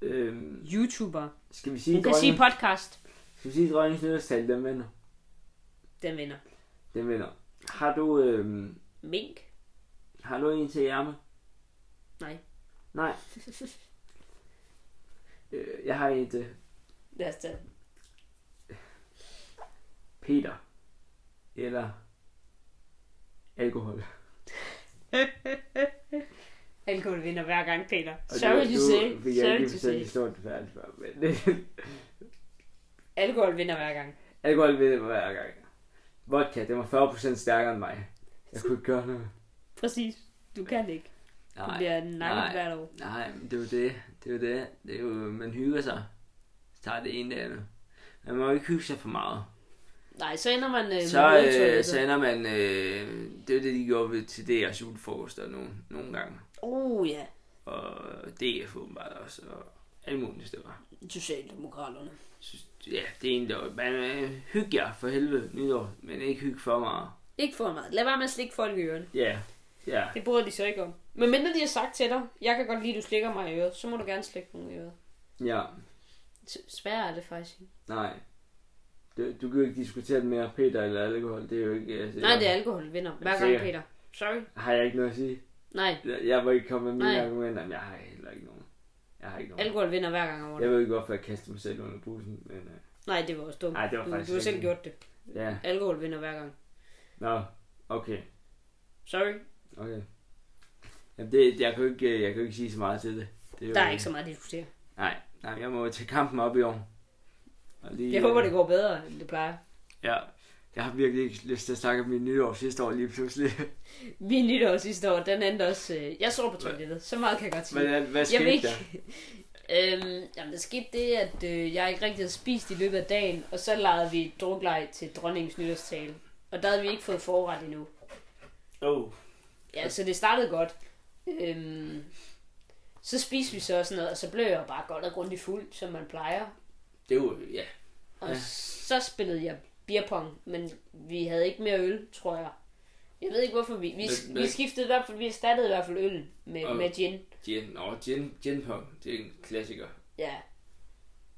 [SPEAKER 1] Øhm,
[SPEAKER 2] YouTuber.
[SPEAKER 1] skal vi sige,
[SPEAKER 2] Hun kan
[SPEAKER 1] dronning-
[SPEAKER 2] sige podcast.
[SPEAKER 1] skal vi sige dronningens nyårstale, den vinder?
[SPEAKER 2] Den vinder.
[SPEAKER 1] Den vinder. Har du, øhm,
[SPEAKER 2] Mink.
[SPEAKER 1] har du en til ærme?
[SPEAKER 2] Nej.
[SPEAKER 1] Nej. Øh, jeg har en til
[SPEAKER 2] Lad os tage den.
[SPEAKER 1] Peter. Eller alkohol.
[SPEAKER 2] Alkohol vinder hver gang, Peter.
[SPEAKER 1] Og
[SPEAKER 2] Sorry
[SPEAKER 1] det,
[SPEAKER 2] to
[SPEAKER 1] nu
[SPEAKER 2] say.
[SPEAKER 1] fik jeg
[SPEAKER 2] Sorry
[SPEAKER 1] ikke
[SPEAKER 2] to
[SPEAKER 1] fortalt
[SPEAKER 2] say.
[SPEAKER 1] historien færdigt før, men
[SPEAKER 2] Alkohol vinder hver gang.
[SPEAKER 1] alkohol ved jeg hver gang. Vodka, den var 40% stærkere end mig. Jeg kunne ikke gøre noget.
[SPEAKER 2] Præcis. Du kan ikke. Du
[SPEAKER 1] Nej,
[SPEAKER 2] bliver nakket
[SPEAKER 1] nej.
[SPEAKER 2] hvert år.
[SPEAKER 1] nej, men det er jo det. Det er jo det. det er jo, man hygger sig. Så tager det ene dag nu. Man må jo ikke hygge sig for meget.
[SPEAKER 2] Nej, så ender man øh, med
[SPEAKER 1] Så, øh,
[SPEAKER 2] hovedtoilettet.
[SPEAKER 1] så ender man, øh, det er det, de gjorde ved, til DR's julefrokoster nogle, nogle gange.
[SPEAKER 2] Oh ja,
[SPEAKER 1] Og DF åbenbart også, og alle mulige steder.
[SPEAKER 2] Socialdemokraterne.
[SPEAKER 1] synes, ja, det er en, der... Man, øh, hyg jer for helvede nytår, men ikke hyg for meget.
[SPEAKER 2] Ikke for meget. Lad være med at slikke folk i ørerne.
[SPEAKER 1] Ja, ja.
[SPEAKER 2] Det bryder de så ikke om. Men mindre de har sagt til dig, jeg kan godt lide, at du slikker mig i øret, så må du gerne slikke nogen i øret.
[SPEAKER 1] Ja,
[SPEAKER 2] S- Sværere er det faktisk ikke.
[SPEAKER 1] nej. Du, du kan jo ikke diskutere det mere, Peter eller alkohol, det er jo ikke... Altså,
[SPEAKER 2] Nej,
[SPEAKER 1] jeg-
[SPEAKER 2] det er alkohol, vinder. Hver
[SPEAKER 1] Jeg
[SPEAKER 2] gang,
[SPEAKER 1] siger-
[SPEAKER 2] Peter. Sorry.
[SPEAKER 1] Har jeg ikke noget at sige?
[SPEAKER 2] Nej,
[SPEAKER 1] Jeg, jeg må ikke komme med mine
[SPEAKER 2] Nej.
[SPEAKER 1] argumenter, men jeg har heller ikke nogen. Jeg har ikke nogen.
[SPEAKER 2] alkohol vinder hver gang om året.
[SPEAKER 1] Jeg ved ikke, hvorfor jeg kastede mig selv under bussen, men... Øh,
[SPEAKER 2] Nej, det var også dumt.
[SPEAKER 1] Ej, det var
[SPEAKER 2] du,
[SPEAKER 1] faktisk
[SPEAKER 2] du har selv
[SPEAKER 1] rigtigt.
[SPEAKER 2] gjort det.
[SPEAKER 1] ja,
[SPEAKER 2] Alkohol vinder hver gang.
[SPEAKER 1] nå, okay,
[SPEAKER 2] Sorry.
[SPEAKER 1] okay. Jamen, det, jeg, kan jo ikke, øh, jeg kan jo ikke sige så meget til det. det jo,
[SPEAKER 2] Der er ikke så meget at diskutere.
[SPEAKER 1] Nej, Nej, jeg må til kampen op i år. Og lige, øh,
[SPEAKER 2] Jeg håber, det går bedre, end det plejer.
[SPEAKER 1] Ja. Jeg har virkelig ikke lyst til at snakke om min nytår sidste år lige pludselig.
[SPEAKER 2] Min nytår sidste år, den endte også... Øh, jeg sov på toilettet, så meget kan jeg godt sige.
[SPEAKER 1] Men øh, hvad
[SPEAKER 2] jeg
[SPEAKER 1] skete
[SPEAKER 2] ved ikke.
[SPEAKER 1] der?
[SPEAKER 2] øhm, jamen, der skete det, at øh, jeg ikke rigtig havde spist i løbet af dagen, og så legede vi drukleg til dronningens nytårstale. Og der havde vi ikke fået forret endnu.
[SPEAKER 1] Oh.
[SPEAKER 2] Ja, så det startede godt. Øhm, så spiste vi så og sådan noget, og så blev jeg bare godt og grundigt fuld, som man plejer.
[SPEAKER 1] Det er jo, ja.
[SPEAKER 2] Og
[SPEAKER 1] Ja.
[SPEAKER 2] ja. så spillede jeg beerpong, men vi havde ikke mere øl, tror jeg. Jeg ved ikke hvorfor vi... Vi,
[SPEAKER 1] Men-
[SPEAKER 2] vi
[SPEAKER 1] men-
[SPEAKER 2] skiftede i hvert fald... Vi erstattede i hvert fald øl med,
[SPEAKER 1] Og-
[SPEAKER 2] med gin.
[SPEAKER 1] Gin, nå, gin, gin pong, det er en klassiker.
[SPEAKER 2] Ja.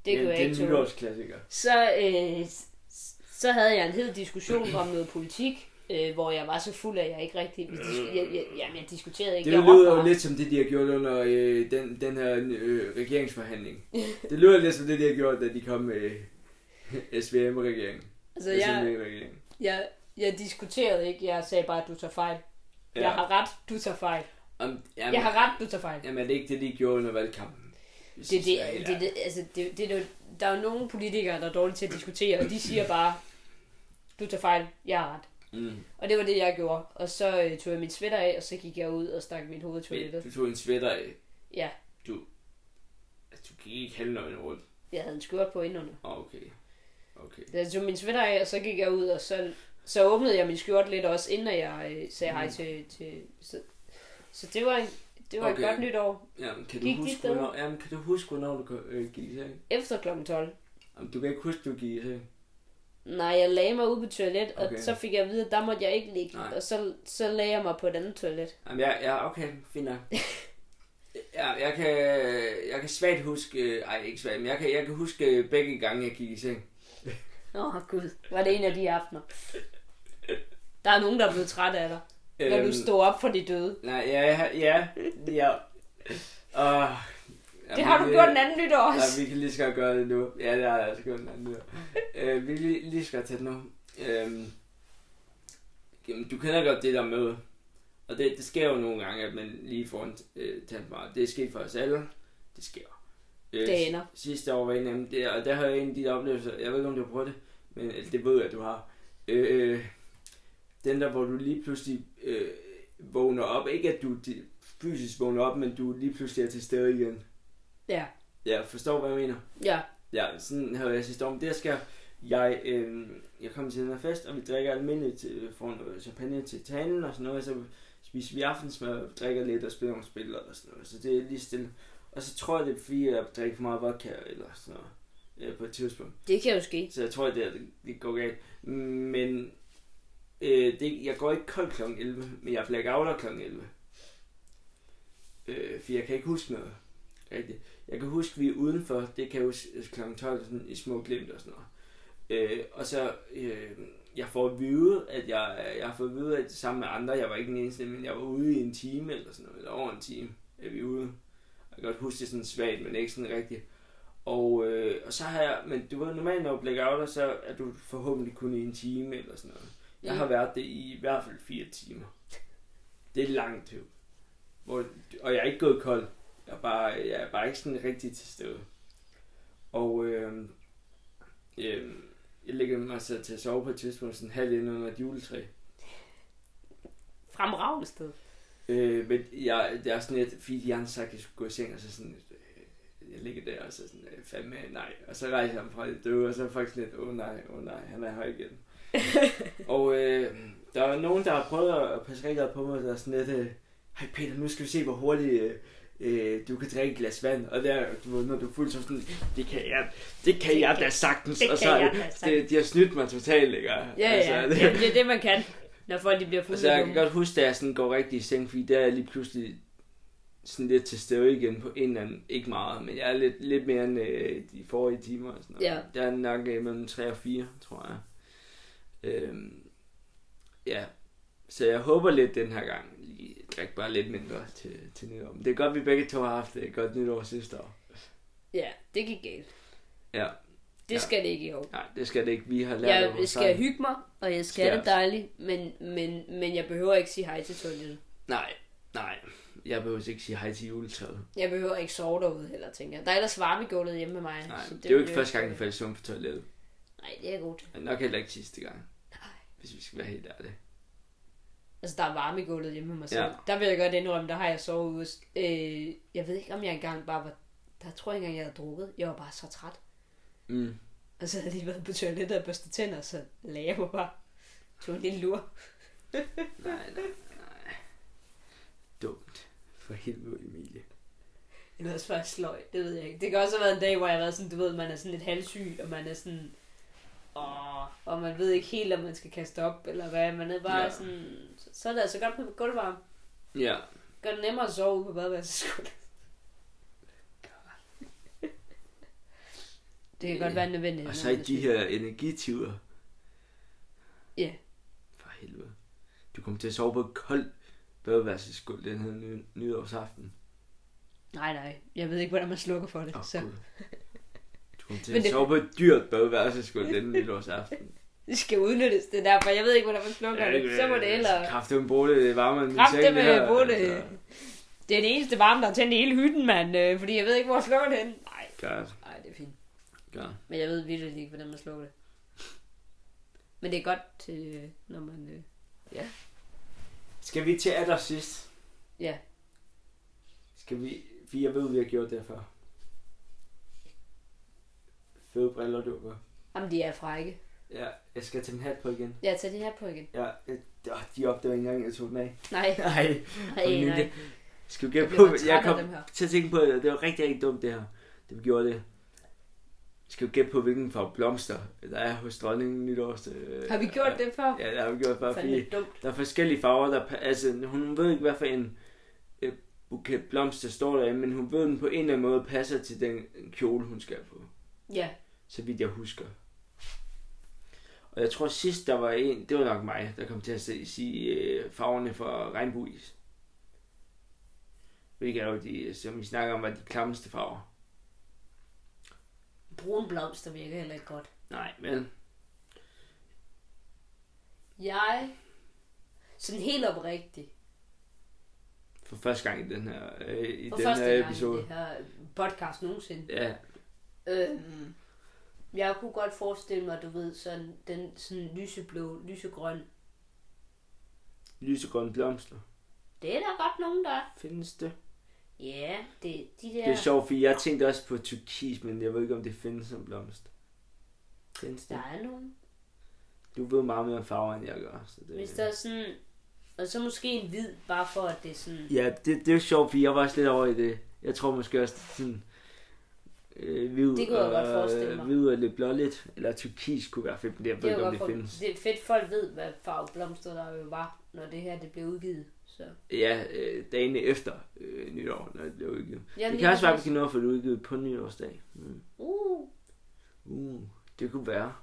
[SPEAKER 2] Det kunne jeg
[SPEAKER 1] det
[SPEAKER 2] ikke
[SPEAKER 1] er en
[SPEAKER 2] tåle.
[SPEAKER 1] nytårsklassiker.
[SPEAKER 2] Så, øh, s- så havde jeg en hed diskussion om noget politik, øh, hvor jeg var så fuld af, at jeg ikke rigtig... Vi dis- jeg, jeg, jamen, jeg diskuterede ikke.
[SPEAKER 1] Det
[SPEAKER 2] jeg
[SPEAKER 1] lyder jo
[SPEAKER 2] råbte
[SPEAKER 1] lidt som det, de har gjort under øh, den, den her øh, regeringsforhandling. Det lyder lidt som det, de har gjort, da de kom med øh, SVM-regeringen.
[SPEAKER 2] bare. Altså, jeg,
[SPEAKER 1] SVM-regeringen.
[SPEAKER 2] jeg, jeg diskuterede ikke. Jeg sagde bare, at du tager fejl. Ja. Jeg har ret, du tager fejl.
[SPEAKER 1] Om, jamen,
[SPEAKER 2] Jeg har ret, du tager fejl.
[SPEAKER 1] jamen, er det ikke det, de gjorde under valgkampen? Hvis
[SPEAKER 2] Det,
[SPEAKER 1] vi skal være
[SPEAKER 2] det,
[SPEAKER 1] helt
[SPEAKER 2] det, det, altså, det, det, er jo- der er jo nogle politikere, der er dårlige til at diskutere, og de siger bare, du tager fejl, jeg har ret.
[SPEAKER 1] ærlige. Mm.
[SPEAKER 2] Og det var det, jeg gjorde. Og så øh, tog jeg min sweater af, og så gik jeg ud og stak mit hoved i
[SPEAKER 1] Men
[SPEAKER 2] toilettet.
[SPEAKER 1] Du tog en sweater af.
[SPEAKER 2] Ja,
[SPEAKER 1] Altså, du gik ikke halvnøgen rundt.
[SPEAKER 2] jeg havde en skørt på indenunder.
[SPEAKER 1] Åh, okay. Okay.
[SPEAKER 2] Da jeg tog min sweater af, og så gik jeg ud, og så, så åbnede jeg min skjort lidt også, inden at jeg øh, sagde hej
[SPEAKER 1] Mm.
[SPEAKER 2] til... til så, så det var, en, det var okay.
[SPEAKER 1] Okay.
[SPEAKER 2] et godt nytår.
[SPEAKER 1] Jamen, kan du,
[SPEAKER 2] Gik de
[SPEAKER 1] huske,
[SPEAKER 2] bedre?
[SPEAKER 1] hvornår, jamen, kan du huske, hvornår du kom- øh, gik i seng?
[SPEAKER 2] Efter kl. 12.
[SPEAKER 1] Jamen, du kan ikke huske, du gik i seng.
[SPEAKER 2] Nej, jeg lagde mig ude på toilet, og
[SPEAKER 1] Okay.
[SPEAKER 2] så fik jeg at vide, at der måtte jeg ikke ligge.
[SPEAKER 1] Nej.
[SPEAKER 2] Og så, så lagde jeg mig på et andet toilet.
[SPEAKER 1] Jamen, jeg, ja, okay, fint nok. Ja, jeg kan, jeg kan svagt huske, øh, ej ikke svagt, men jeg kan, jeg kan huske øh, begge gange, jeg gik i seng.
[SPEAKER 2] Åh oh, gud, var det en af de aftener. Der er nogen, der er blevet træt af dig, når du stod op for de døde.
[SPEAKER 1] Øhm, Nej, ja, ja, ja. øh, Og,
[SPEAKER 2] Det har du gjort den anden nytår også.
[SPEAKER 1] Nej, vi kan lige så godt gøre det nu. Ja, det har jeg også gjort den anden nu. øh, vi kan lige, lige så godt tage det nu. Øhm, jamen, du kender godt det der med, og det, det sker jo nogle gange, at man lige får en øh, tandbar. Det er sket for os alle. Det sker. Øh,
[SPEAKER 2] Det ender.
[SPEAKER 1] sidste år var en af dem, der, og der havde jeg en af de der oplevelser, jeg ved ikke om du har prøvet det, men altså, det ved jeg, du har. Øh, øh, den der, hvor du lige pludselig øh, vågner op, ikke at du di- fysisk vågner op, men du lige pludselig er til stede igen.
[SPEAKER 2] Ja,
[SPEAKER 1] Ja, forstår hvad jeg mener?
[SPEAKER 2] ja.
[SPEAKER 1] Ja, sådan havde jeg sidste år, men det skal jeg, øh, jeg kom til den her fest, og vi drikker almindeligt, øh, får noget champagne til tanen og sådan noget, og så spiser vi aftensmad, og drikker lidt og spiller nogle spil og sådan noget, så det er lige stille. Og så tror jeg, det er fordi, jeg drikker for meget vodka eller sådan noget øh, på et tidspunkt.
[SPEAKER 2] Det kan jo ske.
[SPEAKER 1] Så jeg tror, det, er, det går galt. Men øh, det, jeg går ikke kold kl. 11, men jeg blackouter kl. 11. Øh, for jeg kan ikke huske noget. Rigtigt. Jeg kan huske, vi er udenfor, det kan jeg huske kl. 12 sådan, i små glimt og sådan noget. Øh, og så, øh, jeg får at vide, at jeg, jeg har fået at vide, at sammen med andre, jeg var ikke den eneste, men jeg var ude i en time eller sådan noget, eller over en time, er vi ude. Jeg kan godt huske det sådan svagt, men ikke sådan rigtigt. Og, øh, og så har jeg, men du ved, normalt når du blackouter, så er du forhåbentlig kun i en time eller sådan noget. Jeg har været det i i hvert fald fire timer. Det er lang tid. Hvor, og jeg er ikke gået kold. Jeg er bare, jeg er bare ikke sådan rigtig til stede. Og øh, øh, jeg ligger mig så til at sove på et tidspunkt sådan halv ind under et juletræ.
[SPEAKER 2] Fremragende sted.
[SPEAKER 1] Øh, men jeg, det er sådan lidt, fordi de andre sagde, at jeg skulle gå i seng, og så sådan lidt, øh, jeg ligger der, og så sådan, øh, fandme nej. Og så rejser han fra det døde, og så er jeg faktisk lidt, åh oh, nej, åh oh, nej, han er her igen. og øh, der er nogen, der har prøvet at passe rigtig godt på mig, der er sådan lidt, øh, hej Peter, nu skal vi se, hvor hurtigt øh, øh, du kan drikke et glas vand. Og der, du ved, når du er fuld, så er sådan, det kan jeg, det kan
[SPEAKER 2] Det
[SPEAKER 1] jeg
[SPEAKER 2] kan-
[SPEAKER 1] da sagtens.
[SPEAKER 2] det
[SPEAKER 1] og så,
[SPEAKER 2] kan
[SPEAKER 1] er
[SPEAKER 2] jeg
[SPEAKER 1] det-
[SPEAKER 2] da sagtens.
[SPEAKER 1] det, de har snydt mig totalt, ikke? Altså, Ja,
[SPEAKER 2] Ja, ja. Det, det er det, man kan, når folk de bliver fulde.
[SPEAKER 1] Altså, jeg kan godt huske, da jeg sådan går rigtig i seng, fordi der er jeg lige pludselig sådan lidt til stede igen på en eller anden, ikke meget, men jeg er lidt, lidt mere end øh, de forrige timer og sådan noget.
[SPEAKER 2] Ja.
[SPEAKER 1] Der er den nok øh, mellem 3 og 4, tror jeg. Øhm, ja, så jeg håber lidt den her gang, lige drikke bare lidt mindre til, til nytår. Men det er godt, vi begge to har haft et godt nytår sidste år.
[SPEAKER 2] Ja, det gik galt.
[SPEAKER 1] Ja.
[SPEAKER 2] Det
[SPEAKER 1] Ja.
[SPEAKER 2] skal det ikke i år.
[SPEAKER 1] Nej, det skal det ikke. Vi har lært af
[SPEAKER 2] Jeg
[SPEAKER 1] vores
[SPEAKER 2] skal
[SPEAKER 1] fejl.
[SPEAKER 2] hygge mig, og jeg skal
[SPEAKER 1] Skal
[SPEAKER 2] have
[SPEAKER 1] også.
[SPEAKER 2] det dejligt, men, men, men jeg behøver ikke sige hej til toilettet.
[SPEAKER 1] Nej, Nej, jeg behøver ikke sige hej til juletøjet.
[SPEAKER 2] Jeg behøver ikke sove derude heller, tænker jeg. Der er ellers varmegulvet hjemme med mig.
[SPEAKER 1] Nej,
[SPEAKER 2] så
[SPEAKER 1] det, det er jo
[SPEAKER 2] vil
[SPEAKER 1] ikke første gang, jeg falder i søvn på toilettet.
[SPEAKER 2] Nej, det er godt.
[SPEAKER 1] Og nok heller ikke sidste gang.
[SPEAKER 2] Nej.
[SPEAKER 1] Hvis vi skal være helt ærlige.
[SPEAKER 2] Altså, der er varme i gulvet hjemme med mig selv.
[SPEAKER 1] Ja.
[SPEAKER 2] Der vil jeg godt indrømme, der har jeg sovet ude. Øh, jeg ved ikke, om jeg engang bare var... Der tror jeg ikke engang, jeg havde drukket. Jeg var bare så træt.
[SPEAKER 1] Mm.
[SPEAKER 2] Og så havde jeg lige været på toilettet og børstet tænder, så lagde jeg mig bare. Tog en lille lur.
[SPEAKER 1] Nej, nej, nej. Dumt. For helvede, Emilie.
[SPEAKER 2] Eller også bare sløj, det ved jeg ikke. Det kan også have været en dag, hvor jeg har været sådan, du ved, man er sådan lidt halvsyg, og man er sådan... Åh, og man ved ikke helt, om man skal kaste op, eller hvad. Man er bare
[SPEAKER 1] Ja.
[SPEAKER 2] ja. sådan... Så, så er det altså godt med gulvvarme.
[SPEAKER 1] Ja.
[SPEAKER 2] Gør det nemmere at sove ude på badeværelsesgulvet. det kan godt være nødvendigt.
[SPEAKER 1] Og så i de her energitider.
[SPEAKER 2] Ja.
[SPEAKER 1] For helvede. Du kommer til at sove på et koldt badeværelsesgulv den her ny, nytårsaften.
[SPEAKER 2] Nej, nej. Jeg ved ikke, hvordan man slukker for det.
[SPEAKER 1] Åh, oh,
[SPEAKER 2] så
[SPEAKER 1] Gud. Du kommer til
[SPEAKER 2] Men
[SPEAKER 1] at
[SPEAKER 2] det-
[SPEAKER 1] sove på et dyrt badeværelsesgulv den nytårsaften.
[SPEAKER 2] det skal udnyttes, det er derfor. Jeg ved ikke, hvordan man slukker ja, det. Så må det ellers...
[SPEAKER 1] Kraftigt bruge det varmere end min
[SPEAKER 2] Kraft
[SPEAKER 1] seng,
[SPEAKER 2] det med
[SPEAKER 1] her,
[SPEAKER 2] på det.
[SPEAKER 1] altså.
[SPEAKER 2] Det er det eneste varme, der er tændt i hele hytten, mand. øh, Fordi jeg ved ikke, hvor jeg slukker det hen. Nej,
[SPEAKER 1] Godt,
[SPEAKER 2] nej, det er fint.
[SPEAKER 1] godt.
[SPEAKER 2] Men jeg ved virkelig ikke, hvordan man slukker det. Men det er godt, til, øh, når man... øh,
[SPEAKER 1] Skal vi til allersidst?
[SPEAKER 2] Ja.
[SPEAKER 1] Skal vi... For jeg ved, vi har gjort det her før. Fede briller, du på.
[SPEAKER 2] Jamen, de er frække.
[SPEAKER 1] Ja, jeg skal tage min hat på igen.
[SPEAKER 2] Jeg tager det her på igen.
[SPEAKER 1] Ja, øh, åh, de opdagede ikke engang, jeg tog den af.
[SPEAKER 2] Nej,
[SPEAKER 1] Nej,
[SPEAKER 2] nej, nej.
[SPEAKER 1] Skal vi gætte
[SPEAKER 2] Jeg
[SPEAKER 1] på,
[SPEAKER 2] bliver bare
[SPEAKER 1] jeg
[SPEAKER 2] træt af
[SPEAKER 1] kom
[SPEAKER 2] dem her.
[SPEAKER 1] til at tænke på, at det var rigtig, rigtig dumt det her, da vi gjorde det. Skal vi gætte på, hvilken farve blomster der er hos dronningen nytårs? Øh,
[SPEAKER 2] Har vi gjort det før?
[SPEAKER 1] Ja, det har vi gjort bare, fordi
[SPEAKER 2] Fandme dumt.
[SPEAKER 1] Der er forskellige farver, der... pa- Altså, hun ved ikke, hvad for en øh, buket blomster står der, men hun ved, den på en eller anden måde passer til den kjole, hun skal på.
[SPEAKER 2] Ja,
[SPEAKER 1] Så vidt jeg husker. Og jeg tror sidst, der var en... Det var nok mig, der kom til at se- sige øh, farverne fra regnbueis. Hvilket er jo de, som vi snakker om, var de klammeste farver.
[SPEAKER 2] brun blomster virker heller ikke godt.
[SPEAKER 1] Nej, men...
[SPEAKER 2] Jeg, sådan helt oprigtigt,
[SPEAKER 1] For første gang i den her, øh, i
[SPEAKER 2] for
[SPEAKER 1] den
[SPEAKER 2] første
[SPEAKER 1] her
[SPEAKER 2] gang i
[SPEAKER 1] episode.
[SPEAKER 2] det her podcast nogensinde,
[SPEAKER 1] Ja,
[SPEAKER 2] øhm, jeg kunne godt forestille mig, du ved, sådan den sådan lyseblå, lysegrøn.
[SPEAKER 1] lysegrønne blomster.
[SPEAKER 2] Det er der godt nogen, der er.
[SPEAKER 1] Findes det?
[SPEAKER 2] Ja, det, de
[SPEAKER 1] Det er
[SPEAKER 2] der,
[SPEAKER 1] sjovt, fordi jeg tænkte også på turkis, men jeg ved ikke, om det findes som blomst. Findes det?
[SPEAKER 2] der er nogen.
[SPEAKER 1] Du ved meget mere om farver, end jeg gør. Så
[SPEAKER 2] Hvis
[SPEAKER 1] det...
[SPEAKER 2] der er sådan, og så måske en hvid, bare for at det er sådan,
[SPEAKER 1] Ja, det, det er jo sjovt, fordi jeg var også lidt over i det. Jeg tror måske også det er sådan... Øh, hvid,
[SPEAKER 2] Det kunne jeg
[SPEAKER 1] og, øh,
[SPEAKER 2] godt forestille mig.
[SPEAKER 1] Hvid og lidt blåligt, eller turkis kunne være fedt, men jeg
[SPEAKER 2] det
[SPEAKER 1] ved
[SPEAKER 2] er
[SPEAKER 1] ikke,
[SPEAKER 2] jo
[SPEAKER 1] om
[SPEAKER 2] godt
[SPEAKER 1] det
[SPEAKER 2] for,
[SPEAKER 1] findes.
[SPEAKER 2] det er fedt, folk ved, hvad farve blomster der jo var, når det her det blev udgivet. Så.
[SPEAKER 1] Ja, øh, dagene efter øh, nytår, når det blev udgivet.
[SPEAKER 2] Ja,
[SPEAKER 1] det
[SPEAKER 2] lige
[SPEAKER 1] kan også være, at vi
[SPEAKER 2] præcis.
[SPEAKER 1] kan nå at få det udgivet på nytårsdag. Mm.
[SPEAKER 2] Uh,
[SPEAKER 1] Uh, det kunne være.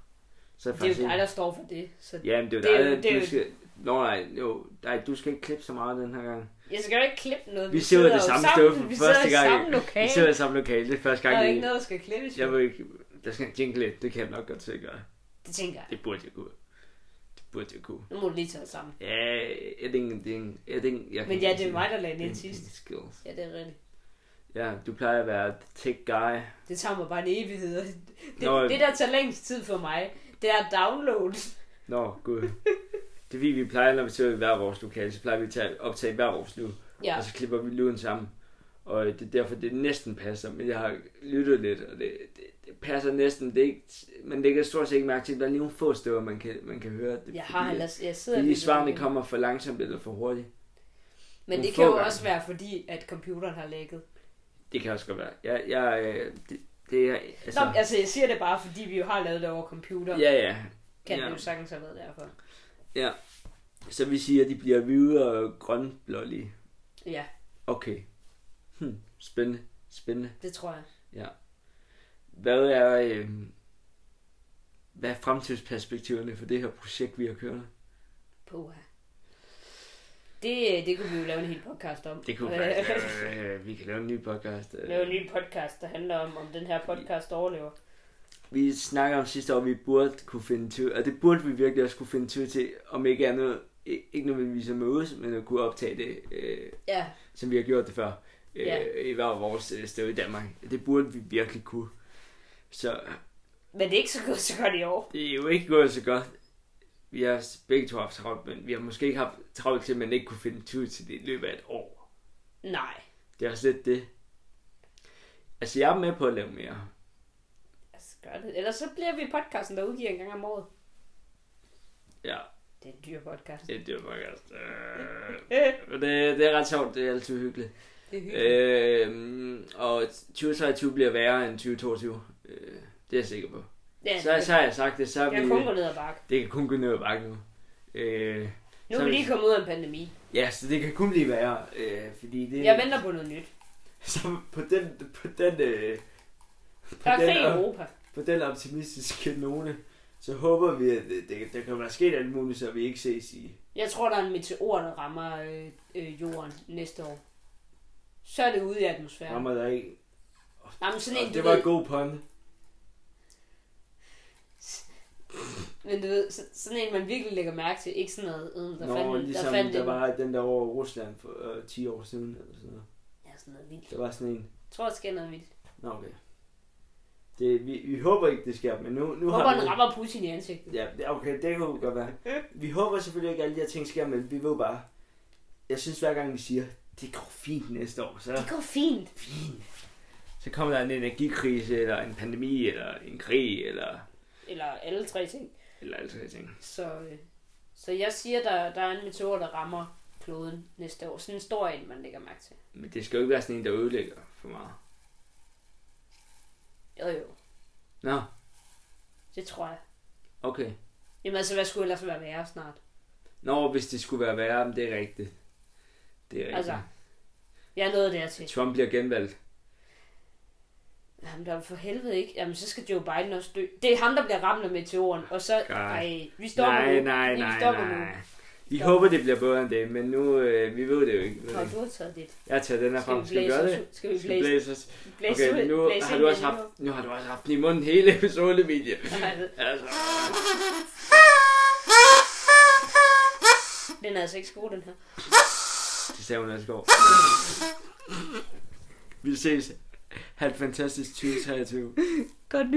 [SPEAKER 1] Så
[SPEAKER 2] det er jo
[SPEAKER 1] faktisk en-
[SPEAKER 2] dig, der står for det. Så
[SPEAKER 1] Ja, men det er
[SPEAKER 2] Det er
[SPEAKER 1] jo
[SPEAKER 2] jo-
[SPEAKER 1] dig,
[SPEAKER 2] det er
[SPEAKER 1] der-
[SPEAKER 2] jo-
[SPEAKER 1] du skal... Nå nej, jo, nej, du skal ikke klippe så meget den her gang.
[SPEAKER 2] jeg skal jo ikke klippe noget.
[SPEAKER 1] Vi sidder i det
[SPEAKER 2] jo
[SPEAKER 1] samme
[SPEAKER 2] sammen-
[SPEAKER 1] sted for
[SPEAKER 2] vi
[SPEAKER 1] første
[SPEAKER 2] sidder i
[SPEAKER 1] gang.
[SPEAKER 2] samme lokale.
[SPEAKER 1] Vi sidder i samme lokale, det er første
[SPEAKER 2] Der
[SPEAKER 1] gang,
[SPEAKER 2] er ikke
[SPEAKER 1] jeg,
[SPEAKER 2] noget, der skal klippes.
[SPEAKER 1] jeg ved ikke, der skal en jingle lidt, det kan jeg nok godt sikkert.
[SPEAKER 2] Det tænker jeg.
[SPEAKER 1] Det burde jeg kunne. Det burde jeg kunne.
[SPEAKER 2] Nu må du lige tage det sammen.
[SPEAKER 1] Ja, jeg tænker, jeg tænker, jeg tænker, jeg
[SPEAKER 2] Men ja, det er mig, der lagde den
[SPEAKER 1] er
[SPEAKER 2] ind sidst.
[SPEAKER 1] Skills.
[SPEAKER 2] Ja, det er rigtigt.
[SPEAKER 1] Ja, du plejer at være the tech guy.
[SPEAKER 2] Det tager mig bare en evighed. Det,
[SPEAKER 1] Nå, øh-
[SPEAKER 2] det, der tager længst tid for mig, det er at downloade.
[SPEAKER 1] Nå, gud. Det er fordi, vi plejer, når vi sidder i hver vores lokale, så plejer vi at tage- optage hver vores lyd.
[SPEAKER 2] Ja,
[SPEAKER 1] og så klipper vi lyden sammen. Og øh, det er derfor, det næsten passer, men jeg har lyttet lidt, og det, det, det passer næsten. Det er ikke, man lægger stort set ikke mærke til, at der er lige nogle få steder, man kan, man kan høre. Det, er
[SPEAKER 2] jeg har
[SPEAKER 1] fordi,
[SPEAKER 2] ellers... Jeg sidder
[SPEAKER 1] fordi
[SPEAKER 2] lidt
[SPEAKER 1] svarene
[SPEAKER 2] med-
[SPEAKER 1] kommer for langsomt eller for hurtigt.
[SPEAKER 2] Men
[SPEAKER 1] nogle
[SPEAKER 2] det
[SPEAKER 1] få
[SPEAKER 2] kan jo
[SPEAKER 1] gange.
[SPEAKER 2] også være fordi, at computeren har lægget.
[SPEAKER 1] Det kan også godt være. Jeg, jeg, øh, det, det er,
[SPEAKER 2] Altså,
[SPEAKER 1] altså,
[SPEAKER 2] Nå, altså, jeg siger det bare, fordi vi jo har lavet det over computer.
[SPEAKER 1] ja, ja.
[SPEAKER 2] Kan det
[SPEAKER 1] ja.
[SPEAKER 2] jo sagtens have været derfor.
[SPEAKER 1] Så vi siger, at de bliver hvide og grønblålige.
[SPEAKER 2] Ja,
[SPEAKER 1] Okay. Hm, spændende, spændende.
[SPEAKER 2] det tror jeg.
[SPEAKER 1] Hvad er, øh, hvad er fremtidsperspektiverne for det her projekt, vi har kørt?
[SPEAKER 2] Puha. Det, det kunne vi jo lave en hel podcast om.
[SPEAKER 1] Det kunne
[SPEAKER 2] Øh,
[SPEAKER 1] faktisk øh, Vi kan lave en ny podcast. øh.
[SPEAKER 2] lave en ny podcast, der handler om, om den her podcast overlever.
[SPEAKER 1] Vi snakker om sidste år, at vi burde kunne finde tid, og det burde vi virkelig også kunne finde tid til, om ikke andet i- ikke nødvendigvis at mødes, men at kunne optage det, øh,
[SPEAKER 2] Ja,
[SPEAKER 1] som vi har gjort det før, øh,
[SPEAKER 2] Ja.
[SPEAKER 1] i hver vores øh, sted i Danmark. Det burde vi virkelig kunne. Så
[SPEAKER 2] men det er ikke så godt, så godt i år.
[SPEAKER 1] det er jo ikke gået så godt. Vi har begge to haft travlt, men vi har måske ikke haft travlt til, at man ikke kunne finde tid til det i løbet af et år.
[SPEAKER 2] Nej.
[SPEAKER 1] Det er også lidt det. Altså, jeg er med på at lave mere.
[SPEAKER 2] Altså, gør det. Ellers så bliver vi podcasten, der udgiver en gang om året.
[SPEAKER 1] Ja,
[SPEAKER 2] Det er en dyr podcast.
[SPEAKER 1] det, det er faktisk... Øh, men det, det er ret sjovt, det er altid hyggeligt.
[SPEAKER 2] Det er hyggeligt.
[SPEAKER 1] Øh, og 2023 bliver værre end 2022. Øh, det er jeg sikker på.
[SPEAKER 2] ja,
[SPEAKER 1] Så, så har jeg sagt det, så er
[SPEAKER 2] jeg kun gå
[SPEAKER 1] vi...
[SPEAKER 2] ned ad bakke.
[SPEAKER 1] Det kan kun gå ned ad bakke nu. Øh,
[SPEAKER 2] Nu
[SPEAKER 1] Så
[SPEAKER 2] er
[SPEAKER 1] er
[SPEAKER 2] vi
[SPEAKER 1] vi-
[SPEAKER 2] lige kommet ud af en pandemi.
[SPEAKER 1] ja, så det kan kun blive værre, øh, fordi det...
[SPEAKER 2] Jeg venter på noget nyt.
[SPEAKER 1] Så på den, på den, øh, på,
[SPEAKER 2] Der er krig i
[SPEAKER 1] den op,
[SPEAKER 2] Europa.
[SPEAKER 1] på den optimistiske note, så håber vi, at det, det, der kan være sket alt muligt, så vi ikke ses i...
[SPEAKER 2] Jeg tror, der er en meteor, der rammer øh, øh, jorden næste år. Så er det ude i
[SPEAKER 1] Ja.
[SPEAKER 2] atmosfæren.
[SPEAKER 1] Rammer der ikke.
[SPEAKER 2] Jamen sådan en,
[SPEAKER 1] Og
[SPEAKER 2] du
[SPEAKER 1] det var
[SPEAKER 2] ved,
[SPEAKER 1] en god pun.
[SPEAKER 2] men du ved, så- sådan en, man virkelig lægger mærke til. Ikke sådan noget, øh, der
[SPEAKER 1] Nå,
[SPEAKER 2] fandt,
[SPEAKER 1] ligesom
[SPEAKER 2] der fandt
[SPEAKER 1] der
[SPEAKER 2] en-
[SPEAKER 1] var den der over Rusland for øh, 10 år siden, eller sådan noget.
[SPEAKER 2] Ja, sådan noget vildt.
[SPEAKER 1] Der var sådan en...
[SPEAKER 2] Jeg tror, der sker noget vildt.
[SPEAKER 1] Nå, okay. Det, vi, vi håber ikke, det sker, men nu, nu
[SPEAKER 2] Jeg
[SPEAKER 1] har
[SPEAKER 2] håber,
[SPEAKER 1] vi...
[SPEAKER 2] den rammer Putin i ansigtet.
[SPEAKER 1] Ja, det- okay, det kunne godt være. Vi håber selvfølgelig ikke, at alle de her ting sker, men vi ved bare... Jeg synes, hver gang vi siger, det går fint næste år, så...
[SPEAKER 2] Det går fint.
[SPEAKER 1] Så kommer der en energikrise, eller en pandemi, eller en krig, eller,
[SPEAKER 2] Eller alle tre ting.
[SPEAKER 1] eller alle tre ting.
[SPEAKER 2] Så, øh, så jeg siger, der, der er en meteor, der rammer kloden næste år. Sådan en stor en, man lægger mærke til.
[SPEAKER 1] Men det skal jo ikke være sådan en, der ødelægger for meget.
[SPEAKER 2] Jo jo,
[SPEAKER 1] Nå,
[SPEAKER 2] det tror jeg.
[SPEAKER 1] okay.
[SPEAKER 2] Jamen altså, hvad skulle ellers være værre snart?
[SPEAKER 1] Nå, hvis det skulle være værre, men det er rigtigt. Det er rigtigt.
[SPEAKER 2] Altså. Jeg er nået dertil.
[SPEAKER 1] Trump bliver genvalgt.
[SPEAKER 2] Jamen, der er for helvede ikke. Jamen, så skal Joe Biden også dø. Det er ham, der bliver ramt af meteoren. Og så...
[SPEAKER 1] God.
[SPEAKER 2] Ej, vi stopper
[SPEAKER 1] Nej,
[SPEAKER 2] nu.
[SPEAKER 1] nej,
[SPEAKER 2] vi
[SPEAKER 1] nej,
[SPEAKER 2] stopper nu.
[SPEAKER 1] nej. Vi
[SPEAKER 2] Stopper.
[SPEAKER 1] håber, det bliver bedre end det, men nu, øh, vi ved det jo ikke. Vi ved
[SPEAKER 2] Nå,
[SPEAKER 1] det ikke.
[SPEAKER 2] du har taget dit.
[SPEAKER 1] Jeg tager den her
[SPEAKER 2] Skal
[SPEAKER 1] frem.
[SPEAKER 2] vi
[SPEAKER 1] Skal vi
[SPEAKER 2] blæse
[SPEAKER 1] gøre
[SPEAKER 2] os
[SPEAKER 1] det?
[SPEAKER 2] ud? Skal vi
[SPEAKER 1] Skal vi
[SPEAKER 2] blæse,
[SPEAKER 1] blæse os?
[SPEAKER 2] blæse
[SPEAKER 1] Okay,
[SPEAKER 2] ud?
[SPEAKER 1] nu
[SPEAKER 2] blæse
[SPEAKER 1] har
[SPEAKER 2] ind
[SPEAKER 1] du
[SPEAKER 2] i
[SPEAKER 1] også
[SPEAKER 2] den
[SPEAKER 1] haft, nu har du også haft den i munden hele episode, Emilie.
[SPEAKER 2] nu.
[SPEAKER 1] Altså.
[SPEAKER 2] Den er altså ikke så god, den her.
[SPEAKER 1] Det sagde hun altså i går. Vi ses. Ha' et fantastisk 2023.
[SPEAKER 2] Godt